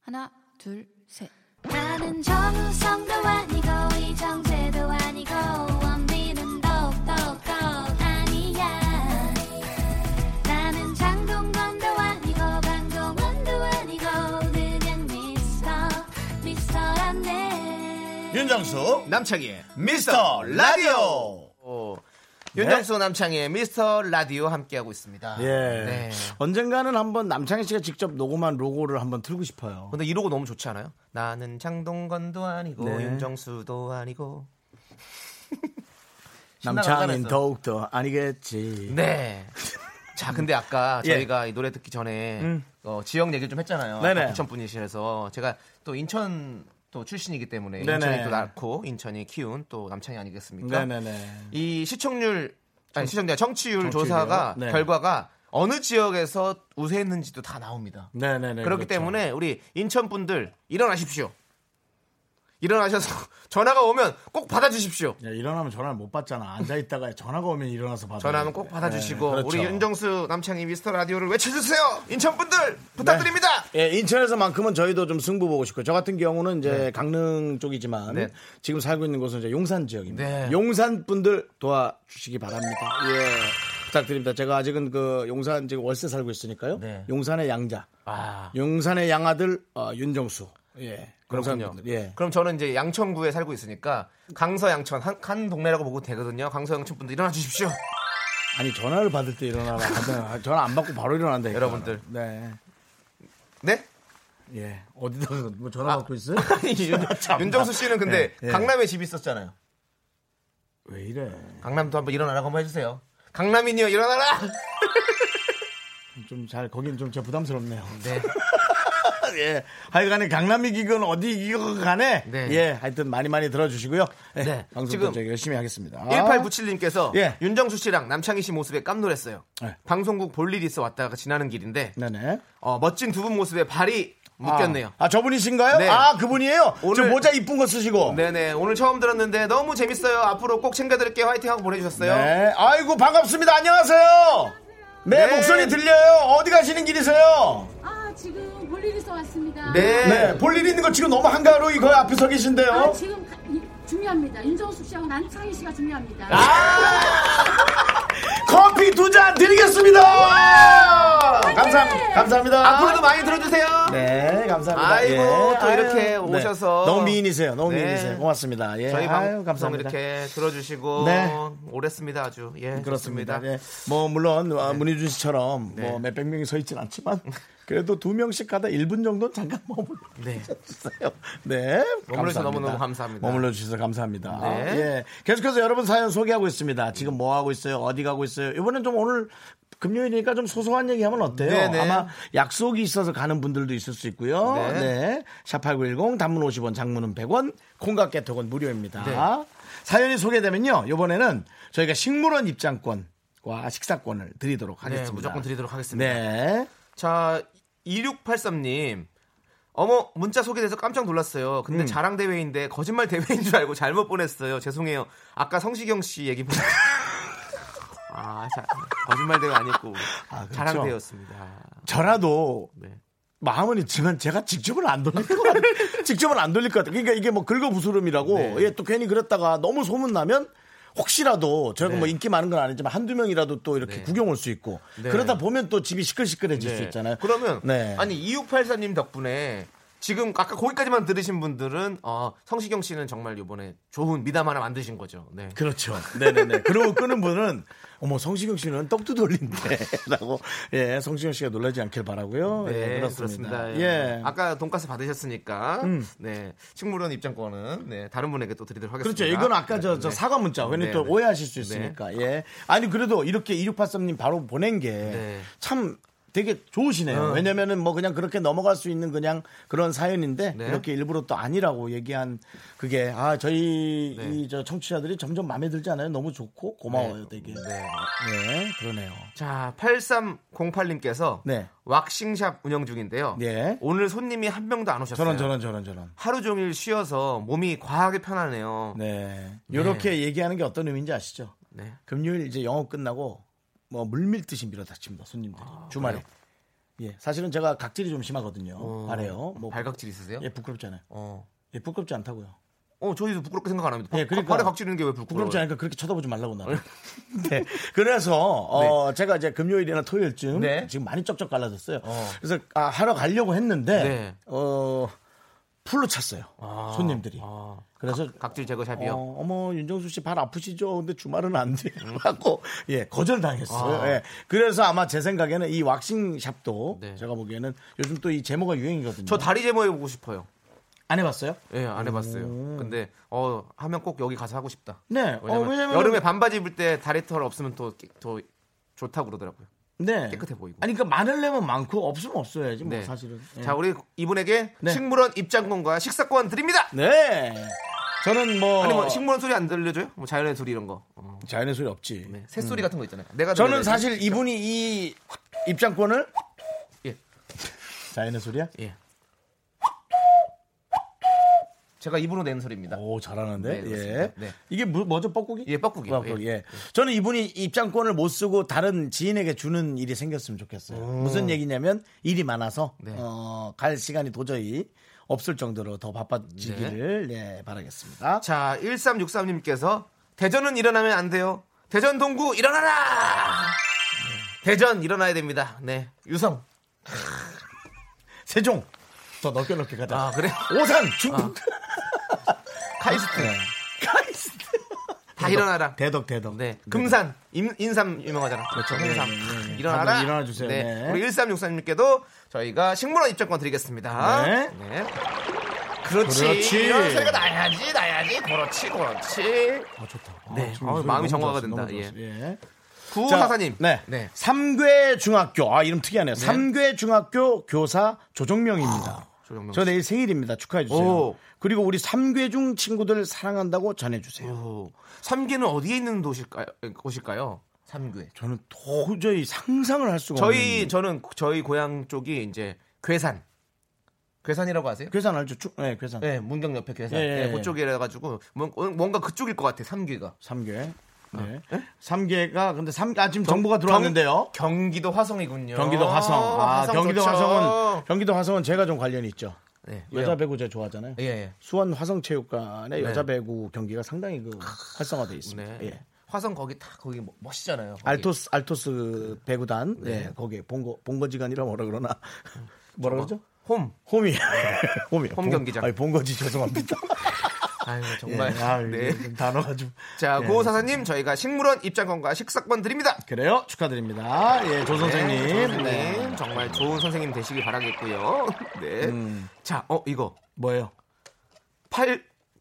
Speaker 7: 하나, 둘, 셋.
Speaker 3: 나는 정우성도 아니고 이정재도 아니고 원빈은 더욱더 아니야 나는 장동건도 아니고 강동원도 아니고 그냥 미스터 미스터란데
Speaker 1: 윤정수
Speaker 2: 남창희의
Speaker 1: 미스터 라디오.
Speaker 2: 어, 윤정수 남창희의 미스터 라디오 함께하고 있습니다.
Speaker 1: 네. 예.
Speaker 2: 네.
Speaker 1: 언젠가는 한번 남창희 씨가 직접 녹음한 로고를 한번 틀고 싶어요.
Speaker 2: 근데 이러고 너무 좋지 않아요? 나는 장동건도 아니고
Speaker 1: 네.
Speaker 2: 윤정수도 아니고
Speaker 1: 남창인
Speaker 2: 신나가면서.
Speaker 1: 더욱더 아니겠지.
Speaker 2: 네. 자, 근데 아까
Speaker 1: 예. 음.
Speaker 2: 저희가 이 노래 듣기 전에 어, 지역 얘기를 좀 했잖아요.
Speaker 1: 네네.
Speaker 2: 아까 부천 분이시라서 제가 또 인천 또 출신이기 때문에
Speaker 1: 네네.
Speaker 2: 인천이 또 낳고 인천이 키운 또 남창이 아니겠습니까?
Speaker 1: 네네네.
Speaker 2: 이 시청률 아니 시청자 청취율
Speaker 1: 청취율이요?
Speaker 2: 조사가
Speaker 1: 네.
Speaker 2: 결과가 어느 지역에서 우세했는지도 다 나옵니다.
Speaker 1: 네네네. 그렇죠.
Speaker 2: 그렇기 때문에 우리 인천 분들 일어나십시오. 일어나셔서 전화가 오면 꼭 받아주십시오.
Speaker 1: 야, 일어나면 전화를 못 받잖아. 앉아 있다가 전화가 오면 일어나서 받아.
Speaker 2: 전화하면 꼭 받아주시고
Speaker 1: 네, 그렇죠.
Speaker 2: 우리 윤정수 남창희 미스터 라디오를 외쳐주세요. 인천 분들 부탁드립니다.
Speaker 1: 예, 인천에서만큼은 저희도 좀 승부 보고 싶고 요저 같은 경우는 이제 강릉 쪽이지만
Speaker 2: 네.
Speaker 1: 지금 살고 있는 곳은 이제 용산 지역입니다.
Speaker 2: 네.
Speaker 1: 용산 분들 도와주시기 바랍니다. 예. 부탁드립니다. 제가 아직은 그 용산 지금 월세 살고 있으니까요.
Speaker 2: 네.
Speaker 1: 용산의 양자,
Speaker 2: 아,
Speaker 1: 용산의 양아들 어, 윤정수. 예.
Speaker 2: 그렇군요.
Speaker 1: 용산분들. 예.
Speaker 2: 그럼 저는 이제 양천구에 살고 있으니까 강서 양천 한, 한 동네라고 보고 되거든요. 강서 양천 분들 일어나 주십시오.
Speaker 1: 아니 전화를 받을 때 일어나라. 받아- 전화 안 받고 바로 일어난다.
Speaker 2: 여러분들.
Speaker 1: 네.
Speaker 2: 네?
Speaker 1: 예. 어디다가 뭐 전화 받고 있어요?
Speaker 2: 아니, 윤- 윤정수 씨는 근데
Speaker 1: 예, 예.
Speaker 2: 강남에 집이 있었잖아요.
Speaker 1: 왜 이래?
Speaker 2: 강남도 한번 일어나라고 한번 해주세요. 강남이니요 일어나라.
Speaker 1: 좀 잘 거긴 좀 제가 부담스럽네요.
Speaker 2: 네.
Speaker 1: 예. 하여간에 강남 이기건 어디 이기건 간에
Speaker 2: 네.
Speaker 1: 예. 하여튼 많이 많이 들어주시고요. 예.
Speaker 2: 네.
Speaker 1: 방송도
Speaker 2: 지금
Speaker 1: 저희 열심히 하겠습니다.
Speaker 2: 1897님께서
Speaker 1: 예.
Speaker 2: 윤정수 씨랑 남창희 씨 모습에 깜놀했어요.
Speaker 1: 네.
Speaker 2: 방송국 볼 일이 있어 왔다가 지나는 길인데
Speaker 1: 아. 네네.
Speaker 2: 어, 멋진 두 분 모습에 발이 묶였네요.
Speaker 1: 아, 아, 저분이신가요?
Speaker 2: 네.
Speaker 1: 아 그분이에요. 오늘
Speaker 2: 오늘-
Speaker 1: 모자 이쁜 거 쓰시고.
Speaker 2: 네네 오늘 처음 들었는데 너무 재밌어요. 앞으로 꼭 챙겨드릴게요. 화이팅하고 보내주셨어요.
Speaker 1: 네. 아이고 반갑습니다. 안녕하세요. 네,
Speaker 2: 네.
Speaker 1: 목소리 들려요. 어디 가시는 길이세요?
Speaker 10: 아 지금 볼일 있어 왔습니다.
Speaker 2: 네.
Speaker 1: 네. 볼 일 있는 거 지금 너무 한가로이 거의 앞에 서 계신데요.
Speaker 10: 아 지금 가- 이- 중요합니다. 윤정수 씨하고 남창희 씨가 중요합니다.
Speaker 1: 커피 두 잔 드리겠습니다. 감사합니다. 감사합니다.
Speaker 2: 앞으로도 많이 들어주세요.
Speaker 1: 네, 감사합니다.
Speaker 2: 아이고, 또
Speaker 1: 아유,
Speaker 2: 이렇게
Speaker 1: 네.
Speaker 2: 오셔서.
Speaker 1: 너무 미인이세요. 너무
Speaker 2: 네.
Speaker 1: 미인이세요. 고맙습니다. 예. 아유,
Speaker 2: 저희 방송
Speaker 1: 감사합니다.
Speaker 2: 이렇게 들어주시고
Speaker 1: 네.
Speaker 2: 오랬습니다 아주 예
Speaker 1: 그렇습니다.
Speaker 2: 좋습니다.
Speaker 1: 예. 뭐 물론 아, 문희준 씨처럼
Speaker 2: 네.
Speaker 1: 뭐 몇백 명이 서 있진 않지만 그래도 두 명씩 가다 1분 정도는 잠깐 머물러
Speaker 2: 네.
Speaker 1: 주세요. 네.
Speaker 2: 머물러주셔서
Speaker 1: 감사합니다.
Speaker 2: 너무너무 감사합니다.
Speaker 1: 머물러 주셔서 감사합니다.
Speaker 2: 네.
Speaker 1: 예. 계속해서 여러분 사연 소개하고 있습니다. 지금 뭐 하고 있어요? 어디 가고 있어요? 이번엔 좀 오늘 금요일이니까 좀 소소한 얘기 하면 어때요?
Speaker 2: 네, 네.
Speaker 1: 아마 약속이 있어서 가는 분들도 있을 수 있고요.
Speaker 2: 네.
Speaker 1: 네. 샵8910 단문 50원, 장문은 100원, 콩과 깨톡은 무료입니다.
Speaker 2: 네.
Speaker 1: 사연이 소개되면요. 이번에는 저희가 식물원 입장권과 식사권을 드리도록 하겠습니다.
Speaker 2: 네, 무조건 드리도록 하겠습니다.
Speaker 1: 네.
Speaker 2: 자, 2683님. 어머, 문자 소개돼서 깜짝 놀랐어요.
Speaker 1: 음.
Speaker 2: 근데 자랑 대회인데 거짓말 대회인 줄 알고 잘못 보냈어요. 죄송해요. 아까 성시경 씨 얘기 보니까 아, 자, 거짓말 대회 아니고
Speaker 1: 그렇죠.
Speaker 2: 자랑 대회였습니다.
Speaker 1: 저라도
Speaker 2: 네.
Speaker 1: 마음은 있지만 제가 직접은 안 돌릴 것 같아요. 직접은 안 돌릴 것 같아요. 그러니까 이게 뭐 긁어부스름이라고
Speaker 2: 네.
Speaker 1: 예, 또 괜히 그랬다가 너무 소문나면 혹시라도 저희가
Speaker 2: 네.
Speaker 1: 뭐 인기 많은 건 아니지만 한두 명이라도 또 이렇게
Speaker 2: 네.
Speaker 1: 구경 올 수 있고
Speaker 2: 네.
Speaker 1: 그러다 보면 또 집이 시끌시끌해질 수
Speaker 2: 네.
Speaker 1: 있잖아요.
Speaker 2: 그러면
Speaker 1: 네.
Speaker 2: 아니 2683님 덕분에 지금 아까 거기까지만 들으신 분들은 어, 성시경 씨는 정말 이번에 좋은 미담 하나 만드신 거죠. 네.
Speaker 1: 그렇죠. 네네네. 그러고 끄는 분은 어머 성시경 씨는 떡도 돌린대라고 예 성시경 씨가 놀라지 않길 바라고요. 예, 그렇습니다.
Speaker 2: 예.
Speaker 1: 예.
Speaker 2: 네,
Speaker 1: 음.
Speaker 2: 아까 돈가스 받으셨으니까 네 식물원 입장권은 네 다른 분에게 또 드리도록 하겠습니다.
Speaker 1: 그렇죠. 이건 아까 저,
Speaker 2: 네,
Speaker 1: 저
Speaker 2: 네.
Speaker 1: 사과 문자. 왜냐면
Speaker 2: 네,
Speaker 1: 또
Speaker 2: 네.
Speaker 1: 오해하실 수 있으니까. 예. 아니, 그래도 이렇게 2683님 바로 보낸 게
Speaker 2: 네. 어.
Speaker 1: 참 되게 좋으시네요.
Speaker 2: 응.
Speaker 1: 왜냐면은 뭐 그냥 그렇게 넘어갈 수 있는 그냥 그런 사연인데
Speaker 2: 네.
Speaker 1: 이렇게 일부러 또 아니라고 얘기한 그게 아, 저희
Speaker 2: 네.
Speaker 1: 이 저 청취자들이 점점 마음에 들지 않아요? 너무 좋고 고마워요. 되게.
Speaker 2: 네.
Speaker 1: 네. 그러네요.
Speaker 2: 자 8308님께서
Speaker 1: 네.
Speaker 2: 왁싱샵 운영 중인데요.
Speaker 1: 예.
Speaker 2: 오늘 손님이 한 명도 안 오셨어요.
Speaker 1: 저런 저런 저런 저런.
Speaker 2: 하루 종일 쉬어서 몸이 과하게 편하네요.
Speaker 1: 네. 요렇게 얘기하는 게 어떤 의미인지 아시죠?
Speaker 2: 네.
Speaker 1: 금요일 이제 영업 끝나고 뭐 물밀듯이 밀어닥칩니다 손님들이
Speaker 2: 아,
Speaker 1: 주말에 예 사실은 제가 각질이 좀 심하거든요 발에요 뭐
Speaker 2: 어, 발각질 있으세요?
Speaker 1: 예 부끄럽잖아요
Speaker 2: 어.
Speaker 1: 예 부끄럽지 않다고요
Speaker 2: 어, 저희도 부끄럽게 생각 안 합니다.
Speaker 1: 예, 그러니까
Speaker 2: 발에 각질 있는 게 왜 부끄러워요?
Speaker 1: 부끄럽지 않으니까 그렇게 쳐다보지 말라고 나는 네 그래서 어 제가 이제 금요일이나 토요일쯤
Speaker 2: 네.
Speaker 1: 지금 많이 쩍쩍 갈라졌어요
Speaker 2: 어.
Speaker 1: 그래서 아 하러 가려고 했는데
Speaker 2: 네.
Speaker 1: 어 풀로 찼어요
Speaker 2: 아,
Speaker 1: 손님들이
Speaker 2: 아.
Speaker 1: 그래서
Speaker 2: 각질 제거샵이요. 음.
Speaker 1: 어, 어머 윤정수 씨 발 아프시죠? 근데 주말은 안 돼라고 예 거절당했어요.
Speaker 2: 아.
Speaker 1: 예 그래서 아마 제 생각에는 이 왁싱 샵도
Speaker 2: 네.
Speaker 1: 제가 보기에는 요즘 또 이 제모가 유행이거든요.
Speaker 2: 저 다리 제모 해보고 싶어요.
Speaker 1: 안 해봤어요?
Speaker 2: 예, 안 해봤어요. 근데 어 하면 꼭 여기 가서 하고 싶다.
Speaker 1: 네. 어,
Speaker 2: 왜냐면
Speaker 1: 왜냐면은-
Speaker 2: 여름에 반바지 입을 때 다리털 없으면 또더 좋다고 그러더라고요.
Speaker 1: 네
Speaker 2: 깨끗해 보이고.
Speaker 1: 아니 그러니까 많으려면 많고 없으면 없어야지 뭐
Speaker 2: 네.
Speaker 1: 사실은. 예.
Speaker 2: 자, 우리 이분에게
Speaker 1: 네.
Speaker 2: 식물원 입장권과 식사권 드립니다.
Speaker 1: 네 저는 뭐,
Speaker 2: 아니 뭐 식물원 소리 안 들려줘요? 뭐 자연의 소리 이런 거. 어,
Speaker 1: 자연의 소리 없지.
Speaker 2: 네. 새 소리 같은 거 있잖아요. 내가
Speaker 1: 음. 저는
Speaker 2: 들려야지.
Speaker 1: 사실 이분이 이 입장권을
Speaker 2: 예.
Speaker 1: 자연의 소리야?
Speaker 2: 예. 제가 입으로 낸 소리입니다.
Speaker 1: 오 잘하는데.
Speaker 2: 네, 그렇습니다.
Speaker 1: 예.
Speaker 2: 네.
Speaker 1: 이게 뭐, 뭐죠 뻐꾸기?
Speaker 2: 예, 뻐꾸기.
Speaker 1: 뻐꾸기. 예. 저는 이분이 입장권을 못 쓰고 다른 지인에게 주는 일이 생겼으면 좋겠어요. 무슨 얘기냐면 일이 많아서 어, 갈 시간이 도저히 없을 정도로 더 바빠지기를 예, 바라겠습니다.
Speaker 2: 자, 1363님께서 대전은 일어나면 안 돼요. 대전 동구 일어나라. 네. 대전 일어나야 됩니다. 네. 유성.
Speaker 1: 세종. 더 넓게 넓게 가자.
Speaker 2: 아, 그래.
Speaker 1: 오산 중국
Speaker 2: 카이스트.
Speaker 1: 카이스트.
Speaker 2: 다 일어나라.
Speaker 1: 네. 대덕 대덕.
Speaker 2: 네. 금산 임- 인삼 유명하잖아.
Speaker 1: 그렇죠.
Speaker 2: 금삼.
Speaker 1: 네, 네, 네.
Speaker 2: 일어나라.
Speaker 1: 다들 일어나 주세요.
Speaker 2: 네.
Speaker 1: 네.
Speaker 2: 우리 1363님께도 저희가 식물원 입장권 드리겠습니다.
Speaker 1: 네.
Speaker 2: 그렇지.
Speaker 1: 그렇지.
Speaker 2: 이런 소리가 나야지, 나야지. 그렇지, 그렇지.
Speaker 1: 아 좋다. 아,
Speaker 2: 네.
Speaker 1: 지금
Speaker 2: 어,
Speaker 1: 소리 너무
Speaker 2: 마음이
Speaker 1: 좋았어,
Speaker 2: 정화가 된다.
Speaker 1: 너무 좋았어.
Speaker 2: 예.
Speaker 1: 예. 자,
Speaker 2: 구사사님.
Speaker 1: 네. 삼괴 중학교. 아, 이름 특이하네요. 아. 삼괴 중학교 교사 조정명입니다.
Speaker 2: 조정명
Speaker 1: 저 내일 생일입니다. 축하해 주세요.
Speaker 2: 뭐 오.
Speaker 1: 그리고 우리 삼괴중 친구들 사랑한다고 전해 주세요.
Speaker 2: 오, 삼계는 어디에 있는 도실까요? 곳일까요? 삼괴.
Speaker 1: 저는 도저히 상상을 할 수가
Speaker 2: 저희
Speaker 1: 없는.
Speaker 2: 저는 저희 고향 쪽이 이제 괴산. 괴산이라고 아세요?
Speaker 1: 괴산 알죠? 쭉. 네, 괴산.
Speaker 2: 네, 문경 옆에 괴산.
Speaker 1: 예, 예,
Speaker 2: 네,
Speaker 1: 예.
Speaker 2: 그쪽이라 가지고 뭔가 그쪽일 것 같아. 삼귀가.
Speaker 1: 삼괴.
Speaker 2: 아,
Speaker 1: 네. 삼괴가 근데 삼 아, 지금 정보가 들어왔는데요.
Speaker 2: 경기도 화성이군요.
Speaker 1: 경기도 화성. 아,
Speaker 2: 어, 화성
Speaker 1: 경기도
Speaker 2: 좋죠.
Speaker 1: 화성은 경기도 화성은 제가 좀 관련이 있죠.
Speaker 2: 네,
Speaker 1: 여자
Speaker 2: 왜요?
Speaker 1: 배구 제가 좋아하잖아요.
Speaker 2: 예, 예.
Speaker 1: 수원 화성체육관의 여자 배구 경기가 상당히 그 활성화돼 있습니다.
Speaker 2: 네.
Speaker 1: 예.
Speaker 2: 화성 거기 다 거기 뭐- 멋있잖아요. 거기.
Speaker 1: 알토스 알토스 배구단
Speaker 2: 네.
Speaker 1: 예, 거기 본거 본거지간이라 뭐라 그러나
Speaker 2: 음.
Speaker 1: 뭐라 그러죠?
Speaker 2: 홈.
Speaker 1: 홈이 홈이
Speaker 2: 홈 경기장.
Speaker 1: 아니 본거지 죄송합니다.
Speaker 2: 아유, 정말.
Speaker 1: 예, 아,
Speaker 2: 네.
Speaker 1: 네. 단어가 좀
Speaker 2: 자,
Speaker 1: 예.
Speaker 2: 고호 사사님 저희가 식물원 입장권과 식사권 드립니다.
Speaker 1: 그래요 축하드립니다. 예, 조 선생님.
Speaker 2: 네, 선생님.
Speaker 1: 네.
Speaker 2: 정말 좋은 선생님 되시길 바라겠고요. 네.
Speaker 1: 음.
Speaker 2: 자, 어 이거
Speaker 1: 뭐예요?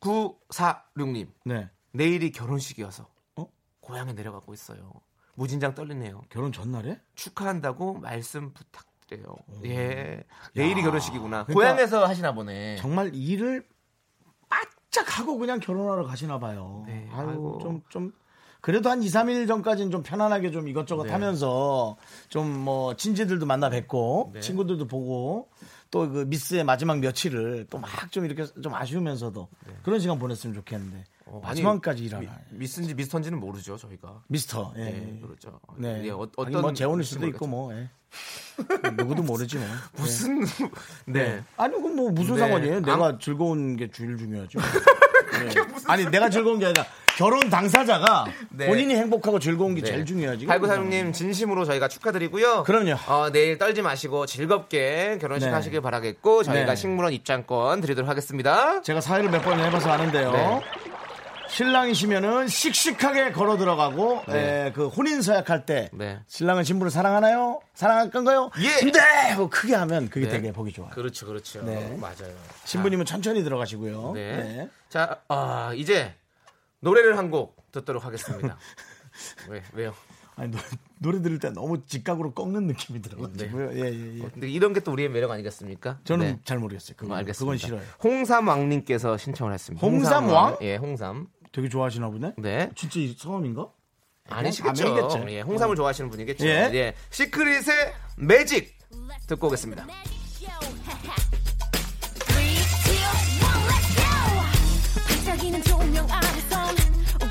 Speaker 2: 8946님.
Speaker 1: 네
Speaker 2: 내일이 결혼식이어서
Speaker 1: 어?
Speaker 2: 고향에 내려가고 있어요. 무진장 떨리네요.
Speaker 1: 결혼 전날에?
Speaker 2: 축하한다고 말씀 부탁드려요. 예. 내일이 결혼식이구나. 고향에서 하시나 보네.
Speaker 1: 그러니까 정말 일을 바짝 하고 그냥 결혼하러 가시나 봐요.
Speaker 2: 네,
Speaker 1: 아유,
Speaker 2: 아이고.
Speaker 1: 좀, 좀. 그래도 한 2, 3일 전까지는 좀 편안하게 좀 이것저것
Speaker 2: 네.
Speaker 1: 하면서 좀 뭐 친지들도 만나 뵙고
Speaker 2: 네.
Speaker 1: 친구들도 보고 또 그 미스의 마지막 며칠을 또 막 좀 이렇게 좀 아쉬우면서도 그런 시간 보냈으면 좋겠는데
Speaker 2: 네. 어, 아니,
Speaker 1: 마지막까지 일하나
Speaker 2: 미, 스인지 미스턴지는 모르죠, 저희가.
Speaker 1: 미스터 예.
Speaker 2: 네, 그렇죠.
Speaker 1: 네.
Speaker 2: 예, 어,
Speaker 1: 아니, 뭐 재혼일 수도
Speaker 2: 모르겠죠.
Speaker 1: 있고 뭐 예. 누구도 모르지 뭐
Speaker 2: 무슨 네.
Speaker 1: 아니 그건 뭐 무슨
Speaker 2: 네.
Speaker 1: 상관이에요? 내가 즐거운 게 제일 중요하죠. 네. 아니 내가 즐거운 게 아니라 결혼 당사자가
Speaker 2: 네.
Speaker 1: 본인이 행복하고 즐거운 게
Speaker 2: 네.
Speaker 1: 제일 중요하지.
Speaker 2: 발구사장님 진심으로 저희가 축하드리고요.
Speaker 1: 그럼요.
Speaker 2: 어, 내일 떨지 마시고 즐겁게 결혼식
Speaker 1: 네.
Speaker 2: 하시길 바라겠고 저희가
Speaker 1: 네.
Speaker 2: 식물원 입장권 드리도록 하겠습니다.
Speaker 1: 제가 사회를 몇 번 해봐서 아는데요.
Speaker 2: 네.
Speaker 1: 신랑이시면은 씩씩하게 걸어 들어가고
Speaker 2: 네.
Speaker 1: 에, 그 혼인 서약할 때
Speaker 2: 네.
Speaker 1: 신랑은 신부를 사랑하나요? 사랑할 건가요?
Speaker 2: 예.
Speaker 1: 네. 하고 크게 하면 그게
Speaker 2: 네.
Speaker 1: 되게 보기 좋아요.
Speaker 2: 그렇죠, 그렇죠.
Speaker 1: 네.
Speaker 2: 맞아요.
Speaker 1: 신부님은 천천히 들어가시고요.
Speaker 2: 네.
Speaker 1: 네.
Speaker 2: 자, 아, 이제 노래를 한 곡 듣도록 하겠습니다. 왜, 왜요?
Speaker 1: 아니 노, 노래 들을 때 너무 직각으로 꺾는 느낌이 들어가지고요.
Speaker 2: 네.
Speaker 1: 예, 예, 예.
Speaker 2: 근데 이런 게 또 우리의 매력 아니겠습니까?
Speaker 1: 저는
Speaker 2: 네.
Speaker 1: 잘 모르겠어요. 그건,
Speaker 2: 뭐 알겠습니다.
Speaker 1: 그건 싫어요.
Speaker 2: 홍삼왕님께서 신청을 했습니다.
Speaker 1: 홍삼왕?
Speaker 2: 예, 홍삼.
Speaker 1: 되게 좋아하시나 보네.
Speaker 2: 네.
Speaker 1: 진짜 이 성함인가?
Speaker 2: 아니시겠죠.
Speaker 1: 아멘이겠죠.
Speaker 2: 예, 홍삼을 좋아하시는 분이겠죠.
Speaker 1: 예.
Speaker 2: 예. 시크릿의 매직 듣고 오겠습니다.
Speaker 3: 반짝이는 조명 아래선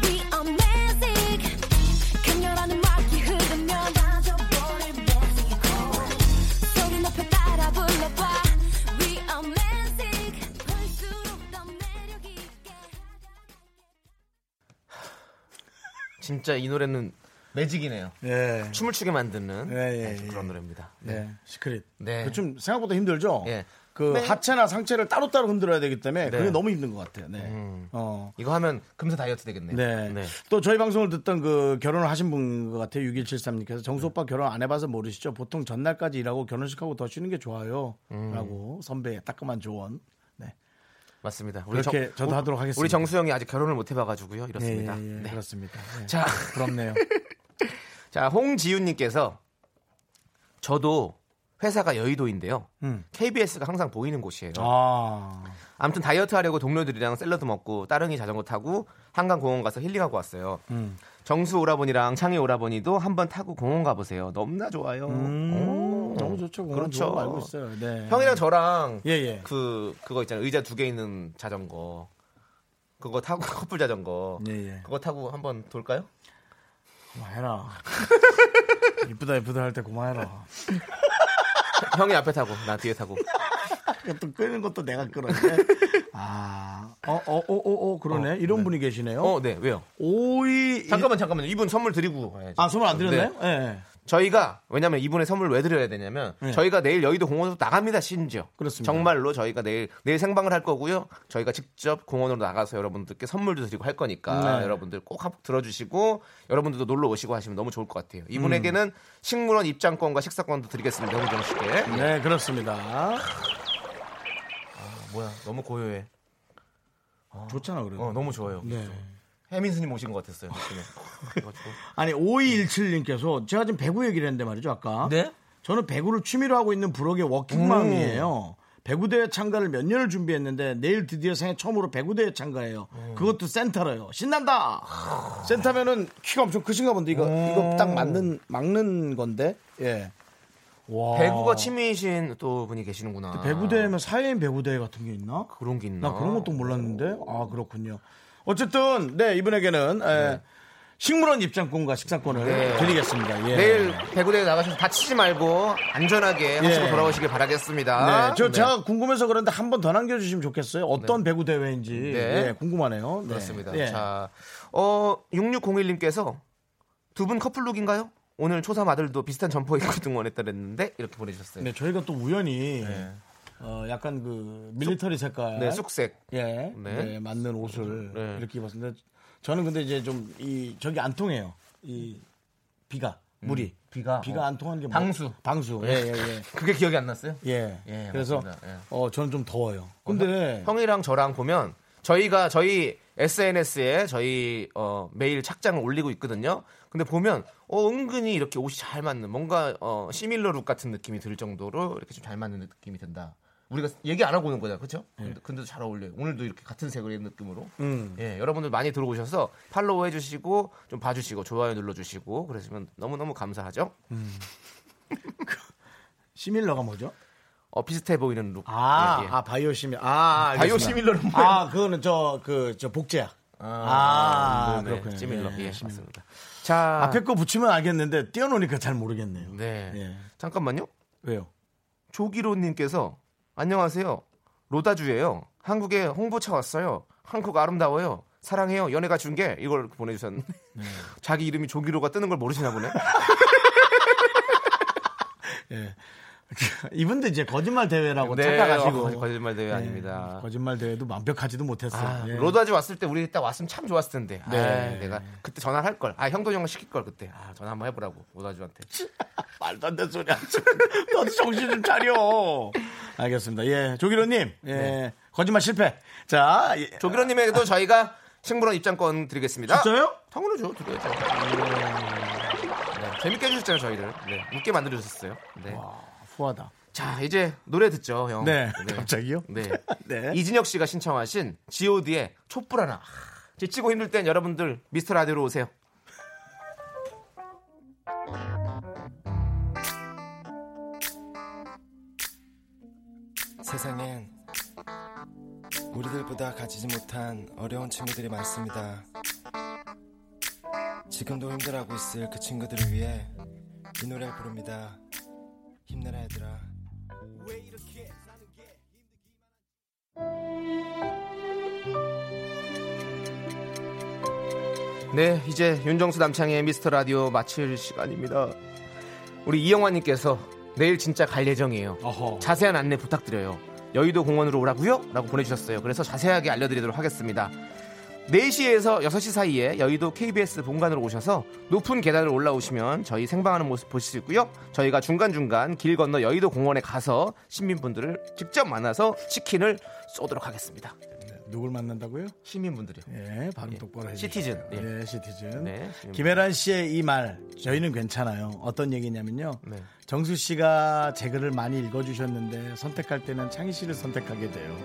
Speaker 3: We are magic 강렬한 음악이 흐르면 빠져버릴 멕시코 소리 높여 따라 불러봐 We are magic 볼수록 더 매력 있게
Speaker 2: 진짜 이 노래는 매직이네요.
Speaker 1: 예.
Speaker 2: 춤을 추게 만드는
Speaker 1: 예, 예,
Speaker 2: 아주 그런 노래입니다.
Speaker 1: 네. 시크릿.
Speaker 2: 네.
Speaker 1: 그거 좀 생각보다 힘들죠?
Speaker 2: 예.
Speaker 1: 그
Speaker 2: 네.
Speaker 1: 하체나 상체를 따로따로 흔들어야 되기 때문에
Speaker 2: 네.
Speaker 1: 그게 너무 힘든 것 같아요. 네. 어.
Speaker 2: 이거 하면 금세 다이어트 되겠네요.
Speaker 1: 네. 또 저희 방송을 듣던 그 결혼을 하신 분인 것 같아요. 6173님께서 정수 오빠
Speaker 2: 네.
Speaker 1: 결혼 안 해봐서 모르시죠? 보통 전날까지 일하고 결혼식하고 더 쉬는 게 좋아요.
Speaker 2: 음.
Speaker 1: 라고 선배의 따끔한 조언. 네.
Speaker 2: 맞습니다.
Speaker 1: 그렇게 저도 하도록 하겠습니다.
Speaker 2: 우리 정수영이 아직 결혼을 못 해봐가지고요. 이렇습니다.
Speaker 1: 예, 예, 예.
Speaker 2: 네.
Speaker 1: 그렇습니다. 예.
Speaker 2: 자,
Speaker 1: 부럽네요.
Speaker 2: 자 홍지윤님께서 저도 회사가 여의도인데요.
Speaker 1: 음.
Speaker 2: KBS가 항상 보이는 곳이에요.
Speaker 1: 아.
Speaker 2: 아무튼 다이어트 하려고 동료들이랑 샐러드 먹고 따릉이 자전거 타고 한강 공원 가서 힐링하고 왔어요.
Speaker 1: 음.
Speaker 2: 정수 오라버니랑 창희 오라버니도 한번 타고 공원 가보세요. 너무나 좋아요. 오.
Speaker 1: 어, 너무 좋죠. 그건
Speaker 2: 음. 그렇죠.
Speaker 1: 좋은 거 알고 있어요. 네.
Speaker 2: 형이랑 저랑
Speaker 1: 예, 예.
Speaker 2: 그 그거 있잖아요. 의자 두 개 있는 자전거. 그거 타고 커플 자전거.
Speaker 1: 예, 예.
Speaker 2: 그거 타고 한번 돌까요?
Speaker 1: 고마해라. 이쁘다 이쁘다 할 때 고마해라.
Speaker 2: 형이 앞에 타고 나 뒤에 타고.
Speaker 1: 또 끄는 것도 내가 끄는데. 아, 어, 어, 어, 어, 어 그러네. 이런 분이 계시네요.
Speaker 2: 어, 네. 왜요?
Speaker 1: 오이
Speaker 2: 잠깐만 잠깐만. 이분 선물 드리고 가야지.
Speaker 1: 아, 선물 안 드렸나요?
Speaker 2: 네.
Speaker 1: 예. 예.
Speaker 2: 저희가 왜냐면 이분의 선물 왜 드려야 되냐면
Speaker 1: 네.
Speaker 2: 저희가 내일 여의도 공원으로 나갑니다 심지어
Speaker 1: 그렇습니다.
Speaker 2: 정말로 저희가 내일 내일 생방을 할 거고요 저희가 직접 공원으로 나가서 여러분들께 선물도 드리고 할 거니까
Speaker 1: 네.
Speaker 2: 여러분들 꼭 한번 들어주시고 여러분들도 놀러 오시고 하시면 너무 좋을 것 같아요 이분에게는 식물원 입장권과 식사권도 드리겠습니다 형정 씨께
Speaker 1: 음. 네, 그렇습니다.
Speaker 2: 뭐야 너무 고요해
Speaker 1: 좋잖아, 그래도.
Speaker 2: 어 너무 좋아요
Speaker 1: 네.
Speaker 2: 해민 스님 오신 것 같았어요 느낌에. 그래가지고.
Speaker 1: 아니, 5217님께서 제가 지금 배구 얘기를 했는데 말이죠, 아까.
Speaker 2: 네?
Speaker 1: 저는 배구를 취미로 하고 있는 부록의
Speaker 2: 음.
Speaker 1: 워킹맘이에요. 배구대회 참가를 몇 년을 준비했는데 내일 드디어 생애 처음으로 배구대회 참가해요.
Speaker 2: 음.
Speaker 1: 그것도 센터로요. 신난다. 음. 센터면은 키가 엄청 크신가 본데 이거 이거 딱 맞는 막는 건데. 예. 와.
Speaker 2: 배구가 취미이신 또 분이 계시는구나
Speaker 1: 아. 배구대회면 사회인 배구대회 같은 게 있나?
Speaker 2: 그런 게 있나
Speaker 1: 나 그런 것도 몰랐는데. 아 그렇군요. 어쨌든 네 이분에게는 에, 식물원 입장권과 식사권을
Speaker 2: 네.
Speaker 1: 드리겠습니다. 예.
Speaker 2: 내일 배구대회 나가셔서 다치지 말고 안전하게 하시고 돌아오시길 바라겠습니다.
Speaker 1: 네, 저 제가 궁금해서 그런데 한 번 더 남겨주시면 좋겠어요. 어떤 배구 대회인지
Speaker 2: 네.
Speaker 1: 예, 궁금하네요. 네.
Speaker 2: 그렇습니다.
Speaker 1: 예.
Speaker 2: 자, 어 6601님께서 두 분 커플룩인가요? 오늘 초삼 아들도 비슷한 점퍼 입고 등원했다랬는데 이렇게 보내주셨어요.
Speaker 1: 네, 저희가 또 우연히 어, 약간 그 밀리터리 색깔,
Speaker 2: 네, 쑥색.
Speaker 1: 예,
Speaker 2: 네.
Speaker 1: 네, 맞는 옷을
Speaker 2: 네.
Speaker 1: 이렇게 입었는데 저는 근데 이제 좀 이 저기 안 통해요. 이 비가 물이
Speaker 2: 비가,
Speaker 1: 음. 비가
Speaker 2: 어.
Speaker 1: 안 통하는 게 뭐-
Speaker 2: 방수.
Speaker 1: 방수 예 예예 예,
Speaker 2: 그게 기억이 안 났어요?
Speaker 1: 예.
Speaker 2: 예,
Speaker 1: 그래서
Speaker 2: 맞습니다. 예. 어,
Speaker 1: 어 저는 좀 더워요. 근데
Speaker 2: 형이랑 저랑 보면 저희가 저희 SNS에 저희 어, 매일 착장을 올리고 있거든요. 근데 보면 어, 은근히 이렇게 옷이 잘 맞는 뭔가 어, 시밀러 룩 같은 느낌이 들 정도로 이렇게 좀 잘 맞는 느낌이 든다. 우리가 얘기 안 하고 오는 거잖아요, 그렇죠?
Speaker 1: 네.
Speaker 2: 근데, 근데도 잘 어울려요. 오늘도 이렇게 같은 색의 느낌으로.
Speaker 1: 음,
Speaker 2: 예, 여러분들 많이 들어오셔서 팔로우 해주시고 좀 봐주시고 좋아요 눌러주시고 그러시면 너무 너무 감사하죠.
Speaker 1: 시밀러가 뭐죠?
Speaker 2: 어, 비슷해 보이는 룩.
Speaker 1: 아,
Speaker 2: 예, 예.
Speaker 1: 아 바이오 시밀 아
Speaker 2: 바이오
Speaker 1: 알겠습니다.
Speaker 2: 시밀러는 뭐예요?
Speaker 1: 아 그거는 저 그 저 복제야. 아,
Speaker 2: 네, 네.
Speaker 1: 그렇군요.
Speaker 2: 찌밀러.
Speaker 1: 예,
Speaker 2: 예, 맞습니다. 자,
Speaker 1: 앞에 거 붙이면 알겠는데 띄워놓으니까 잘 모르겠네요.
Speaker 2: 네.
Speaker 1: 예.
Speaker 2: 잠깐만요.
Speaker 1: 왜요?
Speaker 2: 조기로님께서 안녕하세요. 로다주예요. 한국에 홍보차 왔어요. 한국 아름다워요. 사랑해요. 연애가 준 게 이걸 보내주셨는데
Speaker 1: 네.
Speaker 2: 자기 이름이 조기로가 뜨는 걸 모르시나 보네.
Speaker 1: 이분도 이제 거짓말 대회라고
Speaker 2: 네,
Speaker 1: 착각하시고 예,
Speaker 2: 어, 거짓말 대회 아닙니다.
Speaker 1: 거짓말 대회도 완벽하지도 못했어요.
Speaker 2: 아,
Speaker 1: 예.
Speaker 2: 로다주 왔을 때 우리 딱 왔으면 참 좋았을 텐데.
Speaker 1: 네.
Speaker 2: 아, 내가 그때 전화를 할 걸. 아 형도 형을 시킬 걸 그때. 아 전화 한번 해보라고 로다주한테.
Speaker 1: 말도 안 되는 소리 하지. 너 정신 좀 차려. 알겠습니다. 예, 조기로님, 예,
Speaker 2: 네.
Speaker 1: 거짓말 실패. 자, 예.
Speaker 2: 조기로님에게도 저희가 식물원 입장권 드리겠습니다.
Speaker 1: 진짜요?
Speaker 2: 당연하죠. 드려야죠. 네, 재밌게 해주셨잖아요, 저희를. 네, 웃게 만들어주셨어요. 네.
Speaker 1: 후하다.
Speaker 2: 자, 이제 노래 듣죠, 형.
Speaker 1: 네, 갑자기요?
Speaker 2: 네.
Speaker 1: 네.
Speaker 2: 이진혁 씨가 신청하신 GOD의 촛불 하나. 아, 지치고 힘들 땐 여러분들 미스터 라디오로 오세요.
Speaker 11: 세상엔 우리들보다 가지지 못한 어려운 친구들이 많습니다. 지금도 힘들어하고 있을 그 친구들을 위해 이 노래 부릅니다. 힘내라 얘들아.
Speaker 2: 네, 이제 윤정수 남창의 미스터 라디오 마칠 시간입니다. 우리 이영환님께서 내일 진짜 갈 예정이에요.
Speaker 1: 어허.
Speaker 2: 자세한 안내 부탁드려요. 여의도 공원으로 오라고요? 라고 보내주셨어요. 그래서 자세하게 알려드리도록 하겠습니다. 4시에서 6시 사이에 여의도 KBS 본관으로 오셔서 높은 계단을 올라오시면 저희 생방하는 모습 보실 수 있고요. 저희가 중간중간 길 건너 여의도 공원에 가서 시민분들을 직접 만나서 치킨을 쏘도록 하겠습니다.
Speaker 1: 네. 누굴 만난다고요?
Speaker 2: 시민분들이요.
Speaker 1: 예, 발음 똑바로 해주세요.
Speaker 2: 시티즌, 예.
Speaker 1: 예, 시티즌.
Speaker 2: 네, 시민.
Speaker 1: 김혜란 씨의 이 말, 저희는 괜찮아요. 어떤 얘기냐면요.
Speaker 2: 네.
Speaker 1: 정수 씨가 제 글을 많이 읽어주셨는데 선택할 때는 창희 씨를 선택하게 돼요.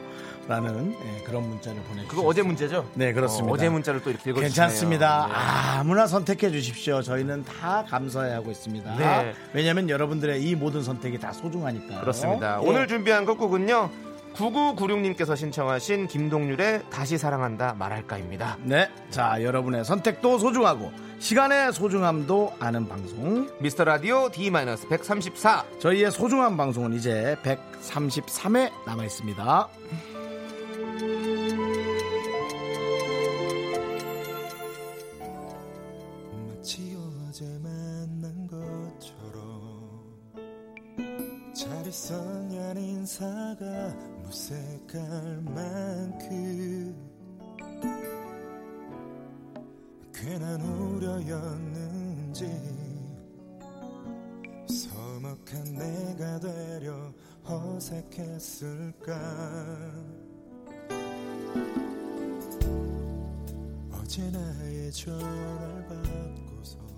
Speaker 1: 라는 예, 그런 문자를 보내주셨어요.
Speaker 2: 그거 어제 문제죠?
Speaker 1: 네, 그렇습니다.
Speaker 2: 어, 제 문자를 또 이렇게 읽어주시네요.
Speaker 1: 괜찮습니다.
Speaker 2: 네.
Speaker 1: 아무나 선택해 주십시오. 저희는 다 감사해 하고 있습니다.
Speaker 2: 네.
Speaker 1: 왜냐하면 여러분들의 이 모든 선택이 다 예. 소중하니까.
Speaker 2: 그렇습니다.
Speaker 1: 어?
Speaker 2: 오늘 준비한 끝곡은요. 9996님께서 신청하신 김동률의 다시 사랑한다 말할까입니다.
Speaker 1: 네, 자 여러분의 선택도 소중하고 시간의 소중함도 아는 방송
Speaker 2: 미스터 라디오 D-134
Speaker 1: 저희의 소중한 방송은 이제 133회 남아 있습니다.
Speaker 9: 마치 어제 만난 것처럼 잘 있었냐는 인사가 무색할 만큼 괜한 우려였는지 서먹한 내가 되려 어색했을까 어제 나의 전화를 받고서